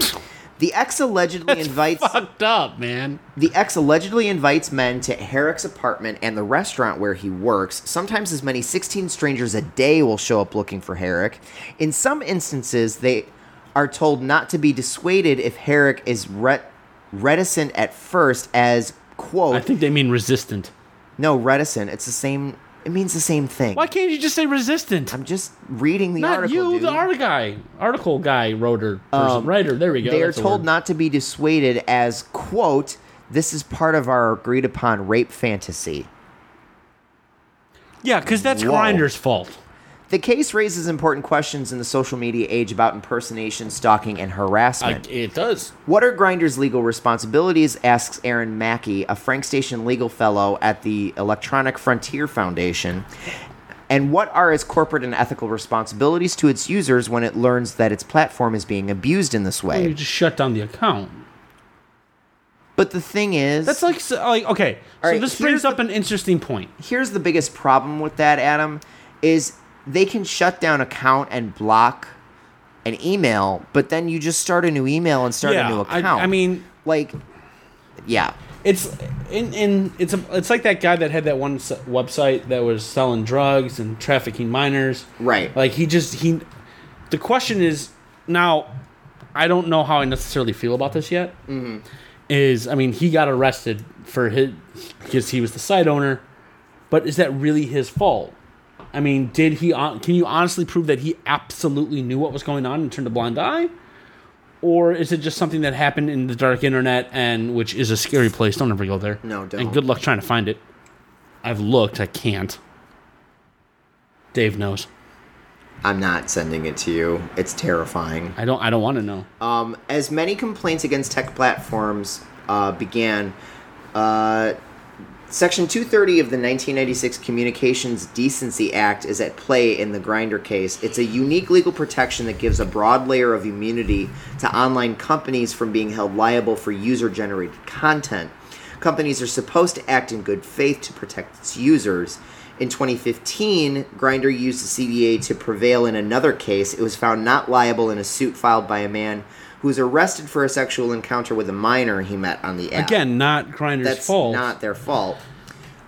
[SPEAKER 4] The ex allegedly invites
[SPEAKER 3] Fucked up, man.
[SPEAKER 4] the ex allegedly invites men to Herrick's apartment and the restaurant where he works. Sometimes as many 16 strangers a day will show up looking for Herrick. In some instances, they are told not to be dissuaded if Herrick is re- reticent at first, as quote
[SPEAKER 3] I think they mean resistant.
[SPEAKER 4] no, reticent. It's the same. It means the same thing.
[SPEAKER 3] Why can't you just say resistant?
[SPEAKER 4] I'm just reading the
[SPEAKER 3] Not
[SPEAKER 4] article.
[SPEAKER 3] you,
[SPEAKER 4] dude.
[SPEAKER 3] the art guy, article guy, writer, person, writer. There we go.
[SPEAKER 4] They are
[SPEAKER 3] that's the
[SPEAKER 4] told
[SPEAKER 3] word.
[SPEAKER 4] not to be dissuaded as quote. This is part of our agreed upon rape fantasy.
[SPEAKER 3] Yeah, because that's
[SPEAKER 4] Whoa.
[SPEAKER 3] Grinder's fault.
[SPEAKER 4] The case raises important questions in the social media age about impersonation, stalking, and harassment.
[SPEAKER 3] it does.
[SPEAKER 4] What are Grinder's legal responsibilities? asks Aaron Mackey, a Frank Station legal fellow at the Electronic Frontier Foundation. And what are its corporate and ethical responsibilities to its users when it learns that its platform is being abused in this
[SPEAKER 3] You
[SPEAKER 4] way?
[SPEAKER 3] just shut down the account.
[SPEAKER 4] But the thing is,
[SPEAKER 3] That's like so- like okay. so
[SPEAKER 4] right,
[SPEAKER 3] this
[SPEAKER 4] here's
[SPEAKER 3] brings up an interesting point.
[SPEAKER 4] here's the biggest problem with that, Adam, is they can shut down account and block an email, but then you just start a new email and start
[SPEAKER 3] yeah,
[SPEAKER 4] a new
[SPEAKER 3] I-
[SPEAKER 4] account.
[SPEAKER 3] I mean,
[SPEAKER 4] like, yeah,
[SPEAKER 3] it's in in it's a, it's like that guy that had that one s- website that was selling drugs and trafficking minors.
[SPEAKER 4] Right.
[SPEAKER 3] Like he just he. The question is now, I don't know how I necessarily feel about this yet. Is I mean he got arrested for his because he was the site owner, but is that really his fault? I mean, did he? hon- Can you honestly prove that he absolutely knew what was going on and turned a blind eye? or is it just something that happened in the dark internet and which is a scary place don't ever go there
[SPEAKER 4] No, don't.
[SPEAKER 3] and good luck trying to find it i've looked i can't dave knows
[SPEAKER 4] I'm not sending it to you. It's terrifying.
[SPEAKER 3] i don't i don't want to know
[SPEAKER 4] Um, as many complaints against tech platforms uh, began, uh, Section 230 of the 1996 Communications Decency Act is at play in the Grinder case. It's a unique legal protection that gives a broad layer of immunity to online companies from being held liable for user generated content. Companies are supposed to act in good faith to protect its users. In 2015, Grinder used the CDA to prevail in another case. It was found not liable in a suit filed by a man who was arrested for a sexual encounter with a minor he met on the app
[SPEAKER 3] again not grinder's
[SPEAKER 4] that's
[SPEAKER 3] fault
[SPEAKER 4] not their fault.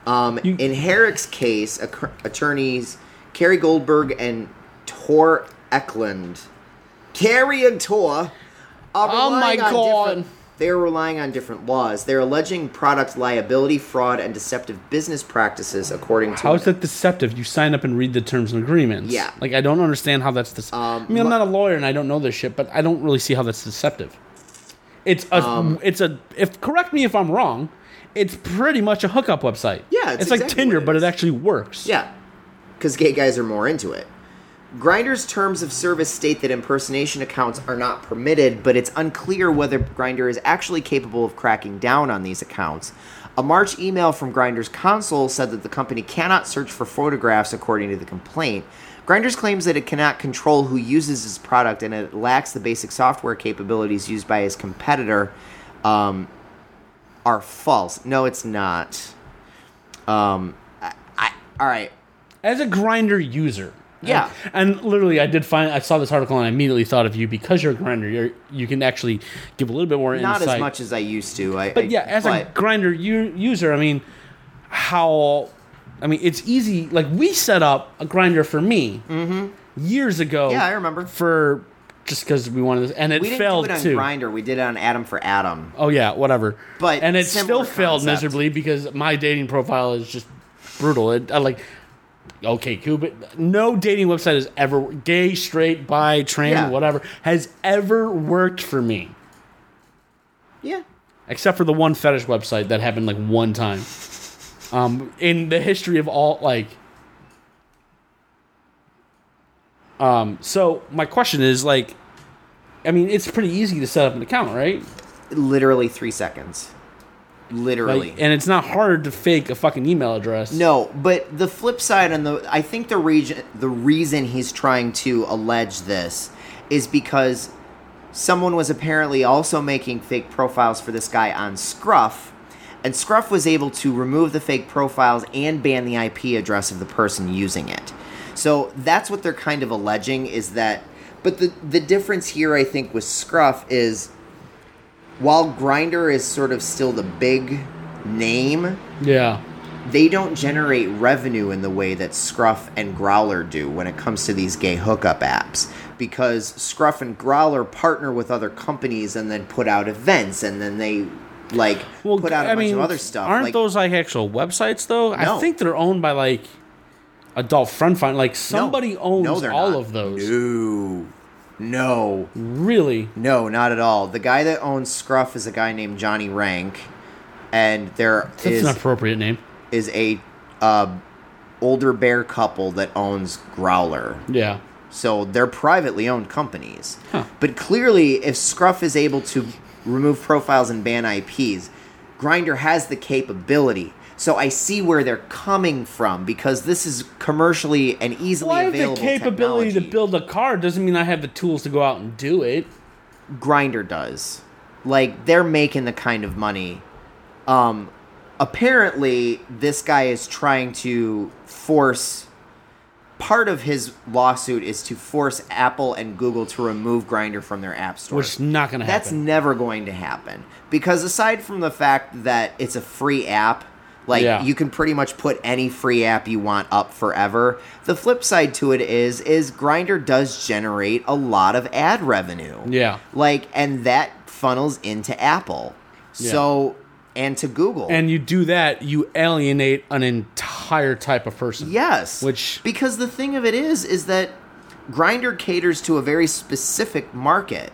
[SPEAKER 4] Um, in Herrick's case, acc- attorneys Kerry Goldberg and Tor Eklund, Kerry and Tor, are
[SPEAKER 3] Oh
[SPEAKER 4] relying
[SPEAKER 3] my
[SPEAKER 4] on
[SPEAKER 3] God.
[SPEAKER 4] different- They are relying on different laws. They're alleging product liability, fraud, and deceptive business practices, according to
[SPEAKER 3] how is that deceptive you sign up and read the terms and agreements
[SPEAKER 4] Yeah. Um,
[SPEAKER 3] like i don't understand how that's this i mean i'm not a lawyer and i don't know this shit but i don't really see how that's deceptive it's a
[SPEAKER 4] Um,
[SPEAKER 3] it's a if correct me if i'm wrong it's pretty much a hookup website
[SPEAKER 4] Yeah, it's
[SPEAKER 3] it's, like
[SPEAKER 4] exactly
[SPEAKER 3] tinder
[SPEAKER 4] what it
[SPEAKER 3] but
[SPEAKER 4] is.
[SPEAKER 3] it actually works
[SPEAKER 4] Yeah, because gay guys are more into it. Grinder's terms of service state that impersonation accounts are not permitted, but it's unclear whether Grinder is actually capable of cracking down on these accounts. A March email from Grinder's console said that the company cannot search for photographs according to the complaint. Grinders claims that it cannot control who uses its product and it lacks the basic software capabilities used by its competitor. Um, are false. No, it's not. Um, I, I, all right.
[SPEAKER 3] as a grinder user
[SPEAKER 4] Yeah.
[SPEAKER 3] and, and literally i did find i saw this article and i immediately thought of you because you're a grinder you're, you can actually give a little bit more
[SPEAKER 4] Not
[SPEAKER 3] insight
[SPEAKER 4] as much as I used to. I,
[SPEAKER 3] but yeah as a grinder u- user i mean how i mean it's easy like we set up a grinder for me years ago
[SPEAKER 4] Mm-hmm. Yeah, I remember.
[SPEAKER 3] for just because we wanted this and it
[SPEAKER 4] we didn't
[SPEAKER 3] failed
[SPEAKER 4] do it on
[SPEAKER 3] too
[SPEAKER 4] Grinder. We did it on Adam for Adam.
[SPEAKER 3] oh yeah whatever
[SPEAKER 4] But
[SPEAKER 3] and it still
[SPEAKER 4] similar
[SPEAKER 3] failed
[SPEAKER 4] concept.
[SPEAKER 3] miserably because my dating profile is just brutal it, i like okay cupid no dating website has ever gay straight bi trans
[SPEAKER 4] Yeah.
[SPEAKER 3] whatever has ever worked for me
[SPEAKER 4] Yeah.
[SPEAKER 3] except for the one fetish website that happened like one time um, in the history of all like um, so my question is like i mean it's pretty easy to set up an account right
[SPEAKER 4] Literally three seconds.
[SPEAKER 3] Like,
[SPEAKER 4] Literally.
[SPEAKER 3] and it's not hard to fake a fucking email address
[SPEAKER 4] No, but the flip side on the I think the region the reason he's trying to allege this is because someone was apparently also making fake profiles for this guy on Scruff, and Scruff was able to remove the fake profiles and ban the IP address of the person using it. So that's what they're kind of alleging is that but the the difference here I think with Scruff is while Grinder is sort of still the big name
[SPEAKER 3] yeah
[SPEAKER 4] they don't generate revenue in the way that Scruff and Growler do when it comes to these gay hookup apps because Scruff and Growler partner with other companies and then put out events and then they like
[SPEAKER 3] well
[SPEAKER 4] put out a
[SPEAKER 3] I
[SPEAKER 4] bunch
[SPEAKER 3] mean,
[SPEAKER 4] of other stuff.
[SPEAKER 3] aren't
[SPEAKER 4] like,
[SPEAKER 3] those like actual websites though
[SPEAKER 4] No.
[SPEAKER 3] i think they're owned by like adult friend find like
[SPEAKER 4] No.
[SPEAKER 3] somebody owns
[SPEAKER 4] No, they're
[SPEAKER 3] all
[SPEAKER 4] not.
[SPEAKER 3] of those
[SPEAKER 4] No. No.
[SPEAKER 3] really
[SPEAKER 4] No, not at all. The guy that owns Scruff is a guy named Johnny Rank and there is.
[SPEAKER 3] that's an appropriate name
[SPEAKER 4] is a uh, older bear couple that owns Growler.
[SPEAKER 3] yeah
[SPEAKER 4] So they're privately owned companies.
[SPEAKER 3] Huh.
[SPEAKER 4] But clearly, if Scruff is able to remove profiles and ban IPs, Grinder has the capability. So I see where they're coming from because this is commercially and easily
[SPEAKER 3] Well, I have the
[SPEAKER 4] available
[SPEAKER 3] capability to
[SPEAKER 4] technology.
[SPEAKER 3] build a car. Doesn't mean I have the tools to go out and do it.
[SPEAKER 4] Grinder does. Like they're making the kind of money. Um apparently this guy is trying to force part of his lawsuit is to force Apple and Google to remove Grinder from their app store.
[SPEAKER 3] Which is not going to happen.
[SPEAKER 4] That's never going to happen because aside from the fact that it's a free app, like
[SPEAKER 3] Yeah.
[SPEAKER 4] you can pretty much put any free app you want up forever. The flip side to it is is Grinder does generate a lot of ad revenue.
[SPEAKER 3] Yeah.
[SPEAKER 4] Like and that funnels into Apple. So and to Google.
[SPEAKER 3] and you do that, you alienate an entire type of person.
[SPEAKER 4] Yes.
[SPEAKER 3] Which-
[SPEAKER 4] because the thing of it is is that Grinder caters to a very specific market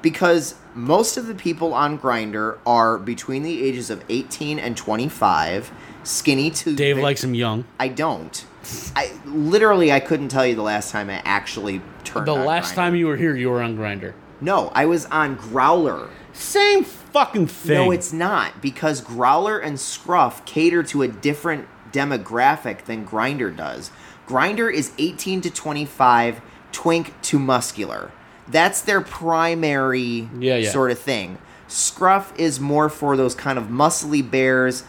[SPEAKER 4] because most of the people on Grinder are between the ages of 18 and 25, skinny to
[SPEAKER 3] Dave likes him young.
[SPEAKER 4] I don't. I literally I couldn't tell you the last time I actually turned
[SPEAKER 3] The
[SPEAKER 4] on
[SPEAKER 3] last
[SPEAKER 4] Grindr.
[SPEAKER 3] time you were here, you were on Grinder.
[SPEAKER 4] No, I was on Growler.
[SPEAKER 3] Same fucking thing.
[SPEAKER 4] No, it's not because Growler and Scruff cater to a different demographic than Grinder does. Grinder is 18 to 25, twink to muscular. That's their primary
[SPEAKER 3] Yeah, yeah.
[SPEAKER 4] sort of thing. Scruff is more for those kind of muscly bears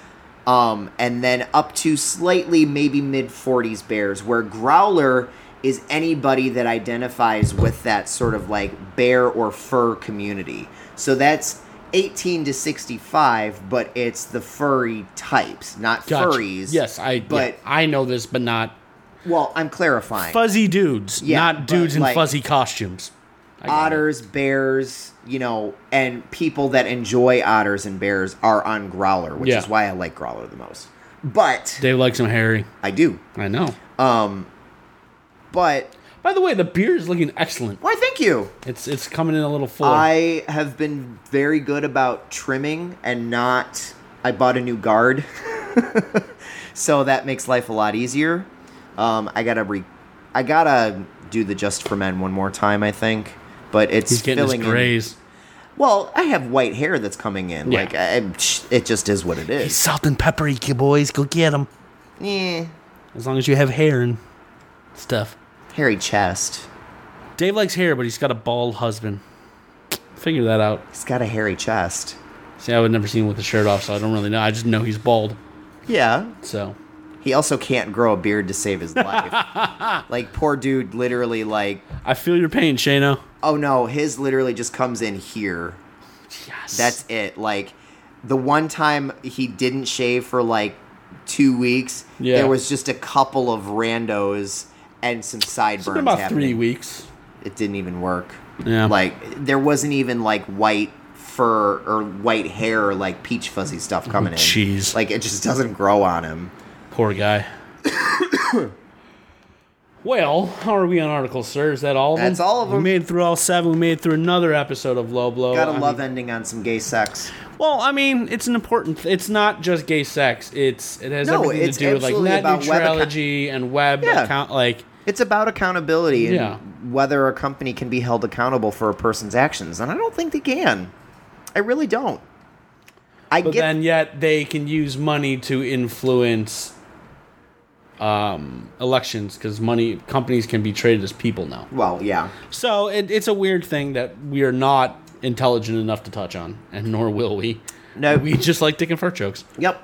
[SPEAKER 4] um, and then up to slightly maybe mid 40s bears where Growler is anybody that identifies with that sort of like bear or fur community. So that's 18 to 65, but it's the furry types, not
[SPEAKER 3] Gotcha.
[SPEAKER 4] furries.
[SPEAKER 3] Yes, I. But
[SPEAKER 4] But
[SPEAKER 3] I know this, but not
[SPEAKER 4] well, I'm clarifying.
[SPEAKER 3] fuzzy dudes,
[SPEAKER 4] Yeah,
[SPEAKER 3] not
[SPEAKER 4] but,
[SPEAKER 3] dudes in
[SPEAKER 4] like-
[SPEAKER 3] fuzzy costumes. I got it.
[SPEAKER 4] otters, bears, you know, and people that enjoy otters and bears are on Growler, which
[SPEAKER 3] Yeah.
[SPEAKER 4] is why I like Growler the most. But
[SPEAKER 3] Dave likes him hairy.
[SPEAKER 4] I do.
[SPEAKER 3] I know.
[SPEAKER 4] Um, but
[SPEAKER 3] By the way, the beer is looking excellent.
[SPEAKER 4] why? Thank you.
[SPEAKER 3] It's it's coming in a little full.
[SPEAKER 4] I have been very good about trimming and not. I bought a new guard, so that makes life a lot easier. Um, I gotta re, I gotta do the just for men one more time. I think, but it's
[SPEAKER 3] He's getting his
[SPEAKER 4] filling in-
[SPEAKER 3] grays.
[SPEAKER 4] Well, I have white hair that's coming in.
[SPEAKER 3] Yeah.
[SPEAKER 4] Like I, psh, it just is what it is.
[SPEAKER 3] salt and peppery, you boys. Go get him.
[SPEAKER 4] Yeah,
[SPEAKER 3] As long as you have hair and stuff.
[SPEAKER 4] hairy chest.
[SPEAKER 3] Dave likes hair, but he's got a bald husband. Figure that out.
[SPEAKER 4] He's got a hairy chest.
[SPEAKER 3] See, I would never seen him with the shirt off, so I don't really know. I just know he's bald.
[SPEAKER 4] Yeah.
[SPEAKER 3] So
[SPEAKER 4] He also can't grow a beard to save his life. like poor dude, literally like
[SPEAKER 3] I feel your pain, Shano.
[SPEAKER 4] Oh no, his literally just comes in here.
[SPEAKER 3] Yes.
[SPEAKER 4] That's it. Like the one time he didn't shave for like two weeks,
[SPEAKER 3] Yeah.
[SPEAKER 4] there was just a couple of randos and some sideburns.
[SPEAKER 3] it's been about
[SPEAKER 4] happening.
[SPEAKER 3] three weeks.
[SPEAKER 4] It didn't even work.
[SPEAKER 3] Yeah.
[SPEAKER 4] Like there wasn't even like white fur or white hair or like peach fuzzy stuff coming in.
[SPEAKER 3] jeez.
[SPEAKER 4] Like it just doesn't grow on him.
[SPEAKER 3] Poor guy. well, how are we on articles, sir? Is that all of them?
[SPEAKER 4] That's all of
[SPEAKER 3] We
[SPEAKER 4] them.
[SPEAKER 3] made it through all seven. We made it through another episode of Low Blow.
[SPEAKER 4] Gotta
[SPEAKER 3] I
[SPEAKER 4] love
[SPEAKER 3] mean-
[SPEAKER 4] ending on some gay sex.
[SPEAKER 3] Well, I mean, it's an important. Th- it's not just gay sex. It's it has
[SPEAKER 4] No,
[SPEAKER 3] everything
[SPEAKER 4] it's
[SPEAKER 3] to do with like
[SPEAKER 4] absolutely
[SPEAKER 3] net
[SPEAKER 4] about web account-
[SPEAKER 3] neutrality and web
[SPEAKER 4] Yeah.
[SPEAKER 3] account. Like,
[SPEAKER 4] It's about accountability and
[SPEAKER 3] Yeah.
[SPEAKER 4] whether a company can be held accountable for a person's actions, and I don't think they can. I really don't. I
[SPEAKER 3] but
[SPEAKER 4] get
[SPEAKER 3] then yet they can use money to influence um, elections because money companies can be traded as people now.
[SPEAKER 4] well, yeah.
[SPEAKER 3] So it, it's a weird thing that we are not intelligent enough to touch on, and nor will we.
[SPEAKER 4] No.
[SPEAKER 3] we just like dick and fart jokes.
[SPEAKER 4] Yep.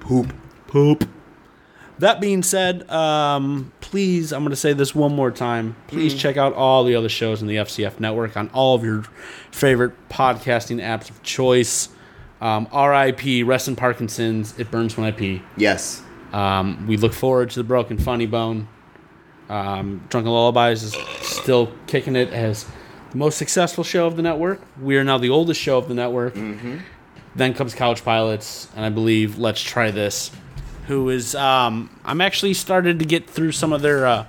[SPEAKER 3] Poop. That being said, um, please, I'm going to say this one more time. Please check out all the other shows in the FCF network on all of your favorite podcasting apps of choice. Um, RIP, Rest in Parkinson's, It Burns When I Pee.
[SPEAKER 4] Yes.
[SPEAKER 3] Um, we look forward to the Broken Funny Bone. Um, Drunken Lullabies is still kicking it as the most successful show of the network. We are now the oldest show of the network.
[SPEAKER 4] Mm-hmm.
[SPEAKER 3] Then comes Couch Pilots, and I believe Let's Try This, who is um, I'm actually started to get through some of their uh,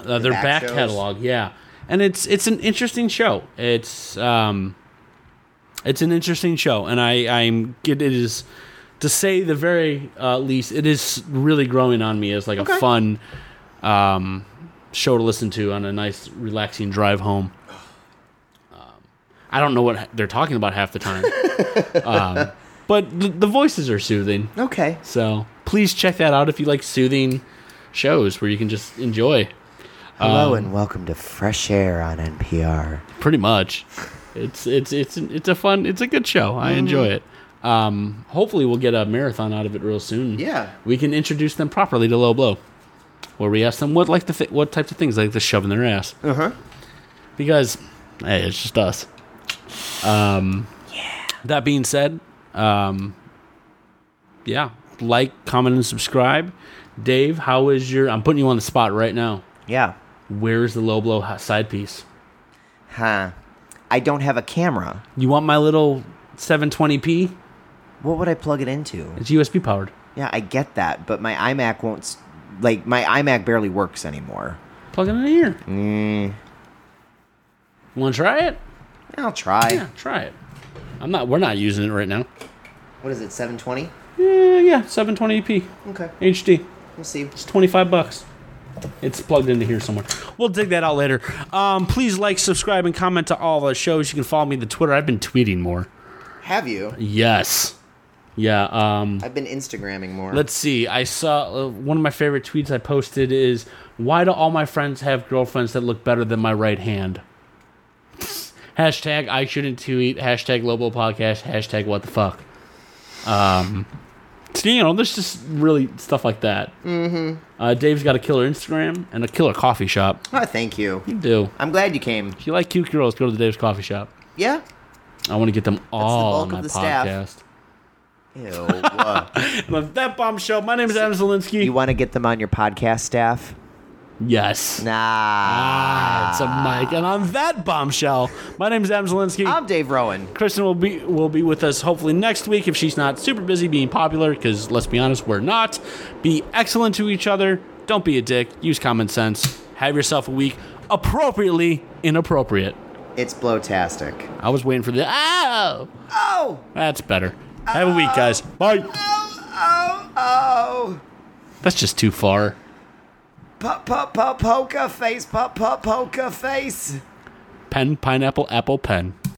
[SPEAKER 3] uh, their
[SPEAKER 4] back
[SPEAKER 3] back,
[SPEAKER 4] shows?
[SPEAKER 3] catalog, yeah, and it's it's an interesting show. It's um, it's an interesting show, and I I'm it is to say the very uh, least, it is really growing on me as like a fun um, show to listen to on a nice relaxing drive home. Um, I don't know what they're talking about half the time. um, But the, the voices are soothing.
[SPEAKER 4] Okay.
[SPEAKER 3] So please check that out if you like soothing shows where you can just enjoy.
[SPEAKER 4] Hello
[SPEAKER 3] Um,
[SPEAKER 4] and welcome to Fresh Air on NPR.
[SPEAKER 3] Pretty much, it's it's it's it's a fun, it's a good show. I enjoy it. Um, hopefully, we'll get a marathon out of it real soon.
[SPEAKER 4] Yeah.
[SPEAKER 3] we can introduce them properly to low blow, where we ask them what like the th- what types of things like the shove in their ass.
[SPEAKER 4] Uh huh.
[SPEAKER 3] because hey, it's just us. Um, That being said, um, yeah, like, comment, and subscribe. Dave, how is your? I'm putting you on the spot right now.
[SPEAKER 4] Yeah.
[SPEAKER 3] Where's the low blow h- side piece?
[SPEAKER 4] Huh. I don't have a camera.
[SPEAKER 3] You want my little 720p?
[SPEAKER 4] What would I plug it into?
[SPEAKER 3] It's USB powered.
[SPEAKER 4] Yeah, I get that, but my iMac won't. s- Like my iMac barely works anymore.
[SPEAKER 3] Plug it in here. Mm. Want to try it?
[SPEAKER 4] I'll try.
[SPEAKER 3] Yeah, try it. I'm not. We're not using it right now.
[SPEAKER 4] What is it? Seven twenty.
[SPEAKER 3] Yeah, yeah, 720p
[SPEAKER 4] Okay.
[SPEAKER 3] HD.
[SPEAKER 4] We'll see.
[SPEAKER 3] It's 25 bucks. It's plugged into here somewhere. We'll dig that out later. Um, please like, subscribe, and comment to all the shows. You can follow me on the Twitter. I've been tweeting more.
[SPEAKER 4] Have you?
[SPEAKER 3] Yes. Yeah. Um,
[SPEAKER 4] I've been Instagramming more.
[SPEAKER 3] let's see. I saw uh, one of my favorite tweets I posted is Why do all my friends have girlfriends that look better than my right hand? hashtag I shouldn't tweet. Hashtag Lobo Podcast. Hashtag what the fuck. Um, so, you know, there's just really stuff like that. Mm-hmm. Uh, Dave's got a killer Instagram and a killer coffee shop.
[SPEAKER 4] Oh, thank you.
[SPEAKER 3] You do.
[SPEAKER 4] I'm glad you came.
[SPEAKER 3] If you like cute girls, go to the Dave's Coffee Shop.
[SPEAKER 4] Yeah.
[SPEAKER 3] I want to get them all
[SPEAKER 4] bulk
[SPEAKER 3] on my
[SPEAKER 4] of the staff.
[SPEAKER 3] podcast.
[SPEAKER 4] Ew. uh,
[SPEAKER 3] Love that bombshell. My name is Adam Zelinsky.
[SPEAKER 4] you want to get them on your podcast staff?
[SPEAKER 3] yes.
[SPEAKER 4] Nah.
[SPEAKER 3] Ah, it's a mic. And on that bombshell, my name is Adam Zelinsky.
[SPEAKER 4] I'm Dave Rowan.
[SPEAKER 3] Kristen will be will be with us hopefully next week if she's not super busy being popular. Because let's be honest, we're not. Be excellent to each other. Don't be a dick. Use common sense. Have yourself a week appropriately inappropriate.
[SPEAKER 4] It's blowtastic.
[SPEAKER 3] I was waiting for the oh.
[SPEAKER 4] Oh.
[SPEAKER 3] That's better. Have a week, guys. Bye.
[SPEAKER 4] Oh. Oh.
[SPEAKER 3] That's just too far.
[SPEAKER 4] Pop pop pop poker face. Pop pop poker face.
[SPEAKER 3] Pen, pineapple, apple, pen.